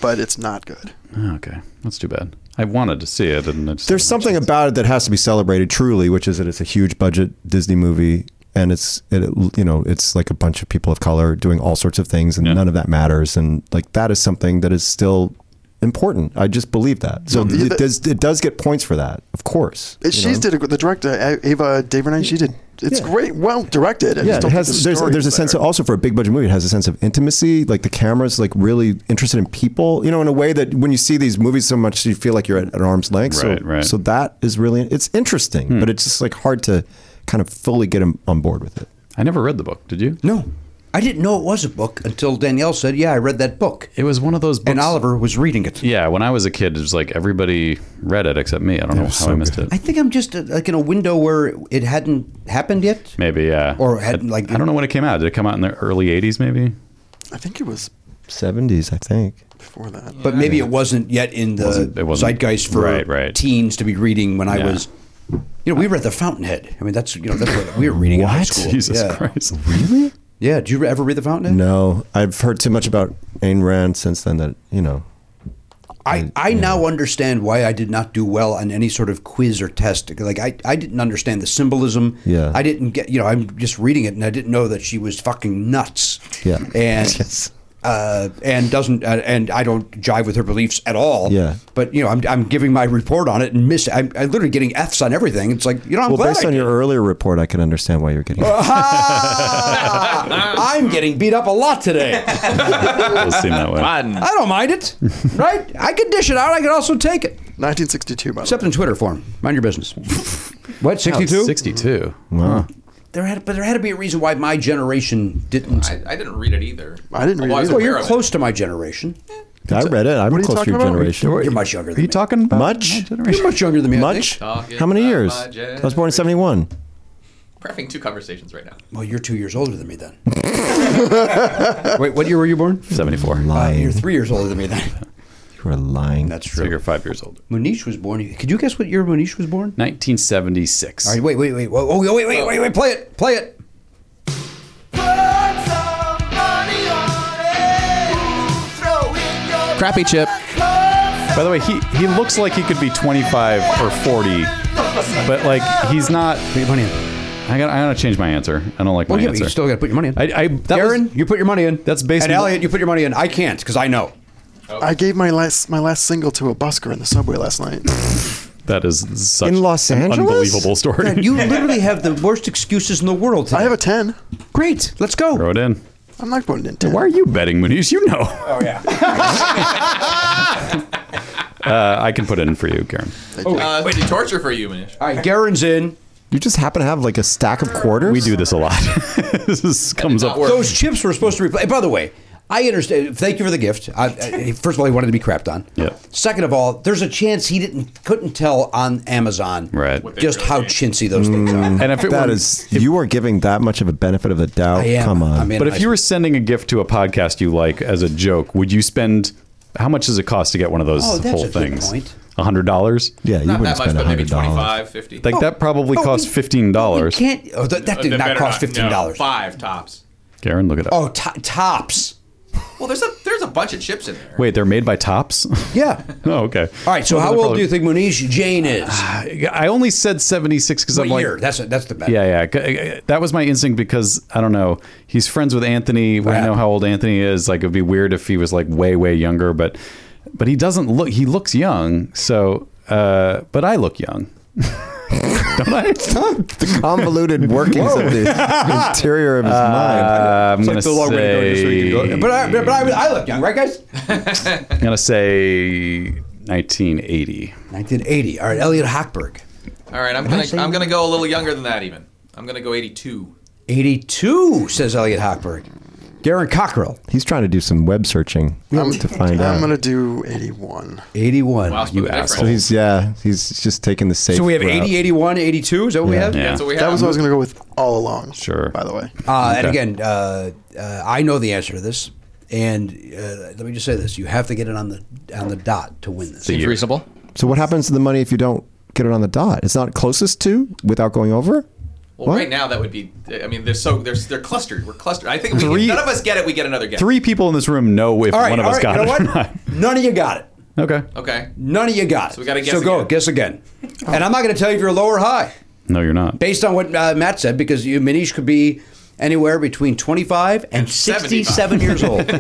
but it's not good. Oh, okay. That's too bad. I wanted to see it, and it's There's something about it that has to be celebrated truly, which is that it's a huge budget Disney movie. And it's it, you know it's like a bunch of people of color doing all sorts of things, and Yeah. none of that matters. And like that is something that is still important. I just believe that. So Yeah, it but- does it does get points for that, of course. It, you she's know? did a, gr- the director A- Ava DeVernay. She did. It's Yeah. great, well directed. I Yeah, just it don't has. think the there's story's there's a sense there. of, also for a big budget movie. It has a sense of intimacy. Like the camera's like really interested in people. You know, in a way that when you see these movies so much, you feel like you're at, at arm's length. Right, so, right. Hmm. so that is really it's interesting, but it's just like hard to kind of fully get 'em on board with it. I never read the book. Did you? No. I didn't know it was a book until Danielle said, "Yeah, I read that book." It was one of those books. And Oliver was reading it. yeah, when I was a kid, it was like everybody read it except me. I don't know how was I so missed I it. think I'm just uh, like in a window where it hadn't happened yet. Maybe, yeah. Or I- had, like- I don't know when it came out. Did it come out in the early 80s, maybe? I think it was 70s, I think. before that. But maybe it wasn't yet in the Wasn't- it wasn't- zeitgeist for right, right. teens to be reading when I Yeah. was. You know, we read The Fountainhead. I mean, that's you know that's what we were reading in high What? school. Jesus yeah. (laughs) Christ. Really? Yeah. Did you ever read The Fountainhead? No, I've heard too much about Ayn Rand since then that, you know. I, I now understand why I did not do well on any sort of quiz or test. Like I, I didn't understand the symbolism. Yeah. I didn't get you know, I'm just reading it and I didn't know that she was fucking nuts. Yeah. (laughs) And Yes. uh, and doesn't uh, and I don't jive with her beliefs at all. Yeah. But you know, I'm, I'm giving my report on it and miss I'm, I'm literally getting Fs on everything. It's like, you know, I'm Well, glad based I on did. your (laughs) earlier report, I can understand why you're getting. (laughs) Ah, (laughs) I'm getting beat up a lot today. It seemed that way. Fun. I don't mind (laughs) it. Right? I can dish it out, I can also take it. 1962, by the Except in Twitter form. Mind your business. what, 62? 62. Wow. There had, but there had to be a reason why my generation didn't. I, I didn't read it either. I didn't read it Although I either. was well, aware you're of it. close to my generation. I read it. I'm What are you close to talking your about? generation. You're much younger Are than you me. talking about my Much? generation? You're much younger than me. I Much? think. Talking How many about years? my I was born in 71. Prepping two conversations right now. Well, you're two years older than me then. Wait, what year were you born? 74. Uh, Lying. you're three years older than me then. You are lying. That's So true. you're five years old. Monish was born. Could you guess what year Monish was born? 1976. All right, wait, wait, wait. Whoa, oh, wait, wait, wait, wait. Play it. Play it. Crappy chip. By the way, he, he looks like he could be 25 or 40, but like he's not. Put your money in. I gotta, I gotta change my answer. I don't like Well, my yeah, but answer. you still got to put your money in. I- I- that Aaron, was- you put your money in. That's based And on- Elliot, you put your money in. I can't because I know. I gave my last my last single to a busker in the subway last night. that is such In Los an Angeles? unbelievable story. God, you literally have the worst excuses in the world. Today. I have a 10. great. Let's (laughs) go. Throw it in. I'm not voting in 10. Why are you betting, Muniz? You know. Oh yeah. (laughs) uh, I can put it in for you, Karen. Uh, wait, did torture for you, Manish. All right, Garen's in. You just happen to have like a stack of quarters? We do this a lot. (laughs) this is, comes not up. work. Those chips were supposed to replay. By the way, I understand. Thank you for the gift. I, I, first of all, he wanted to be crapped on. Yeah. Second of all, there's a chance he didn't couldn't tell on Amazon Right. Mm, just how chintzy those things are. And if it That were- is, you are giving that much of a benefit of the doubt. I am. Come on. I mean, But if you were sending a gift to a podcast you like as a joke, would you spend? How much does it cost to get one of those Oh, that's whole a good things? point. hundred dollars. yeah, you Not wouldn't that much, spend but maybe hundred 25, dollars. 50. Like Oh, that probably But we- cost fifteen we dollars. can't. Oh, that, that Uh, did they not better cost no, fifteen dollars. five tops. Karen, look it up. oh, to- tops. Well, there's a there's a bunch of chips in there. Wait, they're made by Tops. (laughs) Yeah. oh, okay. All right. So Well, how they're old probably- do you think Monish Jane is? (sighs) I only said 76 because what I'm like, year? That's that's the bet. yeah, yeah. G- uh, That was my instinct because I don't know. He's friends with Anthony. We Right. know how old Anthony is. Like it'd be weird if he was like way, way younger, but but he doesn't look. He looks young. So, uh, but I look young. (laughs) don't I? The convoluted workings of the interior of his mind. Uh, I'm gonna like the long way to go just so you can say. go- But I, but I, I look young, right, guys? I'm gonna say 1980. 1980. All right, Elliot Hochberg. All right, I'm gonna I'm gonna go a little younger than that even. I'm gonna go 82. 82, says Elliot Hochberg. Darren Cockrell, He's trying to do some web searching to find I'm out. going to do 81. 81. Wow, you split the difference. asshole. so he's yeah, he's just taking the safe. So we have route. 80, 81, 82. Is that what we have? Yeah. That's what we have. That was what I was going to go with all along. Sure. By the way. Uh, And again, uh, uh, I know the answer to this. And uh, let me just say this: you have to get it on the on the dot to win this. year. reasonable. So what happens to the money if you don't get it on the dot? It's not closest to without going over. Well, right now that would be. I mean, they're so they're they're clustered. We're clustered. I think if we, Three- if none of us get it. We get another guess. Three people in this room know if all right, one of all us right, got you it know or what? not. (laughs) None of you got it. Okay. Okay. None of you got it. So we gotta guess So go again. guess again. And I'm not going to tell you if you're low or high. No, you're not. based on what uh, Matt said, because you, Manish could be anywhere between 25 and 67 years old.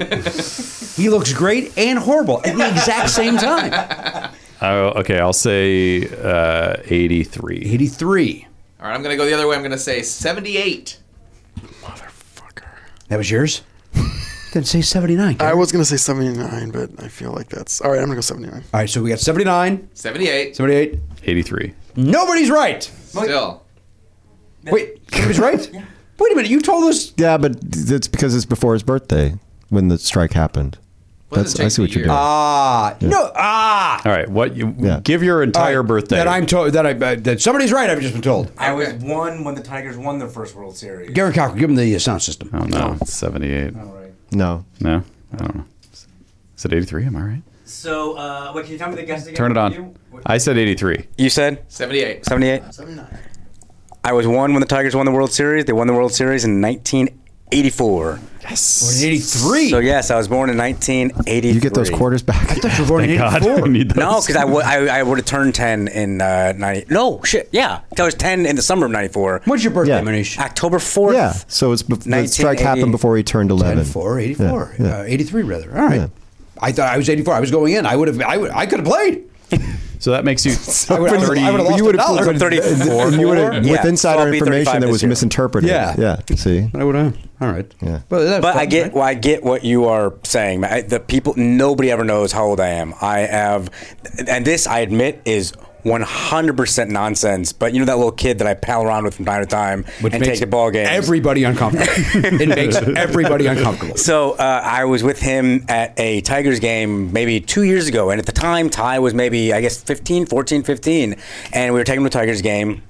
he looks great and horrible at the exact same time. Oh, okay, I'll say uh, 83. 83. All right, I'm gonna go the other way. I'm gonna say 78. That was yours? Then say 79. I All was going to say 79, but I feel like that's. All right, I'm going to go 79. right, so we got 79, 78. 78. 83. Nobody's right. Still. Wait, nobody's right? Wait a minute, you told us. Yeah, but it's because it's before his birthday when the strike happened. Well, it That's doesn't I take see what the you're year. doing. Uh, Ah, no, ah. All right, what you give your entire birthday? That I'm told that I uh, that somebody's right. I've just been told. I was one when the Tigers won their first World Series. Garen Cochran, give him the uh, sound system. oh no, it's seventy-eight. no. No, I don't know. Is it eighty-three? Am I right? So, uh, what can you tell me the guess again? Turn it on. I said eighty-three. You said 78. 78? 79. I was one when the Tigers won the World Series. They won the World Series in 1984. Eighty-three. So, yes, I was born in 1983. You get those quarters back. You were born (laughs) in God, I 84. need those. No, because I would I, I would have turned 10 in uh, 90. No, shit. Yeah. I was 10 in the summer of 94. What's your birthday, Yeah. Manish? October 4th. yeah. So it's bef- the strike 1980. happened before he turned 11. 84, 84, Yeah, yeah. Uh, 83 rather. All right. Yeah. I thought I was 84. I was going in. I would have. I would. I could have played. So that (laughs) makes you I would, I would- I would have lost Oh, you a would have dollar. I'm 34. You would have, Yeah, with so insider I'll be 35 information that this was year. misinterpreted. Yeah. Yeah. See. I would have. All right. Yeah. Well, that's But fun, I get, right? well, I get what you are saying. man. I, the people, nobody ever knows how old I am. I have, and this I admit is 100% nonsense. But you know that little kid that I pal around with from time to time and take the ball game. Everybody (laughs) uncomfortable. it makes everybody uncomfortable. So uh, I was with him at a Tigers game maybe two years ago. And at the time, Ty was maybe, I guess, 15, 14, 15. And we were taking him to a Tigers game.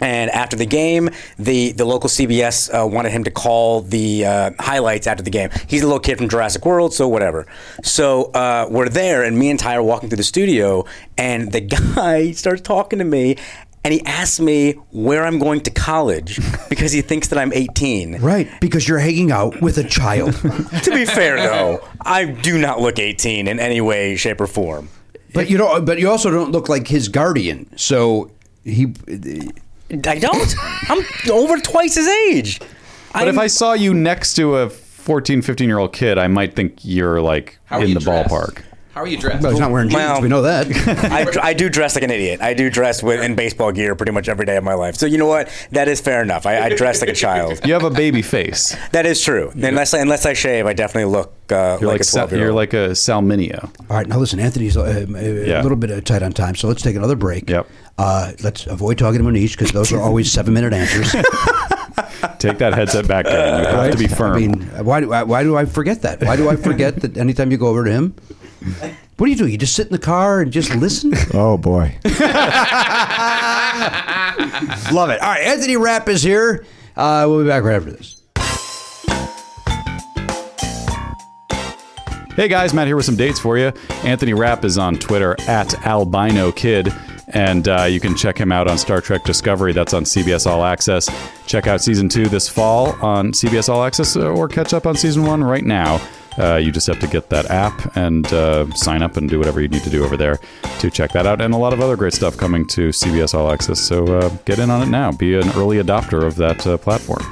And after the game, the, the local CBS uh, wanted him to call the uh, highlights after the game. He's a little kid from Jurassic World, so whatever. So uh, we're there, and me and Ty are walking through the studio, and the (laughs) guy starts talking to me, and he asks me where I'm going to college because he thinks that I'm 18. Right, because you're hanging out with a (laughs) child. to be fair, though, I do not look 18 in any way, shape, or form. but you don't. But you also don't look like his guardian. So he. I don't. I'm over twice his age. But if I saw you next to a 14, 15 year old kid, I might think you're like How are in you the dressed? ballpark. How are you dressed? Well, he's not wearing jeans. Well- we know (laughs) that. I, I do dress like an idiot. I do dress with, in baseball gear pretty much every day of my life. So you know what? That is fair enough. I, I dress like a child. You have a baby face. That is true. Unless I, unless I shave, I definitely look uh, You're like, like, a Sal- 12 year you're old. like a Salminio. All right, now listen, Anthony's uh, uh, Yeah. a little bit uh, tight on time, so let's take another break. Yep. Uh, let's avoid talking to Manish because those are always seven (laughs) minute answers. Take that headset back in. You have to be firm. I mean, why do I, why do I forget that? Why do I forget that anytime you go over to him? What do you do? You just sit in the car and just listen? (laughs) Oh (laughs) boy. Love it. All right, Anthony Rapp is here. Uh, we'll be back right after this. Hey guys, Matt here with some dates for you. Anthony Rapp is on Twitter at albino kid, and uh, you can check him out on Star Trek Discovery. That's on CBS All Access. Check out season two this fall on CBS All Access, uh, or catch up on season one right now. Uh, you just have to get that app and uh, sign up and do whatever you need to do over there to check that out. And a lot of other great stuff coming to CBS All Access. So uh, get in on it now. Be an early adopter of that uh, platform.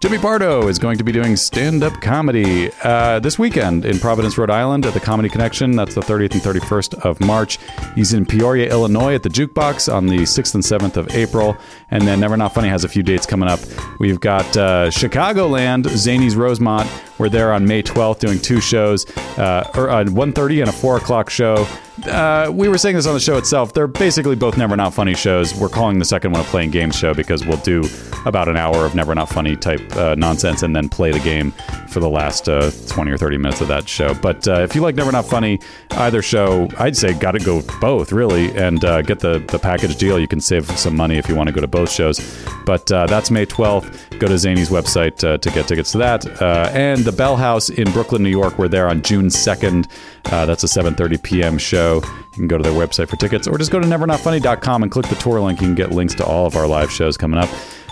Jimmy Pardo is going to be doing stand up comedy uh, this weekend in Providence, Rhode Island at the Comedy Connection. That's the 30th and 31st of March. He's in Peoria, Illinois at the Jukebox on the 6th and 7th of April. And then Never Not Funny has a few dates coming up. We've got uh, Chicagoland, Zany's Rosemont. We're there on May 12th doing two shows, uh, or, uh, 1.30 and a 4 o'clock show uh, we were saying this on the show itself. They're basically both Never Not Funny shows. We're calling the second one a playing game show because we'll do about an hour of Never Not Funny type uh, nonsense and then play the game for the last uh, 20 or 30 minutes of that show. But uh, if you like Never Not Funny, either show, I'd say got to go both, really, and uh, get the, the package deal. You can save some money if you want to go to both shows. But uh, that's May 12th. Go to Zany's website uh, to get tickets to that. Uh, and the Bell House in Brooklyn, New York, we're there on June 2nd. Uh, that's a 7.30 p.m. show. You can go to their website for tickets or just go to nevernotfunny.com and click the tour link. You can get links to all of our live shows coming up.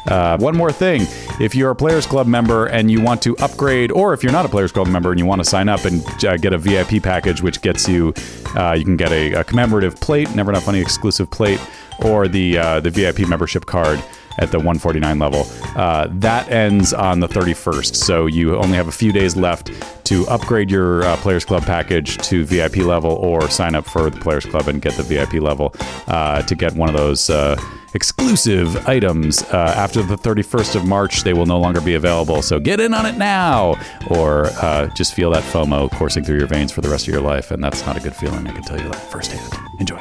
Uh, one more thing if you're a Players Club member and you want to upgrade, or if you're not a Players Club member and you want to sign up and uh, get a VIP package, which gets you, uh, you can get a, a commemorative plate, Never Not Funny exclusive plate, or the, uh, the VIP membership card at the 149 level. Uh, that ends on the 31st, so you only have a few days left to upgrade your uh, Players Club package to VIP level or sign up for the Players Club and get the VIP level uh, to get one of those. Uh, Exclusive items uh, after the 31st of March, they will no longer be available. So get in on it now, or uh, just feel that FOMO coursing through your veins for the rest of your life. And that's not a good feeling, I can tell you that firsthand. Enjoy.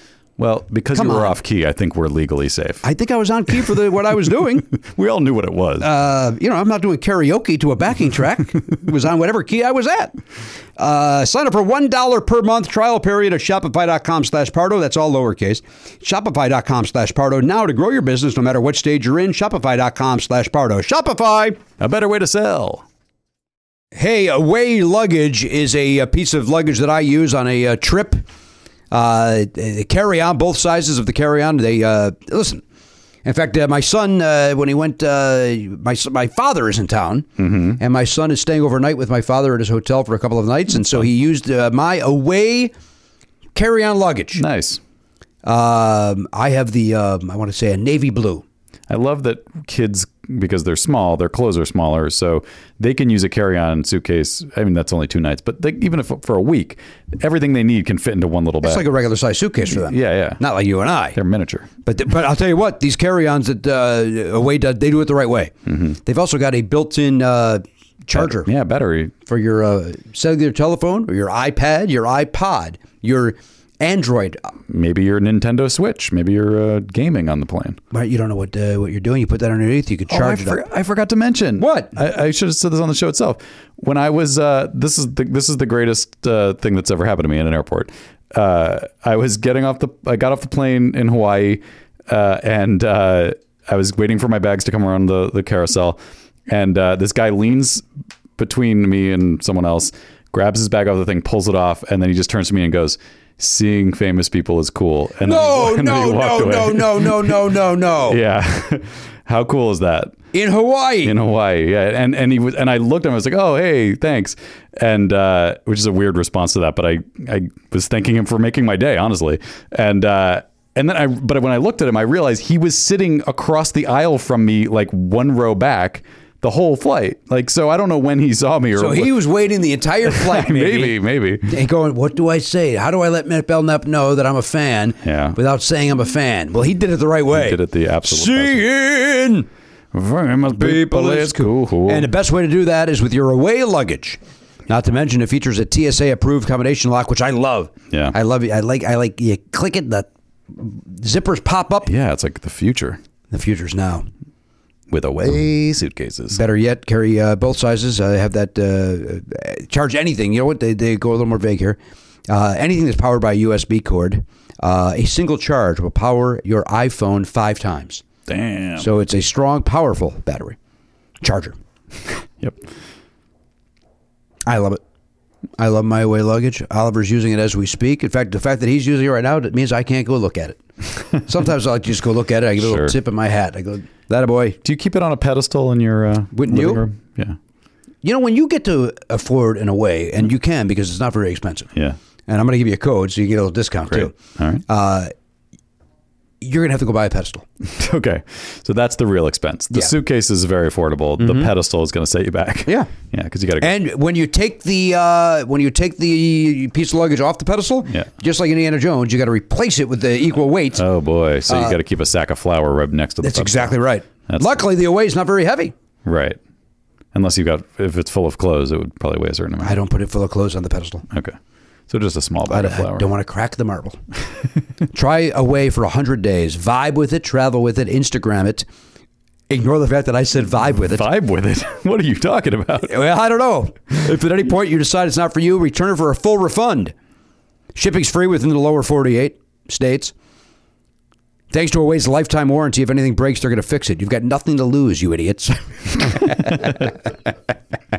Well, because Come you were on. off key, I think we're legally safe. I think I was on key for the, what I was doing. (laughs) we all knew what it was. uh, you know, I'm not doing karaoke to a backing track. it was on whatever key I was at. Uh, sign up for $1 per month trial period at Shopify.com slash Pardo. That's all lowercase. Shopify.com slash Pardo. Now to grow your business, no matter what stage you're in, Shopify.com slash Pardo. Shopify. a better way to sell. Hey, away luggage is a, uh piece of luggage that I use on a, uh trip. Uh, the carry on, both sizes of the carry on. They uh, listen. In fact, uh, my son, uh, when he went, uh, my son- my father is in town, Mm-hmm. and my son is staying overnight with my father at his hotel for a couple of nights, and so he used uh, my away carry on luggage. Nice. Um, I have the um, I want to say a navy blue. I love that kids, because they're small, their clothes are smaller, so they can use a carry-on suitcase. I mean, that's only two nights, but they, even if for a week, everything they need can fit into one little bag. It's like a regular size suitcase for them. Yeah, yeah. Not like you and I. they're miniature. But th- but I'll tell you what, these carry-ons that uh, Away does, they do it the right way. They've also got a built-in uh, charger Mm-hmm. Yeah, battery. for your uh, cellular telephone or your iPad, your iPod, your Android. Uh, Maybe your Nintendo Switch. Maybe you're uh, gaming on the plane. Right, you don't know what uh, what you're doing. You put that underneath, you could Oh, I, charge it. forg- up. I forgot to mention What? I, I should have said this on the show itself. When I was, uh, this is the, this is the greatest uh, thing that's ever happened to me in an airport. Uh, I was getting off the, I got off the plane in Hawaii, uh, and uh, I was waiting for my bags to come around the, the carousel, and uh, this guy leans between me and someone else, grabs his bag off the thing, pulls it off, and then he just turns to me and goes, seeing famous people is cool. (laughs) And No, then, no, no, no, no, no, no, no, no. (laughs) Yeah. (laughs) How cool is that? In Hawaii. In Hawaii, yeah, and and he was, and I looked at him. I was like, "Oh, hey, thanks," and uh, which is a weird response to that, but I I was thanking him for making my day, honestly. And uh, and then I, but when I looked at him, I realized he was sitting across the aisle from me, like one row back, the whole flight. Like, so I don't know when he saw me or (laughs) So he was waiting the entire flight, maybe maybe. and going, "What do I say? How do I let Matt Belknap know that I'm a fan Yeah. without saying I'm a fan?" Well, he did it the right way. He did it the absolute Seeing Famous people is cool. And the best way to do that is with your away luggage. Not to mention, it features a TSA approved combination lock, which I love. Yeah. I love it. I like. I like. You click it, the zippers pop up. yeah, it's like the future The future's now. with away suitcases. Better yet, carry uh, both sizes. Uh, have that uh, uh, charge anything. You know what? They, they go a little more vague here. Uh, anything that's powered by a USB cord, uh, a single charge will power your iPhone five times. Damn. So it's a strong, powerful battery charger. yep. I love it. I love my away luggage. Oliver's using it as we speak. In fact, the fact that he's using it right now, it means I can't go (laughs) look at it. Sometimes I like to just go look at it. I give it a Sure. little tip in my hat. I go, that a boy. Do you keep it on a pedestal in your uh, Wouldn't living you? room? Yeah. You know, when you get to afford an away, and you can because it's not very expensive. Yeah. And I'm going to give you a code so you get a little discount too. All right. Uh, you're going to have to go buy a pedestal. (laughs) Okay, so that's the real expense. The Yeah. Mm-hmm. suitcase is very affordable. The pedestal is going to set you back. Yeah. (laughs) yeah, because you got to. And when you take the uh, when you take the piece of luggage off the pedestal, Yeah. just like Indiana Jones, you got to replace it with the equal weight. oh boy, so you got to keep a sack of flour right next to the. uh, That's pedestal. exactly right. That's- Luckily, the away is not very heavy. right. Unless you've got, if it's full of clothes, it would probably weigh a certain amount. I don't put it full of clothes on the pedestal. Okay, so just a small bag I d- of flour. I don't want to crack the marble. (laughs) Try away for 100 days. Vibe with it, travel with it, Instagram it. Ignore the fact that I said vibe with it. vibe with it. (laughs) what are you talking about? Well, I don't know. If at any point you decide it's not for you, return it for a full refund. Shipping's free within the lower 48 states. Thanks to Away's lifetime warranty, if anything breaks, they're going to fix it. You've got nothing to lose, you idiots. (laughs)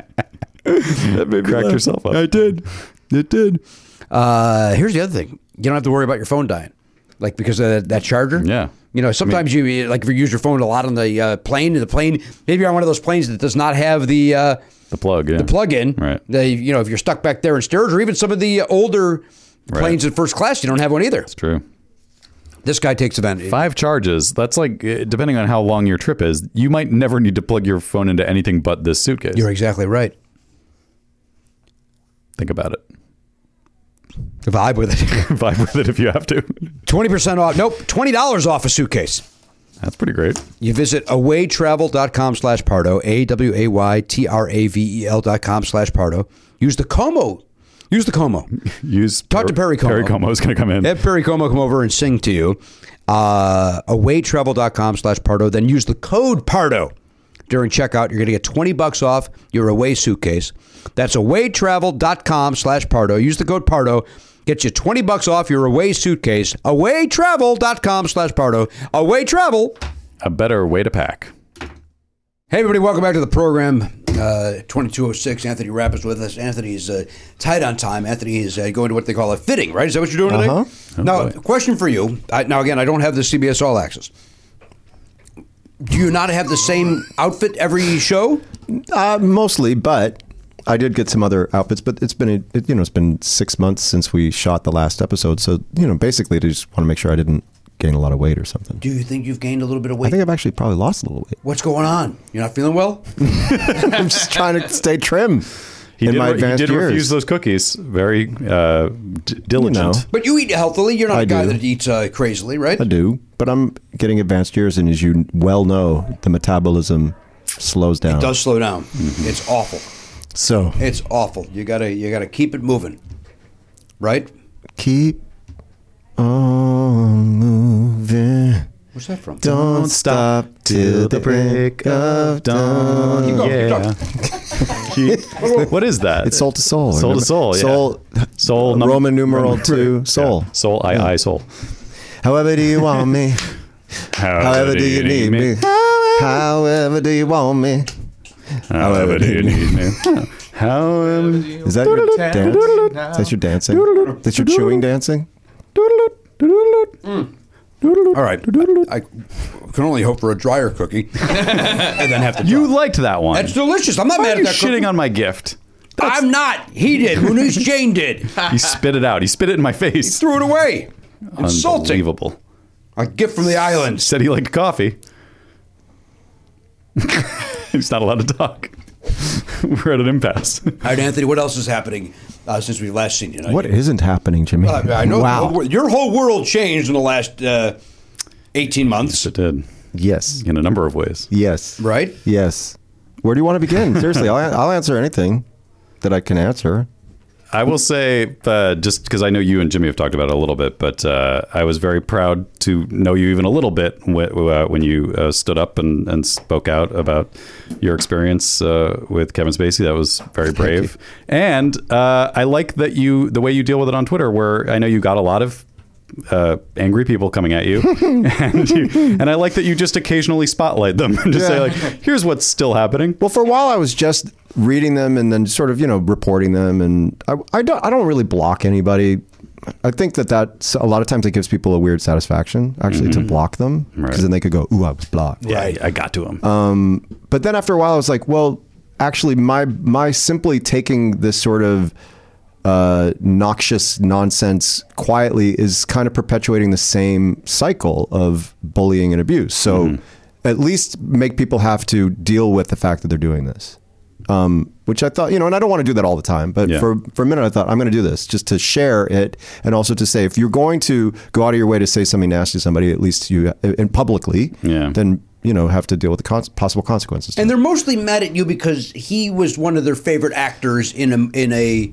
that made Cracked yourself up. I did. It did. Uh, here's the other thing: you don't have to worry about your phone dying, like because of that, that charger. Yeah. You know, sometimes you like if you use your phone a lot on the uh, plane. The plane, maybe you're on one of those planes that does not have the uh, The plug. Yeah. the plug-in. Right. They, you know, if you're stuck back there in steerage, or even some of the older planes in first class, you don't have one either. True. This guy takes advantage. Five charges. That's like eh, depending on how long your trip is, you might never need to plug your phone into anything but this suitcase. You're exactly right. Think about it. (laughs) Vibe with it. (laughs) vibe with it if you have to. Twenty percent off. Nope. Twenty dollars off a suitcase. That's pretty great. You visit awaytravel.com slash Pardo, A W A Y T R A V E L dot com slash Pardo. Use the Como. Use the Como. Use Talk to Perry Como. Perry Como is going to come in. Have Perry Como come over and sing to you. Uh, awaytravel.com slash Pardo. Then use the code Pardo during checkout. You're going to get 20 bucks off your away suitcase. That's awaytravel.com slash Pardo. Use the code Pardo. Get you 20 bucks off your away suitcase. Awaytravel.com slash Pardo. Away travel. A better way to pack. Hey, everybody, welcome back to the program. Uh, 2206, Anthony Rapp is with us. Anthony's uh, tight on time. Anthony is uh, going to what they call a fitting, right? Is that what you're doing Uh-huh. today? now, question for you. I, now, again, I don't have the CBS All Access. Do you not have the same outfit every show? Uh, mostly, but I did get some other outfits. But it's been a, it, you know it's been six months since we shot the last episode, so you know basically I just want to make sure I didn't gain a lot of weight or something. Do you think you've gained a little bit of I weight? think I've actually probably lost a little weight. What's going on? You're not feeling well? I'm just trying to stay trim. He in did, my re- he advanced did years. refuse those cookies. Very uh, d- diligent. But you eat healthily. You're not a I guy do. that eats uh, crazily, right? I do, but I'm getting advanced years, and as you well know, the metabolism slows down. It does slow down. It's awful. So It's awful. You gotta you gotta keep it moving, right? keep on moving. Where's that from? Don't stop till the break of dawn. Keep going, keep Yeah. going. (laughs) Keep- what is that? It's soul to soul. Soul to remember? soul. Yeah. Soul. uh, Soul. num- Roman numeral Roman- two. Soul. (laughs) Yeah. Soul. I. I. Soul. However do you want (laughs) me? However do you need me? However do you want me? However do you need me? um, However. Is that your dance? Is that your dancing? That's your chewing dancing? All right. I can only hope for a drier cookie and then have to. You liked that one. That's delicious. I'm not Why mad are at you that shitting cookie. on my gift. I'm not. He did. Who knew (laughs) Shane did? (laughs) He spit it out. He spit it in my face. Threw it away. Insulting. Unbelievable. A gift from the islands. Said he liked coffee. (laughs) He's not allowed to talk. (laughs) We're at an impasse. All right, Anthony, what else is happening uh, since we last seen you? What isn't happening, Jimmy? Uh, I know the Wow. whole wor- your whole world changed in the last uh, 18 months, It did Yes. in a number of ways. Yes. right? Yes. Where do you want to (laughs) begin? Seriously, I'll, I'll answer anything that I can answer. I will say, uh, just because I know you and Jimmy have talked about it a little bit, but uh, I was very proud to know you even a little bit wh- uh, when you uh, stood up and, and spoke out about your experience uh, with Kevin Spacey. That was very brave, and uh, I like that you the way you deal with it on Twitter, where I know you got a lot of uh, angry people coming at you. (laughs) and you. And I like that you just occasionally spotlight them and just say, like, here's what's still happening. Well, for a while I was just reading them and then sort of you know reporting them, and I, I don't I don't really block anybody. I think that that's a lot of times it gives people a weird satisfaction actually to block them because Right. then they could go, ooh, I was blocked. Right. I got to him. Um, But then after a while, I was like, well, actually, my my simply taking this sort of uh, noxious nonsense quietly is kind of perpetuating the same cycle of bullying and abuse. So Mm-hmm. at least make people have to deal with the fact that they're doing this. Um, which I thought, you know, and I don't want to do that all the time, but Yeah. for, for a minute I thought, I'm going to do this just to share it and also to say, if you're going to go out of your way to say something nasty to somebody, at least you, and publicly, Yeah. then, you know, have to deal with the cons- possible consequences. to And they're mostly mad at you because he was one of their favorite actors in a in a,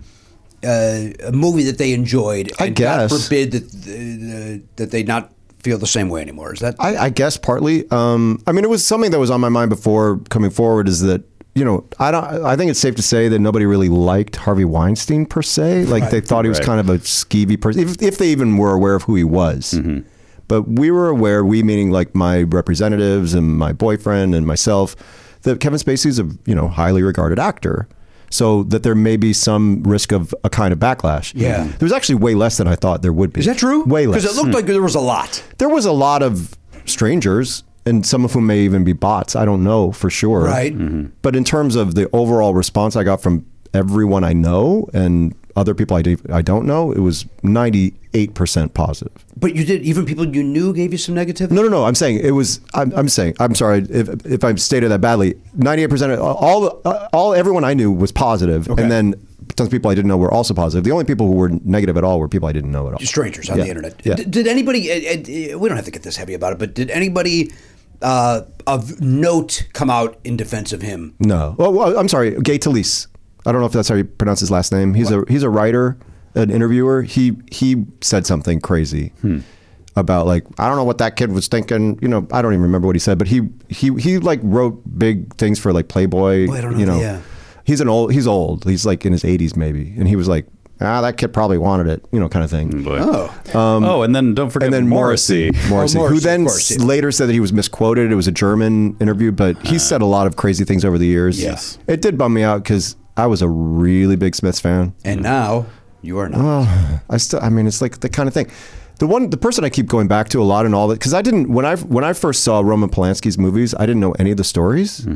uh, a movie that they enjoyed. I and God guess. forbid that uh, that they not feel the same way anymore. Is that I, I guess partly. Um, I mean, it was something that was on my mind before coming forward. Is that you know I don't. I think it's safe to say that nobody really liked Harvey Weinstein per se. Like they thought he was Right. kind of a skeevy person, if, if they even were aware of who he was. Mm-hmm. But we were aware, we meaning like my representatives and my boyfriend and myself, that Kevin Spacey's a you know highly regarded actor. So that there may be some risk of a kind of backlash. Yeah. there was actually way less than I thought there would be. is that true? Way less Hmm. because it looked like there was a lot. there was a lot of strangers and some of whom may even be bots i don't know for sure Right. but in terms of the overall response i got from everyone i know and other people i, do, I don't know it was 98% positive But you did even people you knew gave you some negativity. no no no i'm saying it was i'm, I'm saying i'm sorry if, if i stated that badly 98% of all all everyone i knew was positive and then tons of people i didn't know were also positive the only people who were negative at all were people i didn't know at all strangers on Yeah. the internet. Yeah. D- Did anybody? uh, uh, We don't have to get this heavy about it, but did anybody uh, of note come out in defense of him? No. Oh, well, I'm sorry, Gay Talese. I don't know if that's how you pronounce his last name. He's a he's a writer, an interviewer. He he said something crazy Hmm. about like I don't know what that kid was thinking. You know, I don't even remember what he said, but he he he like wrote big things for like Playboy. Boy, I don't know. You know, Yeah. he's an old he's old. He's like in his 80s maybe, and he was like. Ah, that kid probably wanted it, you know, kind of Hmm, thing. oh, and then don't forget And then Morrissey. Morrissey, Morrissey, Oh, Morrissey, who of then course, yeah. Uh, later said that he was misquoted. It was a German interview, but he said a lot of crazy things over the years. Yes. it did bum me out because I was a really big Smiths fan. And now you are not. I still, I mean, it's like the kind of thing. The one, the person I keep going back to a lot and all that, because I didn't when I when I first saw Roman Polanski's movies, I didn't know any of the stories,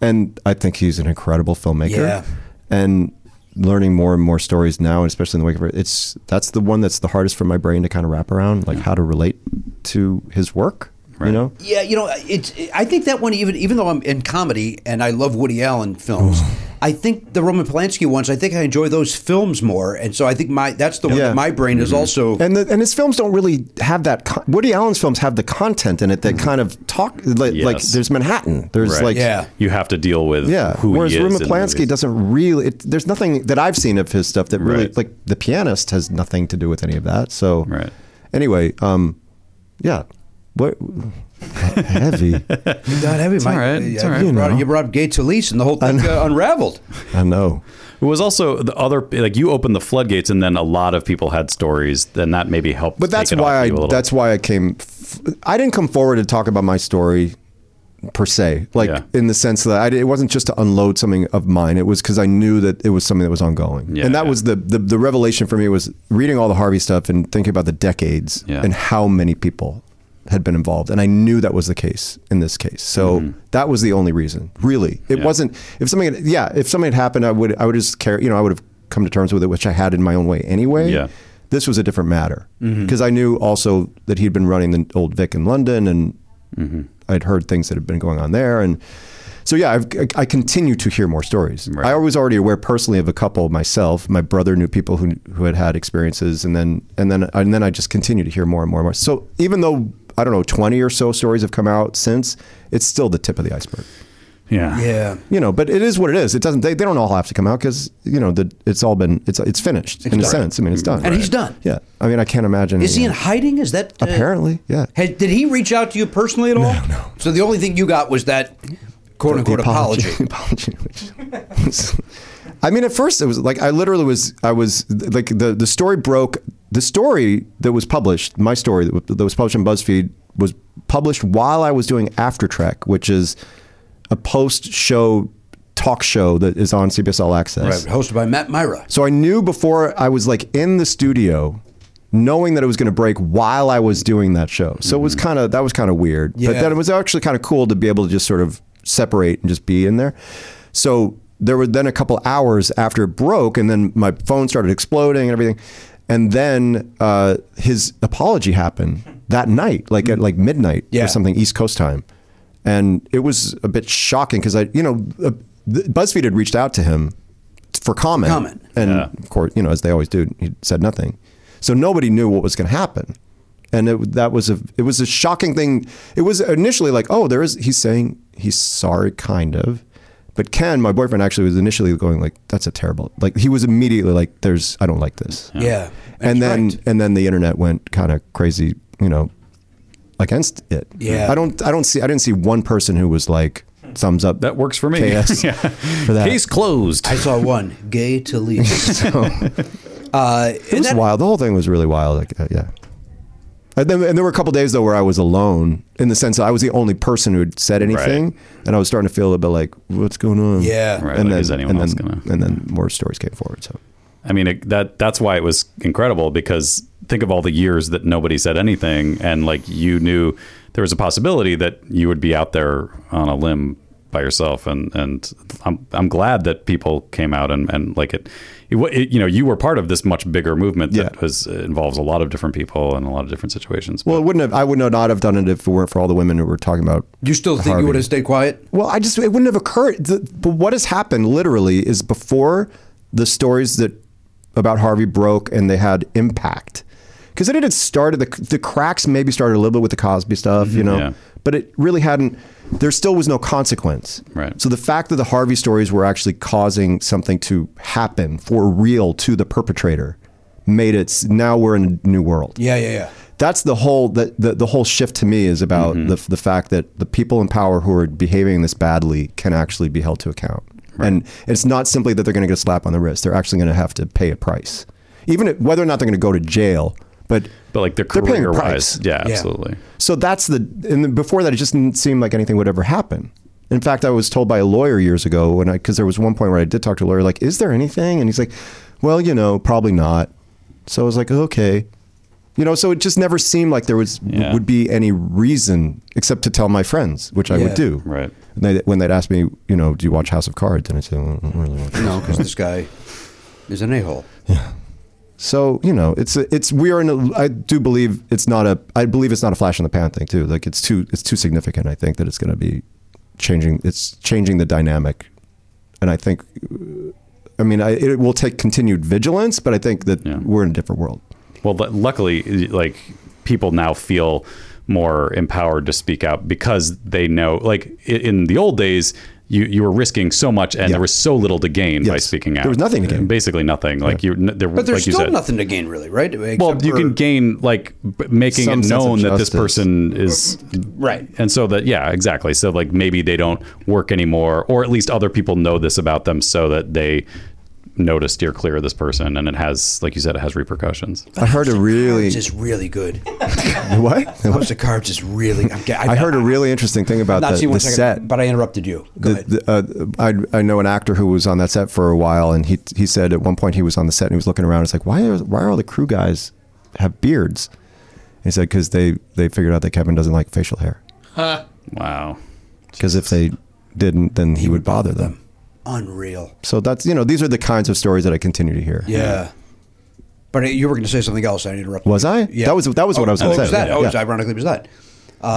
and I think he's an incredible filmmaker. Yeah. and learning more and more stories now, and especially in the wake of it, it's that's the one that's the hardest for my brain to kind of wrap around, like how to relate to his work. You know, Yeah, you know, it's. I think that one, even even though I'm in comedy and I love Woody Allen films, I think the Roman Polanski ones. I think I enjoy those films more, and so I think my that's the one Yeah. that Mm-hmm. my brain is also. and the, and his films don't really have that. Con- Woody Allen's films have the content in it that kind of talk like, like Yes. there's Manhattan, there's Right. like Yeah. You have to deal with Yeah. who Whereas he is. Roman in Polanski movies. doesn't really. It, there's nothing that I've seen of his stuff that really Right. like the pianist has nothing to do with any of that. So Right. anyway, um, yeah. What (laughs) heavy? God, heavy, Mike. all right, it's all right. You, You brought, know. you brought Gay Talese, and the whole thing uh, unraveled. I know. It was also the other like you opened the floodgates, and then a lot of people had stories, and that maybe helped. But that's take it off you why I. a little. That's why I came. F- I didn't come forward to talk about my story per se, like Yeah. in the sense that I, did- it wasn't just to unload something of mine. It was because I knew that it was something that was ongoing, Yeah, and that yeah. was the, the the revelation for me was reading all the Harvey stuff and thinking about the decades Yeah. and how many people had been involved, and I knew that was the case in this case. So that was the only reason, really. It Mm-hmm. Yeah. wasn't if something, had, yeah, if something had happened, I would I would just care, you know, I would have come to terms with it, which I had in my own way anyway Yeah. Mm-hmm. this was a different matter because I knew also that he'd been running the old Vic in London, and Mm-hmm. I'd heard things that had been going on there, and so yeah, I've, I continue to hear more stories. Right. I was already aware personally of a couple myself. My brother knew people who who had had experiences, and then and then and then I just continue to hear more and more and more. So even though I don't know twenty or so stories have come out since, it's still the tip of the iceberg. Yeah. Yeah. You know, but it is what it is. It doesn't. They, they don't all have to come out because you know the, it's all been it's it's finished in a done. sense. I mean, it's done. And he's done. Yeah, I mean, I can't imagine. Is he you in know. hiding? Is that uh, Apparently, yeah. Has, did he reach out to you personally at all? No, no. So the only thing you got was that quote unquote apology. (laughs) apology. apology, which- I mean, at first it was like I literally was. I was like the the story broke. The story that was published, my story that, was- that was published on BuzzFeed, was published while I was doing After Trek, which is a post show talk show that is on CBS All (laughs) Access. Right, hosted by Matt Myra. So I knew before I was like in the studio, knowing that it was going to break while I was doing that show. So it was kind of that was kind of weird. But Mm-hmm. Yeah. then it was actually kind of cool to be able to just sort of separate and just be in there. So there were then a couple hours after it broke, and then my phone started exploding and everything. And then uh, his apology happened that night, like at like midnight Yeah. or something East Coast time, and it was a bit shocking because I, you know, uh, th- BuzzFeed had reached out to him for comment, Comment. and Yeah. of course, you know, as they always do, he said nothing. So nobody knew what was going to happen, and it, that was a it was a shocking thing. It was initially like, oh, there is he's saying he's sorry, kind of. But Ken, my boyfriend, actually was initially going like, "That's a terrible." Like he was immediately like, "There's, I don't like this." Yeah. and That's then right. and then the internet went kind of crazy, you know, against it. Yeah. I don't I don't see I didn't see one person who was like thumbs up. That works for me. KS (laughs) Yeah. for that. (laughs) Case closed. I saw one gay to least. uh, it and was that- wild. The whole thing was really wild. Like, uh, yeah. And, then, and there were a couple days though where I was alone in the sense that I was the only person who had said anything, and I was starting to feel a bit like, "What's going on?" Yeah. Right, and like, then is anyone and else then, gonna- and then more stories came forward. So I mean, it, that that's why it was incredible because think of all the years that nobody said anything, and like you knew there was a possibility that you would be out there on a limb by yourself, and and I'm I'm glad that people came out and and like it, it, wa- it you know you were part of this much bigger movement that Yeah. was uh, involves a lot of different people and a lot of different situations. well, it wouldn't have I would not have done it if it weren't for all the women who were talking about you still think Harvey. you would have stayed quiet? Well, I just it wouldn't have occurred. The, but what has happened literally is before the stories that about Harvey broke and they had impact. Because it had started the the cracks maybe started a little bit with the Cosby stuff, you know, Mm-hmm. yeah. but it really hadn't. There still was no consequence. Right. So the fact that the Harvey stories were actually causing something to happen for real to the perpetrator made it. s- Now we're in a new world Yeah, yeah, yeah. that's the whole the, the, the whole shift to me is about Mm-hmm. the, the fact that the people in power who are behaving this badly can actually be held to account and it's not simply that they're going to get a slap on the wrist they're actually going to have to pay a price even if, whether or not they're going to go to jail but but like their they're paying a career wise, price. yeah, Yeah. absolutely. so that's the and then before that it just didn't seem like anything would ever happen in fact i was told by a lawyer years ago when i because there was one point where i did talk to a lawyer like is there anything and he's like well you know probably not so i was like okay you know so it just never seemed like there was Yeah. would be any reason except to tell my friends which i would Yeah. do Right. and they, when they'd ask me you know do you watch house of cards and i'd say well, I don't really watch No, because this guy is an a hole. so you know, it's a, it's we are in. A, I do believe it's not a. I believe it's not a flash in the pan thing too. Like it's too it's too significant. I think that it's going to be changing. It's changing the dynamic, and I think, I mean, I, it will take continued vigilance, but I think that Yeah. we're in a different world. Well, lu- luckily, like people now feel more empowered to speak out because they know. Like i- in the old days, you you were risking so much, and Yeah. there was so little to gain by Yes. speaking out. There was nothing to gain. Basically nothing. Like you, n- there, But there's like you still said, nothing to gain, really, right? Well, Except you for- can gain like b- making Some it sense of known that this justice. person is Right. and so that yeah, exactly. So like maybe they don't work anymore, or at least other people know this about them, so that they notice steer clear of this person and it has like you said it has repercussions I heard a really It's just really good. (laughs) what? (laughs) House of Cards is really. I'm, I, I heard a really interesting thing about Not the, seen one the second, set. but I interrupted you. Go ahead. the, the, uh, I, I know an actor who was on that set for a while, and he he said at one point he was on the set and he was looking around. It's like why are why are all the crew guys have beards? And he said because they they figured out that Kevin doesn't like facial hair. wow Because if they didn't, then he, would bother them. Unreal. So that's you know these are the kinds of stories that I continue to hear. Yeah. But uh, you were going to say something else. I interrupted. Was you. I? Yeah. That was that was what I was Oh, going it to was say. that. Yeah. Oh, it was- Yeah. ironically, it was that. Um,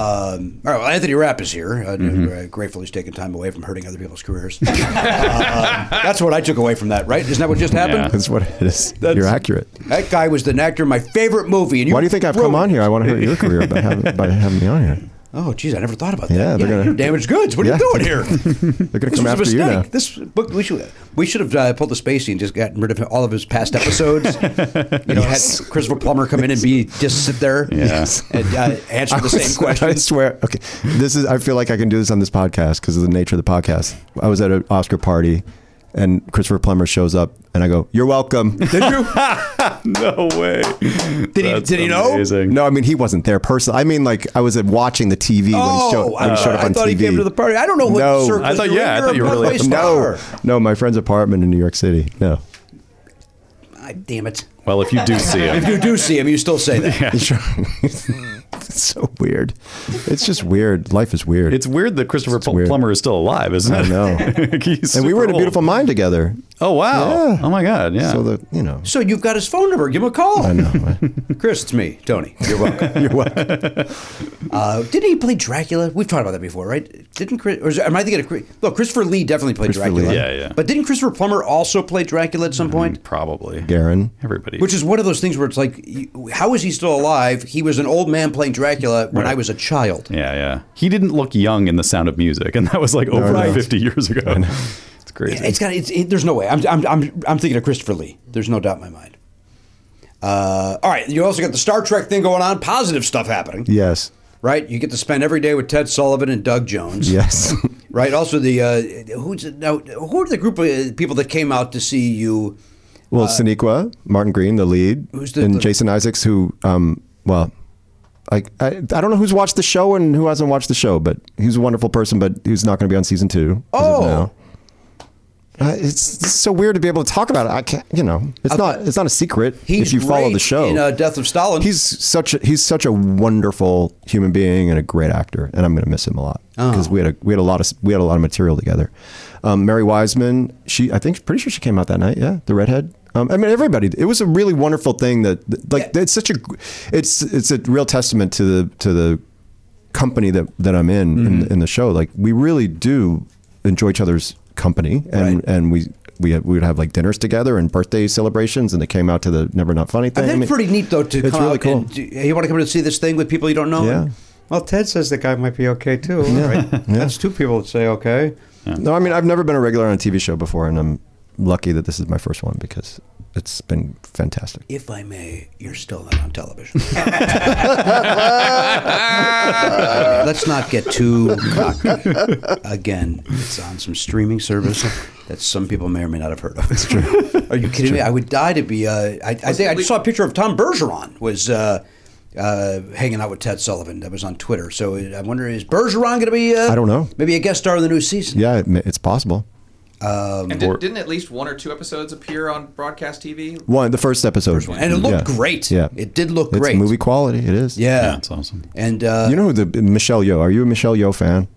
all right. Well, Anthony Rapp is here. Uh, Mm-hmm. uh, grateful he's taking time away from hurting other people's careers. (laughs) Um, that's what I took away from that. Right? Isn't that what just happened? (laughs) That's what it is. You're accurate. That guy was an actor in my favorite movie. And you Why do you think I've come ruined on here? I want to hurt your career by having, by having me on (laughs) here. Oh, geez, I never thought about that. Yeah, they're gonna- you're damaged goods. What are Yeah. you doing (laughs) here? this They're going to was come a after mistake. you now. This book, we should we should have uh, pulled the spacey and just gotten rid of all of his past (laughs) episodes. you know, had Christopher Plummer come in and be just sit there (laughs) Yeah. and uh, answer the was- same (laughs) I questions. swear. Okay, this is. I feel like I can do this on this podcast because of the nature of the podcast. I was at an Oscar party, and Christopher Plummer shows up, and I go, "You're (laughs) welcome." Did you? (laughs) no way did he- did he know? no, I mean he wasn't there personally. I mean, like I was at watching the TV when Oh, he showed, when I, he showed up I on thought TV. he came to the party. I don't know what No. circles I thought- you're in. yeah, I You're thought a you were Broadway really- no, star. no, my friend's apartment in New York City. No, Ah, damn it. well if you do see If him you do see him, you still say that. (laughs) it's so weird. It's just weird. Life is weird. it's weird that Christopher Pl- weird. Plummer is still alive isn't it I know. (laughs) He's and we were super in a old. beautiful mind together. oh wow Yeah. oh my god yeah So the you know. So you've got his phone number. Give him a call. I know. (laughs) Chris, it's me, Tony. You're welcome. You're welcome. (laughs) uh, didn't he play Dracula? We've talked about that before, right? Didn't Chris? Or is, am I thinking of Chris? Look, Christopher Lee definitely played Christopher Dracula. Lee. Yeah, yeah. But didn't Christopher Plummer also play Dracula at some point? probably Garen. everybody Which is one of those things where it's like, you- how is he still alive? He was an old man playing Dracula when I was a child. yeah yeah he didn't look young in The Sound of Music and that was like over no. 50 years ago it's crazy It's got. It's, it, there's no way. I'm, I'm, I'm, I'm thinking of Christopher Lee. There's no doubt in my mind. Uh, all right. You also got the Star Trek thing going on. Positive stuff happening. Yes. Right. You get to spend every day with Ted Sullivan and Doug Jones. (laughs) (laughs) Yes. Right. Also, the uh, who's now? Who are the group of people that came out to see you? Well, Sonequa, Martin Green, the lead, who's the- and the- Jason Isaacs, who, um, well, I, I I don't know who's watched the show and who hasn't watched the show, but he's a wonderful person, but he's not going to be on season two. as of Oh. now. Uh, it's, it's so weird to be able to talk about it. I can't, you know, it's not it's not a secret He's if you follow great the show. in uh, Death of Stalin. he's such a, he's such a wonderful human being and a great actor, and I'm going to miss him a lot because we had a we had a lot of we had a lot of material together. Um, Mary Wiseman, she I think pretty sure she came out that night. Yeah, the redhead. Um, I mean, everybody. It was a really wonderful thing that like it's such a it's it's a real testament to the to the company that that I'm in, in in the show. Like we really do enjoy each other's company, and Right. and we. We, had, we would have like dinners together and birthday celebrations, and they came out to the Never Not Funny thing. That's I mean, pretty neat though. To it's come really out cool. and do- you want to come to see this thing with people you don't know? Yeah. Well, Ted says the guy might be okay too. (laughs) Right? That's two people that say okay. No, I mean I've never been a regular on a TV show before, and I'm lucky that this is my first one because it's been fantastic. If I may, you're still not on (laughs) television. Uh, Let's not get too cocky. Again, it's on some streaming service that some people may or may not have heard of. It's true. (laughs) Are you kidding me? I would die to be. Uh, I, I think I just saw a picture of Tom Bergeron was uh, uh, hanging out with Ted Sullivan. That was on Twitter. So uh, I wonder is Bergeron going to be? Uh, I don't know. Maybe a guest star in the new season. Yeah, it, ma- it's possible. and did, didn't at least one or two episodes appear on broadcast TV? One, the first episode, And it looked Yeah. great. Yeah, It did look It's great. movie quality. It is. Yeah. yeah it's awesome And uh, You know who the Michelle Yeoh? Are you a Michelle Yeoh fan?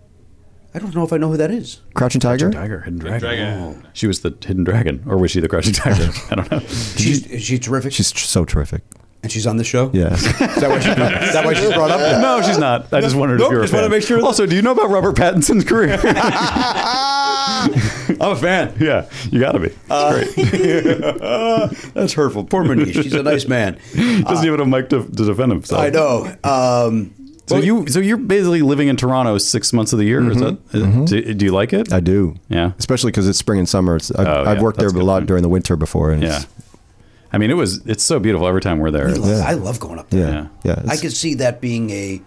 I don't know if I know who that is. Crouching Tiger. Tiger, Hidden Dragon. She was the Hidden Dragon, or was she the Crouching Tiger? I don't know. She's she's terrific. She's tr- so terrific. and she's on the show. Yeah. (laughs) Is that why she, is that why she's brought up? there? No, she's not. I just wondered Nope, if you were just a fan. wanna make sure that- also, do you know about Robert Pattinson's career? (laughs) I'm a fan. Yeah, you got to be. It's great. That's hurtful. Poor Monique. She's a nice (laughs) man. He doesn't even have a mic to, to defend himself. I know. Um, So you, so you're basically living in Toronto six months of the year. Mm-hmm. Is that? is- Do, do you like it? I do. Yeah. Especially because it's spring and summer. It's, I've, Oh, I've yeah, worked there that's a a good lot point. during the winter before, and Yeah. it's- I mean, it was. It's so beautiful every time we're there. I love, I love going up there. yeah, I yeah. It's- could see that being a,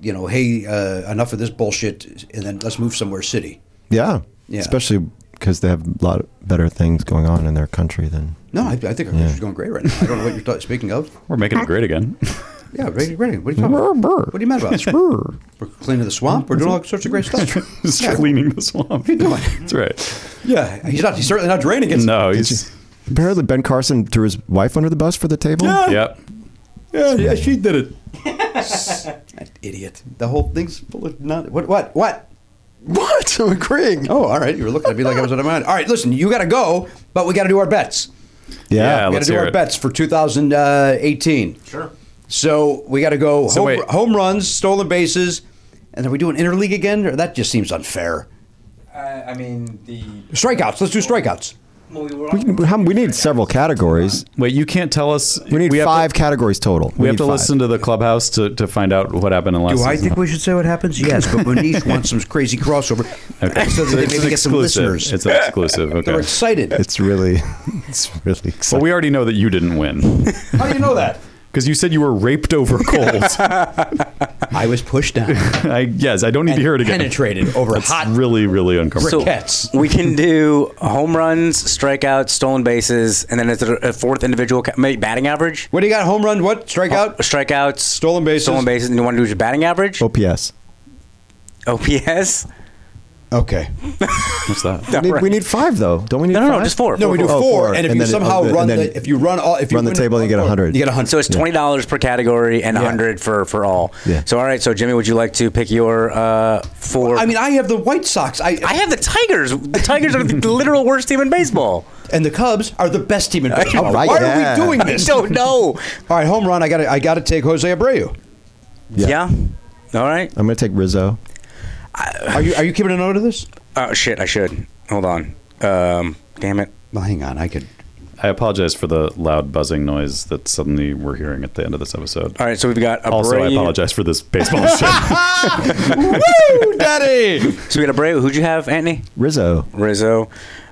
you know, hey, uh, enough of this bullshit, and then let's move somewhere city. Yeah. Yeah. Especially because they have a lot better things going on in their country than. No, I, I think our Yeah. country's going great right now. I don't know what you're ta- speaking of. We're making it great (laughs) again. (laughs) Yeah, ready, ready. What are you talking about? What are you mad about? (laughs) Sure. We're cleaning the swamp. We're doing all sorts of great (laughs) stuff. Just Yeah. cleaning the swamp. (laughs) What are you doing? That's right. Yeah, he's not. He's certainly not draining it. No, he's. Apparently, Ben Carson threw his wife under the bus for the table. Yeah. oh, Yep. Yeah, yeah, she did it. That idiot. The whole thing's full of nonsense. What? What? What? (laughs) What? I'm agreeing. Oh, all right. You were looking at me like I was out of mind. All right, listen. You got to go, but we got to do our bets. Yeah, we got let's to do hear our it. bets for 2018. Sure. So we got to go So home, wait. home runs, stolen bases, and are we doing interleague again? Or that just seems unfair. Uh, I mean, the. Strikeouts. Let's do strikeouts. Well, we were We, can- how- we need several categories. Wait, you can't tell us. We have need to- five categories total. We, have need to five. listen to the clubhouse to, to find out what happened in last Do I season. think we should say what happens? Yes, but Monish (laughs) wants some crazy crossover Okay. so that So they it's maybe an get some exclusive. listeners. It's an (laughs) exclusive. They're Okay. excited. It's really, (laughs) it's really Well, exciting. we already know that you didn't (laughs) win How do you know that? because you said you were raped over (laughs) coals. I was pushed (laughs) down. (laughs) I yes, I don't need to hear it again. penetrated over That's hot really, really uncomfortable. Cats. we can do home runs, strikeouts, stolen bases, and then is there a fourth individual ca- ma- batting average? What do you got? Home run? What? Strikeout? Strikeouts, Stolen bases. stolen bases, and you want to do your batting average? OPS. OPS. Oh. Okay. What's that? We need, we need five though, don't we? Need No, no, no, five? just four. No, we do Oh, four, and if you then- somehow oh, the- run, and then the, if you run all, if you run the win- table and you get 100. you get a hundred. So it's twenty dollars per category and a hundred for for all. Yeah. So all right. So Jimmy, would you like to pick your uh, four? I mean, I have the White Sox. I, I have the Tigers. The Tigers are the literal worst team in baseball. and the Cubs are the best team in baseball. All right, Why yeah. are we doing I this? don't know. (laughs) All right, home run. I got to I got to take Jose Abreu. Yeah. All right. I'm going to take Rizzo. Are you are you keeping a note of this? Oh shit! I should hold on. Um, damn it. Well, hang on. I could. I apologize for the loud buzzing noise that suddenly we're hearing at the end of this episode. All right. So we've got Abreu. Also, I apologize for this (laughs) baseball shit. Woo, Daddy! So we got Abreu. Who'd you have, Anthony? Rizzo. Rizzo.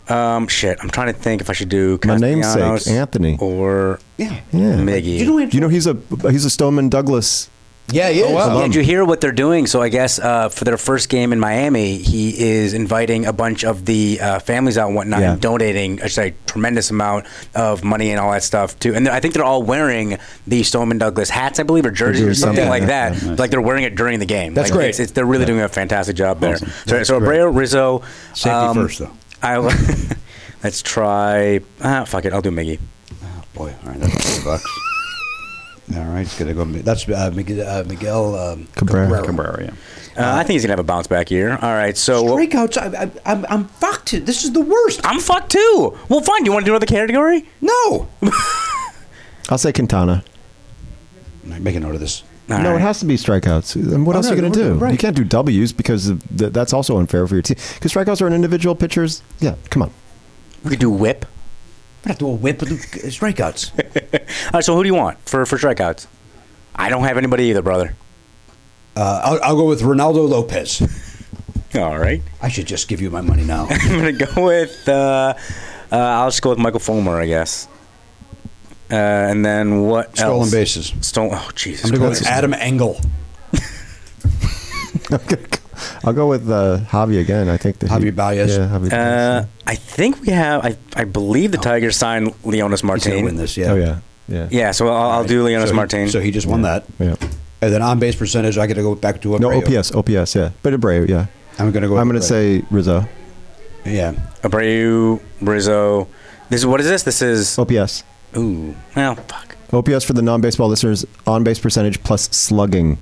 Um, shit. I'm trying to think if I should do My namesake, Castellanos Anthony. or (laughs) Yeah. Yeah. Miggy. You know he's a he's a Stoneman Douglas. Yeah, he is. Yeah, did you hear what they're doing? So I guess uh, for their first game in Miami, he is inviting a bunch of the uh, families out and whatnot, Yeah. and donating a say, tremendous amount of money and all that stuff too. And they're- I think they're all wearing the Stoneman Douglas hats, I believe, or jerseys or doing something something like like that. that. Nice. Like they're wearing it during the game. That's Like, great. It's, it's, they're really doing a fantastic job there. So, so great. Abreu, Rizzo, um, Safety first, though. I (laughs) let's try. Ah, fuck it, I'll do Miggy. Boy, all right, that's four bucks. (laughs) All right, it's gonna go. That's uh, Miguel, uh, Miguel um, Cabrera. Cabrera, yeah. Uh, I think he's gonna have a bounce back year. All right, so. Strikeouts. I, I, I'm, I'm fucked. This is the worst. I'm fucked too. Well, fine. Do you want to do another category? No. (laughs) All I'll say Quintana. right, make a note of this. All no, right. it has to be strikeouts. And what else no, are you going to no, do? right. You can't do W's because of th- that's also unfair for your team. Because strikeouts are an individual pitcher's. Yeah, come on. (laughs) We could do whip. We're not doing whip, but do (laughs) strikeouts. (laughs) All right, so who do you want for, for strikeouts? I don't have anybody either, brother. Uh, I'll, I'll go with Ronaldo Lopez. All right. I should just give you my money (laughs) now. (laughs) I'm going to go with, uh, uh, I'll just go with Michael Fulmer, I guess. Uh, and then what Stolen else? bases. Stolen, oh, Jesus. I'm gonna go Christ. with Adam Engel. I'll go with uh, Javi again. I think that he- Javi Baez. Yeah, Javi Baez. Uh, I think we have, I, I believe the Tigers signed Leonis Oh. He's gonna Martin. win this. Yeah. Oh yeah, yeah, Yeah, so I'll, I'll do Leonis so Martin. He, so he just won that. yeah. And then on base percentage, I got to go back to Abreu. No OPS, OPS. Yeah, but Abreu. Yeah, I'm gonna go. with I'm going Abreu. to say Rizzo. yeah. Abreu, Rizzo. This is, what is this? This is, Oh. OPS. ooh, well, fuck. OPS for the non-baseball listeners: on base percentage plus slugging.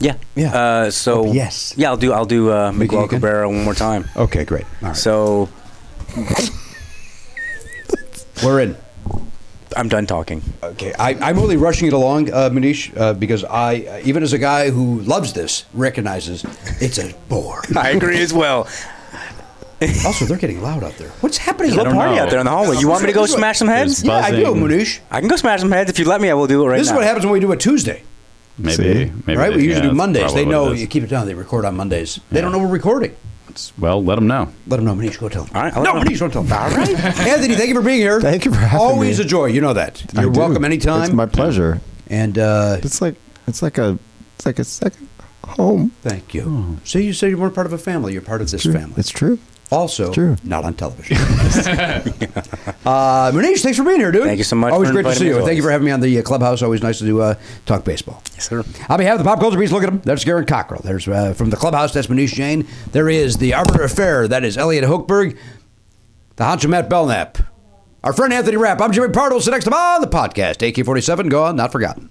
Yeah. Yeah. Oh, Uh, so, yes. Yeah, I'll do, I'll do, uh, Miguel again? Cabrera one more time. Okay, great. All right. So we're in. I'm done talking. Okay, I, I'm only rushing it along, uh, Manish, uh, because I, uh, even as a guy who loves this, recognizes it's a bore. (laughs) I agree as well. also, they're getting loud out there. What's happening? There's a out little there? party know. out there in the hallway. You want me to go smash some heads? There's Yeah, I do, buzzing. Manish. I can go smash some heads if you let me. I will do it right This now. is what happens when we do a Tuesday, Maybe. See? maybe right? they- We usually yeah, do that's Mondays. probably They what know it is. you keep it down. They record on Mondays. They don't know we're recording. Well, let them know. Let them know, Manish. Go tell them. All right, I'll no, let 'em Manish, don't tell them. All right, (laughs) Anthony. Thank you for being here. Thank you for having Always me. a joy. You know that. I You're do. welcome anytime. It's my pleasure. and uh, It's like it's like a it's like a second home. thank you. So you said you weren't part of a family. You're part of this family. It's Hmm. true. Also, True. not on television. (laughs) uh, Manish, thanks for being here, dude. Thank you so much Always for great to inviting see me, you. as Thank you always. for having me on the uh, clubhouse. Always nice to do, uh, talk baseball. Yes, sir. On behalf of the Pop Culture Beast, look at him. There's Garrett Cockrell. There's uh, from the clubhouse. That's Manish Jain. There is the Arbiter of Fair. That is Elliot Hochberg. The Honcho Matt Belknap. Our friend Anthony Rapp. I'm Jimmy Pardo. So next time on the podcast, AK47, gone, not forgotten.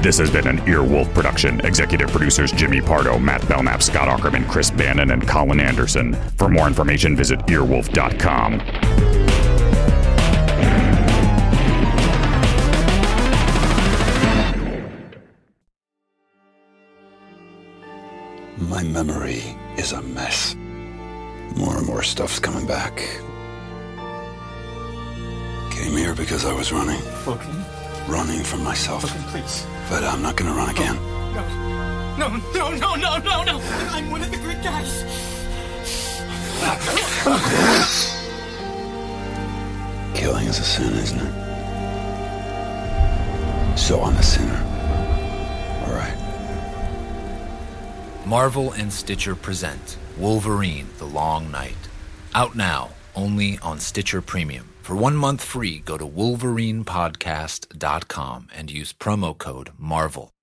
This has been an Earwolf production. Executive producers Jimmy Pardo, Matt Belknap, Scott Ackerman, Chris Bannon, and Colin Anderson. For more information, visit earwolf.com. My memory is a mess. More and more stuff's coming back. Came here because I was running. Fulton, Running from myself. Fulton, please. But I'm not gonna run again. No, no, no, no, no, no. I'm one of the good guys. Killing is a sin, isn't it? So I'm a sinner. Marvel and Stitcher present Wolverine The Long Night. Out now, only on Stitcher Premium. For one month free, go to wolverinepodcast.com and use promo code MARVEL.